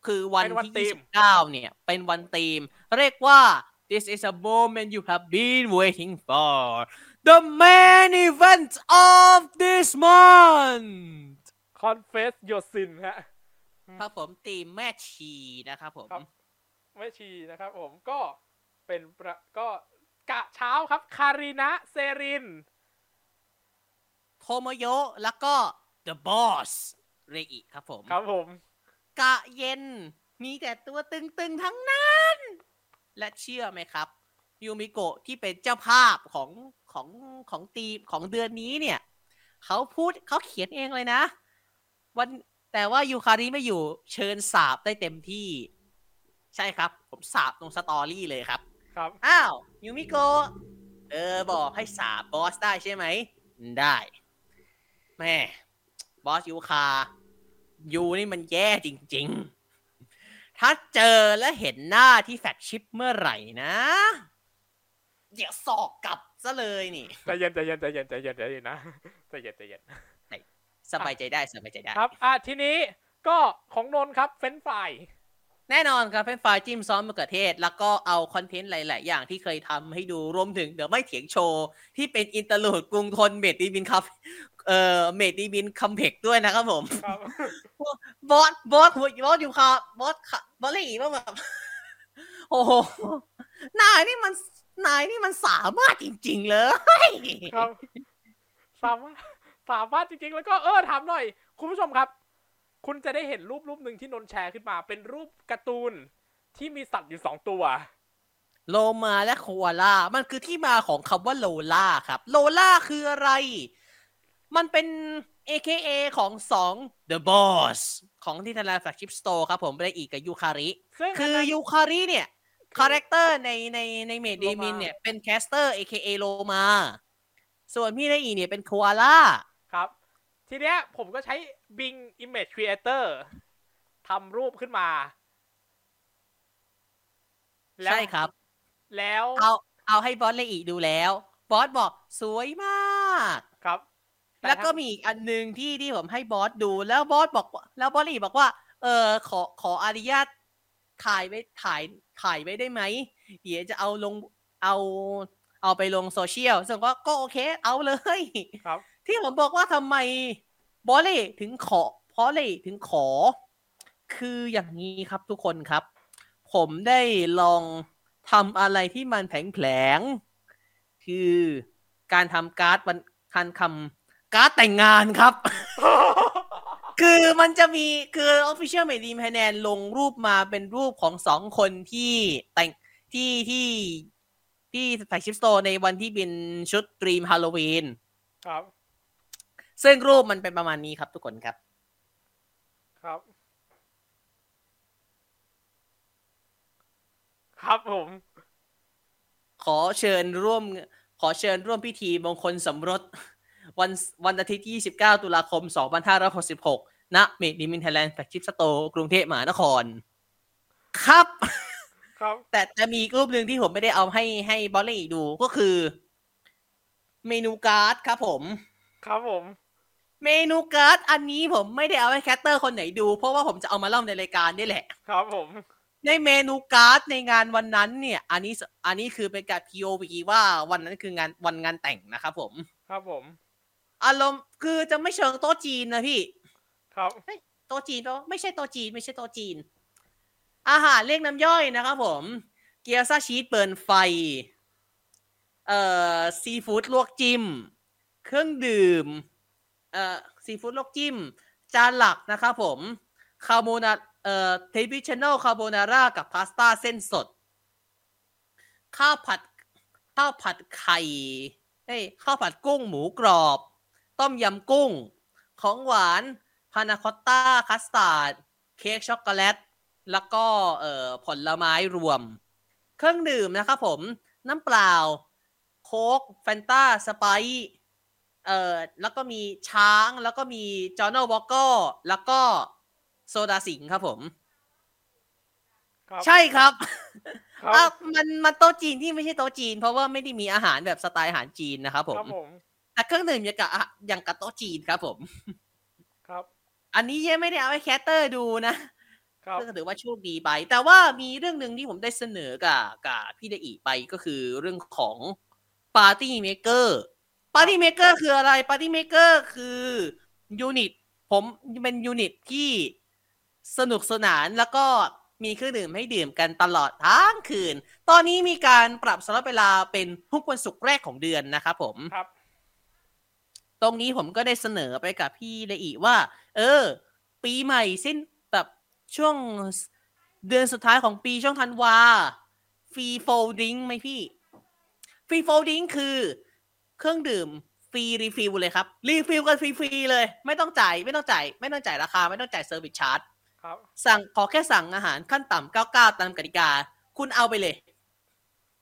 คือวัน เป็นวันธี ที่ ม 29เนี่ย เป็นวันธีม เรียกว่า This is a moment you have been waiting for. The main event of this month. confess your sin ฮะ ครับผมตีมแม่ชีนะครับผม ครับ แม่ชีนะครับผมก็เป็นประก็กะเช้าครับ คารินะเซริน โทโมโยะแล้วก็ The Boss เรอิครับผม ครับผม กะเย็นมีแต่ตัวตึงๆทั้งนั้น และเชื่อไหมครับ ยูมิโกะที่เป็นเจ้าภาพของของของตีมของเดือนนี้เนี่ย เขาพูดเขาเขียนเองเลยนะ วันแต่ว่ายูคาริไม่อยู่เชิญสาบได้เต็มที่ ใช่ครับ ผมสาบตรงสตอรี่เลยครับ ครับ อ้าว ยูมิโกะเออ บอกให้สาบบอสได้ใช่ไหม ได้แม่บอสยูคา ยูนี่มันแย่จริงๆ ถ้าเจอและเห็นหน้าที่แฟกชิปเมื่อไหร่นะ เดี๋ยวสอกกลับซะเลยนี่ ใจเย็นใจเย็นใจเย็นใจเย็นใจเย็นนะ *laughs* ใจเย็นใจเย็น สบายใจได้ สบายใจได้ ครับ อ่ะทีนี้ก็ของนนท์ครับเฟ้นไฟราย แน่นอนครับเป็นไฟล์จิ้มซอสมะเขือเทศ แล้วก็เอาคอนเทนต์หลาย ๆ อย่างที่เคยทำให้ดูรวมถึงเดี๋ยวไม่เถียงโชว์ ที่เป็นอินเตอร์ลูดกรุงทนเมดดีบินครับ *laughs* เอ่อเมดดีบินคัมเพกด้วยนะครับผม ครับ *laughs* บอส บอสหัวบอสอยู่ค่ะบอสค่ะบอสเล่อีกว่าแบบ *laughs* โอ้โห นายนี่มันนายนี่มันสามารถจริง ๆ เลย ครับ สามารถสามารถจริงๆ แล้วก็เออถามหน่อย คุณผู้ชมครับ คุณจะได้เห็นรูปรูปหนึ่งที่นนท์แชร์ขึ้นมา เป็นรูปการ์ตูนที่มีสัตว์อยู่สองตัว โลมาและโคอาล่า มันคือที่มาของคำว่าโลล่าครับ โลล่าคืออะไร มันเป็น AKA ของสอง The Boss ของที่ธนาคาร Flagship Store ครับผมไปได้อีกกับยูคาริ ซึ่ง คือน นั้น ยูคาริเนี่ย คาแรคเตอร์ในในในเมดเดมิน โลมา เนี่ย เป็นแคสเตอร์ AKA โลมา ส่วนพี่ไดอีเนี่ยเป็นโคอาล่า ครับ ทีเนี้ยผมก็ใช้ Bing Image Creator ทำรูปขึ้นมาแล้ว ใช่ครับ แล้ว เอาเอาให้บอสเลอีดูแล้ว บอสบอกสวยมาก ครับต่ แล้วก็ ถ้า มีอีกอันหนึ่งที่ที่ผมให้บอสดูแล้วบอสบอกว่าแล้วบอสอีบอกว่า เออขอขออนุญาตถ่ายไว้ถ่ายถ่ายไว้ได้ไหมเดี๋ยวจะเอาลงเอาเอาไปลงโซเชียลซึ่งก็ก็โอเคเอาเลย ครับ ที่ผมบอกว่าทำไมบอสเลยถึงขอเพราะเลยถึงขอ คืออย่างนี้ครับทุกคนครับ ผมได้ลองทำอะไรที่มันแผลงๆคือการทำการ์ดวันคันคำการ์ดแต่งงานครับ *laughs* คือมันจะมีคือ Official m a d e in Thailand ลงรูปมาเป็นรูปของสองคนที่แต่งที่ที่ที่แฟชชิปโตในวันที่เป็นชุดตรีมฮาโลวีน ครับ ซึ่งรูปมันเป็นประมาณนี้ครับทุกคนครับ ครับ ครับผม ขอเชิญร่วม ขอเชิญร่วมพิธีมงคลสมรส วันวันอาทิตย์ที่29 ตุลาคม 2566 ณเมดิมินไทยแลนด์แฟคชิปสโตกรุงเทพมหานคร ครับ ครับ แต่จะมีอีกรูปหนึ่งที่ผมไม่ได้เอาให้ให้บอลลี่ดูก็คือ เมนูการ์ดครับผม ครับผม เมนูการ์ดอันนี้ผมไม่ได้เอาให้แคสเตอร์คนไหนดู เพราะว่าผมจะเอามาเล่าในรายการนี่แหละ ครับผม ในเมนูการ์ดในงานวันนั้นเนี่ย อันนี้สอันนี้คือเป็นการ POV ว่าวันนั้นคืองานวันงานแต่งนะครับผม ครับผม อารมณ์คือจะไม่เชิงโต๊ะจีนนะพี่ ครับ โต๊ะจีนปะวะไม่ใช่โต๊ะจีน ไม่ใช่โต๊ะจีน อาหารเรียกน้ำย่อยนะครับผม เกี๊ยวซาชีสเบิร์นไฟ เอ่อซีฟู้ดลวกจิ้ม เครื่องดื่ม เอ่อซีฟู้ดลวกจิ้ม จานหลักนะครับผมคาโบนาเอ่อเทปิชแนลคาโบนาร่ากับพาสต้าเส้นสด ข้าวผัดข้าวผัดไข่เอ้ยข้าวผัดกุ้งหมูกรอบ ต้มยำกุ้ง ของหวานพานาคอตต้าคัสตาร์ด เค้กช็อกโกแลต แล้วก็เอ่อผลไม้รวม เครื่องดื่มนะครับผม น้ำเปล่า โค้กแฟนตาสไปซ์เอ่อแล้วก็มีช้างแล้วก็มีจอร์นอลวอลเกอร์แล้วก็โซดาสิงห์ครับผม ครับ ใช่ครับ ครับ อ่ะมันมันโต๊ะจีนที่ไม่ใช่โต๊ะจีน เพราะว่าไม่ได้มีอาหารแบบสไตล์อาหารจีนนะครับผ ครั ม บผม แต่เครื่องดื่มอย่างกับอ่ะอย่างกับโต๊ะจีนครับผม ครับ อันนี้ยังไม่ได้เอาให้แคสเตอร์ดูนะ ครับ ก็ถือว่าโชคดีไป แต่ว่ามีเรื่องหนึ่งที่ผมได้เสนอกับกับพี่เดอีไปก็คือเรื่องของปาร์ตี้เมเกอร์ปาร์ตี้เมเกอร์คืออะไรปาร์ตี้เมเกอร์คือยูนิตผมเป็นยูนิตที่สนุกสนานแล้วก็มีเครื่องดื่มให้ดื่มกันตลอดทั้งคืน ตอนนี้มีการปรับสลับเวลาเป็นทุกวันศุกร์แรกของเดือนนะครับผม ครับ ตรงนี้ผมก็ได้เสนอไปกับพี่ละอีว่า เออ ปีใหม่สิ้นแบบช่วงเดือนสุดท้ายของปีช่วงธันวาฟรีโฟลดิ้งไหมพี่ฟรีโฟลดิ้งคือเครื่องดื่มฟรีรีฟิลเลยครับ รีฟิลกันฟรีๆเลย ไม่ต้องจ่ายไม่ต้องจ่ายไม่ต้องจ่ายราคา ไม่ต้องจ่ายเซอร์วิสชาร์จ ครับ สั่งขอแค่สั่งอาหารขั้นต่ำ99ตามกติกา คุณเอาไปเลย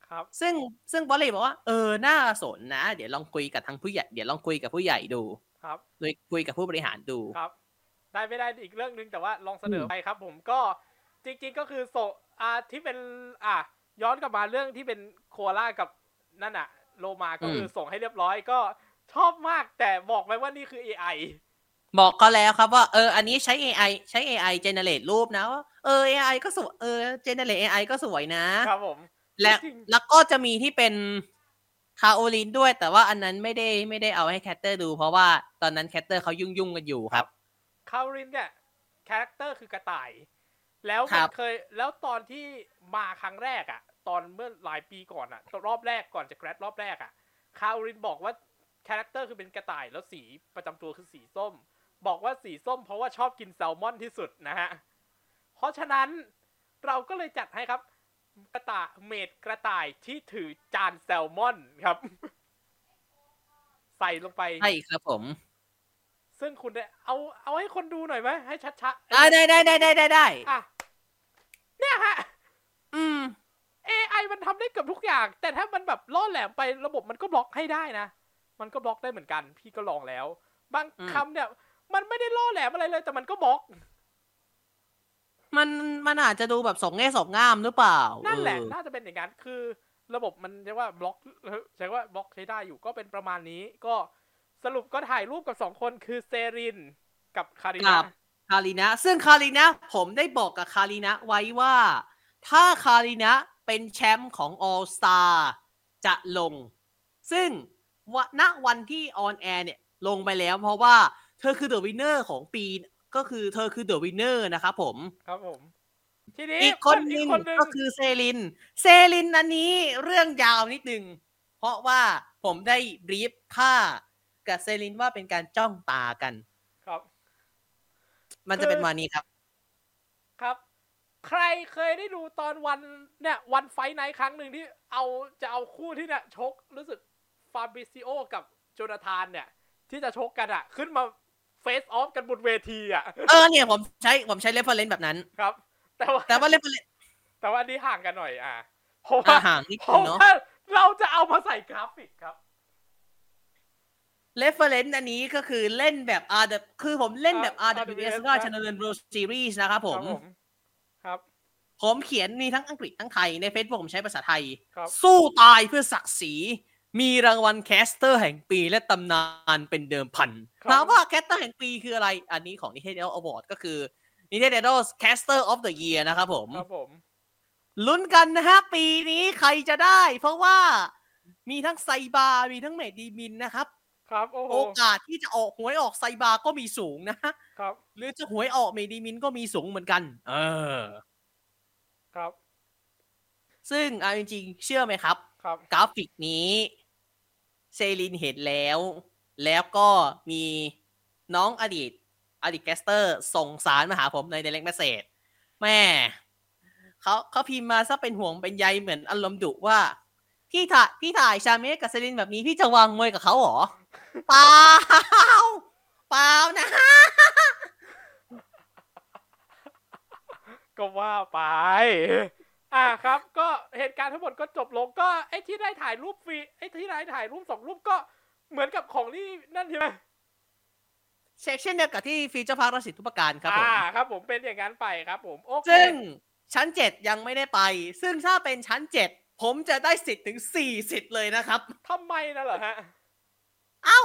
ครับ ซึ่งซึ่งบอลเลยบอกว่าเออน่าสนนะ เดี๋ยวลองคุยกับทางผู้ใหญ่เดี๋ยวลองคุยกับผู้ใหญ่ดู ครับ โดยคุยกับผู้บริหารดู ครับ ได้ไม่ได้อีกเรื่องหนึ่งแต่ว่าลองเสนอไปครับ ผมก็จริง ๆ ก็คือโซอ่าที่เป็นอ่ะย้อนกลับมาเรื่องที่เป็นโคอาล่ากับนั่นอะโลมาก็คืออส่งให้เรียบร้อยก็ชอบมากแต่บอกไว้ว่านี่คือ AI บอกเขาแล้วครับว่า เออ อันนี้ใช้ AI ใช้ AI generate รูปนะว่าเออ AI ก็สวยเออ generate AI ก็สวยนะ ครับผม และ จริง แล้วก็จะมีที่เป็นคาโอลินด้วย แต่ว่าอันนั้นไม่ได้ไม่ได้เอาให้แคตเตอร์ดูเพราะว่าตอนนั้นแคตเตอร์เขายุ่งยุ่งๆกันอยู่ครับ คารินเนี่ยคาแรคเตอร์คือกระต่าย แล้ว ค มั รั น บ เคยแล้วตอนที่มาครั้งแรกอะตอนเมื่อหลายปีก่อนอะรอบแรกก่อนจะแกรดรอบแรกอะคารินบอกว่าคาแรคเตอร์คือเป็นกระต่ายแล้วสีประจำตัวคือสีส้ม บอกว่าสีส้มเพราะว่าชอบกินแซลมอนที่สุดนะฮะ เพราะฉะนั้นเราก็เลยจัดให้ครับ กระต่ายเมดกระต่ายที่ถือจานแซลมอนครับ *laughs* ใส่ลงไป ใช่ครับผม ซึ่งคุณได้เอาเอาให้คนดูหน่อยไหมให้ชัดๆ อ่ะได้ได้ได้ได้ได้ได้ อ่ะเนี่ยฮะ อืม AI มันทำได้เกือบทุกอย่าง แต่ถ้ามันแบบล่อแหลมไประบบมันก็บล็อกให้ได้นะ มันก็บล็อกได้เหมือนกัน พี่ก็ลองแล้ว บาง อืม คำเนี่ย มันไม่ได้ล่อแหลมอะไรเลย แต่มันก็บล็อก มันมันอาจจะดูแบบสองแง่สองงามหรือเปล่านั่ นั่นแหละ น่าจะเป็นอย่างนั้น คือระบบมันเรียกว่าบล็อกเออใช้ว่าบล็อกใช้ได้อยู่ก็เป็นประมาณนี้ ก็สรุปก็ถ่ายรูปกับสองคนคือเซรินกับคาริ ครั นา บ คารินะ ซึ่งคารินะผมได้บอกกับคารินะไว้ว่า ถ้าคารินะเป็นแชมป์ของ All Star จะลง ซึ่งวะณวันที่ออนแอร์เนี่ยลงไปแล้วเพราะว่าเธอคือเดอะวินเนอร์ของปีก็คือเธอคือเดอะวินเนอร์นะครับผม ครับผม ทีนี้ อีกคนห อี นึ่ ก ง คนหนึ่ง ก็คือเซริน เซรินอันนี้เรื่องยาวนิดหนึง เพราะว่าผมได้บรีฟท่ากับเซรินว่าเป็นการจ้องตากัน ครับ มันจะเป็นวันนี้ครับ ครับ ใครเคยได้ดูตอนวันเนี่ยวันไฟไนท์ครั้งหนึ่งที่เอาจะเอาคู่ที่เนี่ยชกรู้สึกฟาบิซิโอกับโจนาธานเนี่ย ที่จะชกกันอะขึ้นมาเฟสออฟกันบนเวทีอะ เออเนี่ยผมใช้ผมใช้เรฟเฟอร์เรนซ์แบบนั้น ครับ แต่ว่า แต่ว่าเรฟเฟอร์เรนซ์ แต่ว่าอันนี้ห่างกันหน่อยอ่ะเพราะ อ่ะ ว่า ห่างนิด เพ นึ ราะ งเนาะ ว่าเราจะเอามาใส่กราฟิกครับ เรฟเฟอร์เรนซ์อันนี้ก็คือเล่นแบบ R คือผมเล่นแบบ อ่ะ RWS นะ ก็ชนะเลินโรซีรีส์นะครับผม ครับครับ ผมเขียนมีทั้งอังกฤษทั้งไทยใน Facebook ผมใช้ภาษาไทย ครับ สู้ตายเพื่อศักดิ์ศรี มีรางวัลแคสเตอร์แห่งปีและตำนานเป็นเดิมพันถามว่าแคสเตอร์แห่งปีคืออะไร อันนี้ของนิเทศเดลอวอร์ดก็คือนิเทศเดลแคสเตอร์ออฟเดอะเยียนะครับผม ครับผม ลุ้นกันนะฮะ ปีนี้ใครจะได้ เพราะว่ามีทั้งไซบา มีทั้งเมดดีมินนะครับ ครับโอ้โห โอกาสที่จะออกหวยออกไซบาก็มีสูงนะฮะ ครับ หรือจะหวยออกเมดดีมินก็มีสูงเหมือนกัน เออ ครับ ซึ่งเอาจริงๆ เชื่อไหมครับ ครับ กราฟิกนี้เซรินเห็นแล้ว แล้วก็มีน้องอดีต อดีตแกสเตอร์ ส่งสารมาหาผมในเดลิเมสเซจแม่เขาเขาพิมพ์มาซะเป็นห่วงเป็นใยเหมือนอารมณ์ดุว่า พี่ถ่ายพี่ถ่ายชาเมสกับเซรินแบบนี้ พี่จะวางมวยกับเขาเหรอ เปล่า *laughs* เปล่านะ ก็ว่าไป *laughs* อ่าครับก็เหตุการณ์ทั้งหมดก็จบลงก็ไอ้ที่ได้ถ่ายรูปฟรีไอ้ที่ได้ถ่ายรูปสองรูปก็เหมือนกับของที่นั่นใช่ไหม เช็คเช่นเดียวกับที่ฟีเจอร์พาร์ครังสิตทุกประการครับผม อ่าครับผมเป็นอย่างนั้นไปครับผมโอเค ซึ่งชั้นเจ็ดยังไม่ได้ไป ซึ่งถ้าเป็นชั้นเจ็ดผมจะได้สิทธิ์ถึงสี่สิทธิ์เลยนะครับ *laughs* ทำไมนะเหรอฮะ เอ้า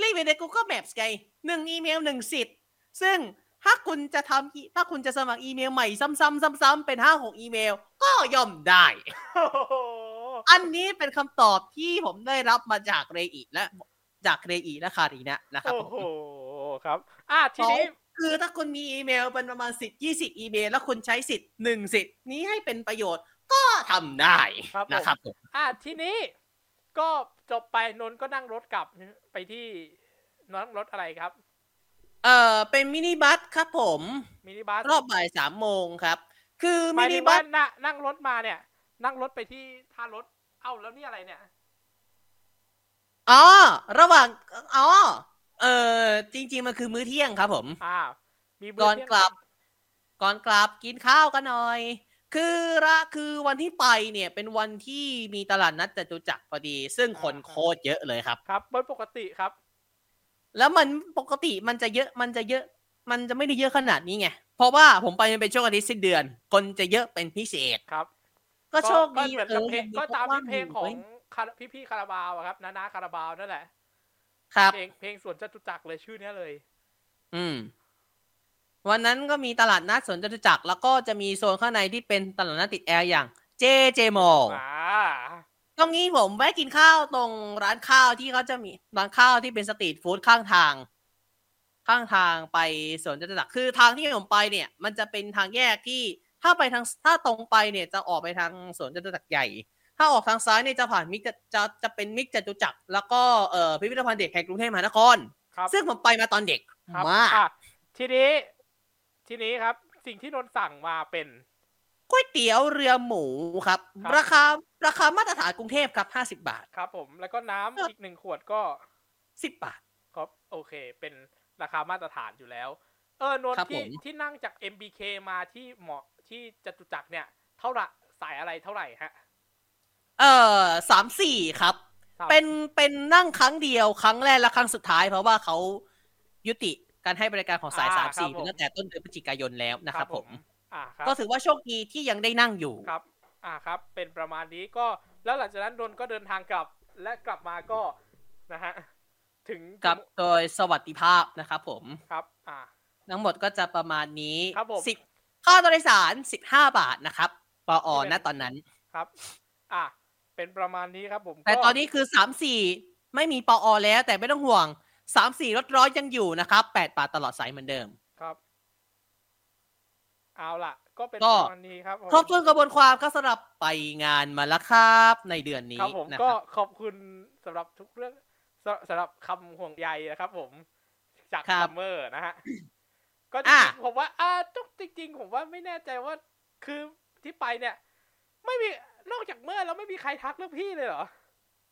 รีบไปใน Google Maps ไงหนึ่งอีเมลหนึ่งสิทธิ์ ซึ่ง ถ้าคุณจะทำอีถ้าคุณจะสมัครอีเมลใหม่ซ้ำๆซ้ำๆเป็นห้าหกอีเมล ก็ย่อมได้ *laughs* โอ้โห อันนี้เป็นคำตอบที่ผมได้รับมาจากเรอิและจากเรอิและคารีนะนะครับ โอ้ ผม โหครับอ่ะทีนี้ คือถ้าคุณมีอีเมลเป็นประมาณสิบยี่สิบอีเมล แล้วคุณใช้สิทธิ์หนึ่งสิทธิ์นี้ให้เป็นประโยชน์ก็ทำได้ ครับผม นะครับผม อ่ะทีนี้ก็จบไปนนท์ก็นั่งรถกลับไปที่นั่งรถอะไรครับ เอ่อเป็นมินิบัสครับผม มินิบัส รอบบ่ายสามโมงครับ คือ ห มิ มายถึ นิ ง บั ว่า ส น่ะนั่งรถมาเนี่ย นั่งรถไปที่ท่ารถเอ้าแล้วนี่อะไรเนี่ย อ๋อระหว่างอ๋อเอ่อจริง ๆ มันคือมื้อเที่ยงครับผม อ่า มีมื้ ก่อน เที่ยง กลับ ก่อนกลับกินข้าวกันหน่อย คือละคือวันที่ไปเนี่ยเป็นวันที่มีตลาดนัดจตุจักรพอดี ซึ่งคนโคตรเยอะเลยครับ ครับเป็นปกติครับ แล้วมันปกติมันจะเยอะมันจะเยอะ มันจะไม่ได้เยอะขนาดนี้ไง เพราะว่าผมไปมันเป็นช่วงอาทิตย์สิ้นเดือน คนจะเยอะเป็นพิเศษ ครับ ก็โชคดี ก็เหมือนกับเพลง ออ ก็ตามที่เพลงขอ เว้ ง ย คาราพี่ๆคาราบาวอะครับนานาคาราบาวนั่นแหละ ครับ เพลงเพลงสวนจตุจักรเลยชื่อเนี้ยเลย อืม วันนั้นก็มีตลาดนัดสวนจตุจักรแล้วก็จะมีโซนข้างในที่เป็นตลาดนัดติดแอร์อย่างเจเจมอล อ่า ตรงนี้ผมแวะกินข้าวตรงร้านข้าวที่เขาจะมีร้านข้าวที่เป็นสตรีทฟู้ดข้างทาง ข้างทางไปสวนจตุจักรคือทางที่ผมไปเนี่ย มันจะเป็นทางแยกที่ถ้าไปทางถ้าตรงไปเนี่ยจะออกไปทางสวนจตุจักรใหญ่ ถ้าออกทางซ้ายเนี่ยจะผ่านมิกจะจะจะเป็นมิกจตุจักรแล้วก็เอ่อพิพิธภัณฑ์เด็กแห่งกรุงเทพมหานคร ครับ ซึ่งผมไปมาตอนเด็ก ครับ มาก อ่ะทีนี้ทีนี้ครับ สิ่งที่นนท์สั่งมาเป็น ก๋วยเตี๋ยวเรือหมูครับ ครับ ราคาราคามาตรฐานกรุงเทพครับห้าสิบ50 บาท ครับ ผมแล้วก็น้ำอีกหนึ่งขวดก็ สิบบาท ครับโอเค เป็นราคามาตรฐานอยู่แล้ว เออนนท์ ครับ ที่ ผม ที่นั่งจาก MBK มาที่เหมาะที่จตุจักรเนี่ย เท่าไหร่สายอะไรเท่าไหร่ฮะ เออสามสี่ครับ ครับ เป็นเป็นนั่งครั้งเดียวครั้งแรกและครั้งสุดท้าย เพราะว่าเขายุติการให้บริการของสาย อ่า สาม ครับ สี่ ผม ตั้งแต่ต้นเดือนพฤศจิกายนแล้วนะครับผม อ่าครับ ก็ถือว่าโชคดีที่ยังได้นั่งอยู่ ครับ อ่า ครับ เป็นประมาณนี้ก็ แล้วหลังจากนั้นนนท์ก็เดินทางกลับ และกลับมาก็ นะฮะ ถึง กับโดยสวัสดิภาพนะครับผม ครับ อ่า ทั้งหมดก็จะประมาณนี้ ครับผม สิบค่าโดยสารสิบห้าบาทนะครับปออ ที่เป็น นะตอนนั้น ครับ อ่า เป็นประมาณนี้ครับผม แต่ ก็ ตอนนี้คือสามสี่ไม่มีปออแล้ว แต่ไม่ต้องห่วงสามสี่รถร้อนยังอยู่นะครับแปดบาทตลอดสายเหมือนเดิม ครับ เอาล่ะ ก็เป็น ก็ ประมาณนี้ครับผม ครบถ้วนกระบวนความครับสำหรับไปงานมาแล้วครับในเดือนนี้ ครับผม นะค ก็ รับ ขอบคุณสำหรับทุกเรื่องสำสำหรับคำห่วงใยนะครับ ผม จาก ครับ ซัมเมอร์นะฮะ ก็จ *coughs* อ่ะ ริงๆผมว่า อ่าจจริง ๆ ผมว่าไม่แน่ใจว่า คือที่ไปเนี่ย ไม่มี นอกจากเมื่อแล้วไม่มีใครทักเรื่องพี่เลยเหรอ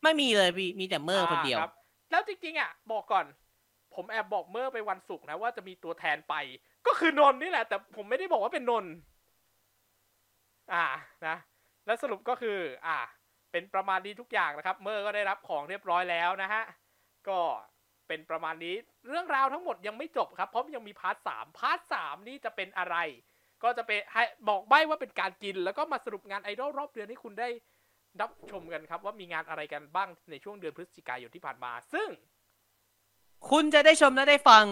ไม่มีเลยพี่มีแต่เมอร์คนเดียว อ่ารับแล้วจริงๆอ่ะ บอกก่อน ผมแอบบอกเมื่อไปวันศุกร์นะว่าจะมีตัวแทนไป ก็คือนนท์นี่แหละ แต่ผมไม่ได้บอกว่าเป็นนนท์อ่านะ แล้วสรุปก็คือ อ่า เป็นประมาณนี้ทุกอย่างนะครับ เมื่อก็ได้รับของเรียบร้อยแล้วนะฮะ ก็เป็นประมาณนี้เรื่องราวทั้งหมดยังไม่จบครับ เพราะยังมีพาร์ทสามพาร์ทสามนี่จะเป็นอะไร ก็จะเป็นให้บอกใบ้ว่าเป็นการกิน แล้วก็มาสรุปงานไอดอลรอบเดือนให้คุณได้ รับชมกันครับว่ามีงานอะไรกันบ้างในช่วงเดือนพฤศจิกายนที่ผ่านมา ซึ่ง คุณจะได้ชมและได้ฟัง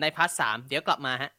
ในพาร์ทสามเดี๋ยวกลับมาฮะ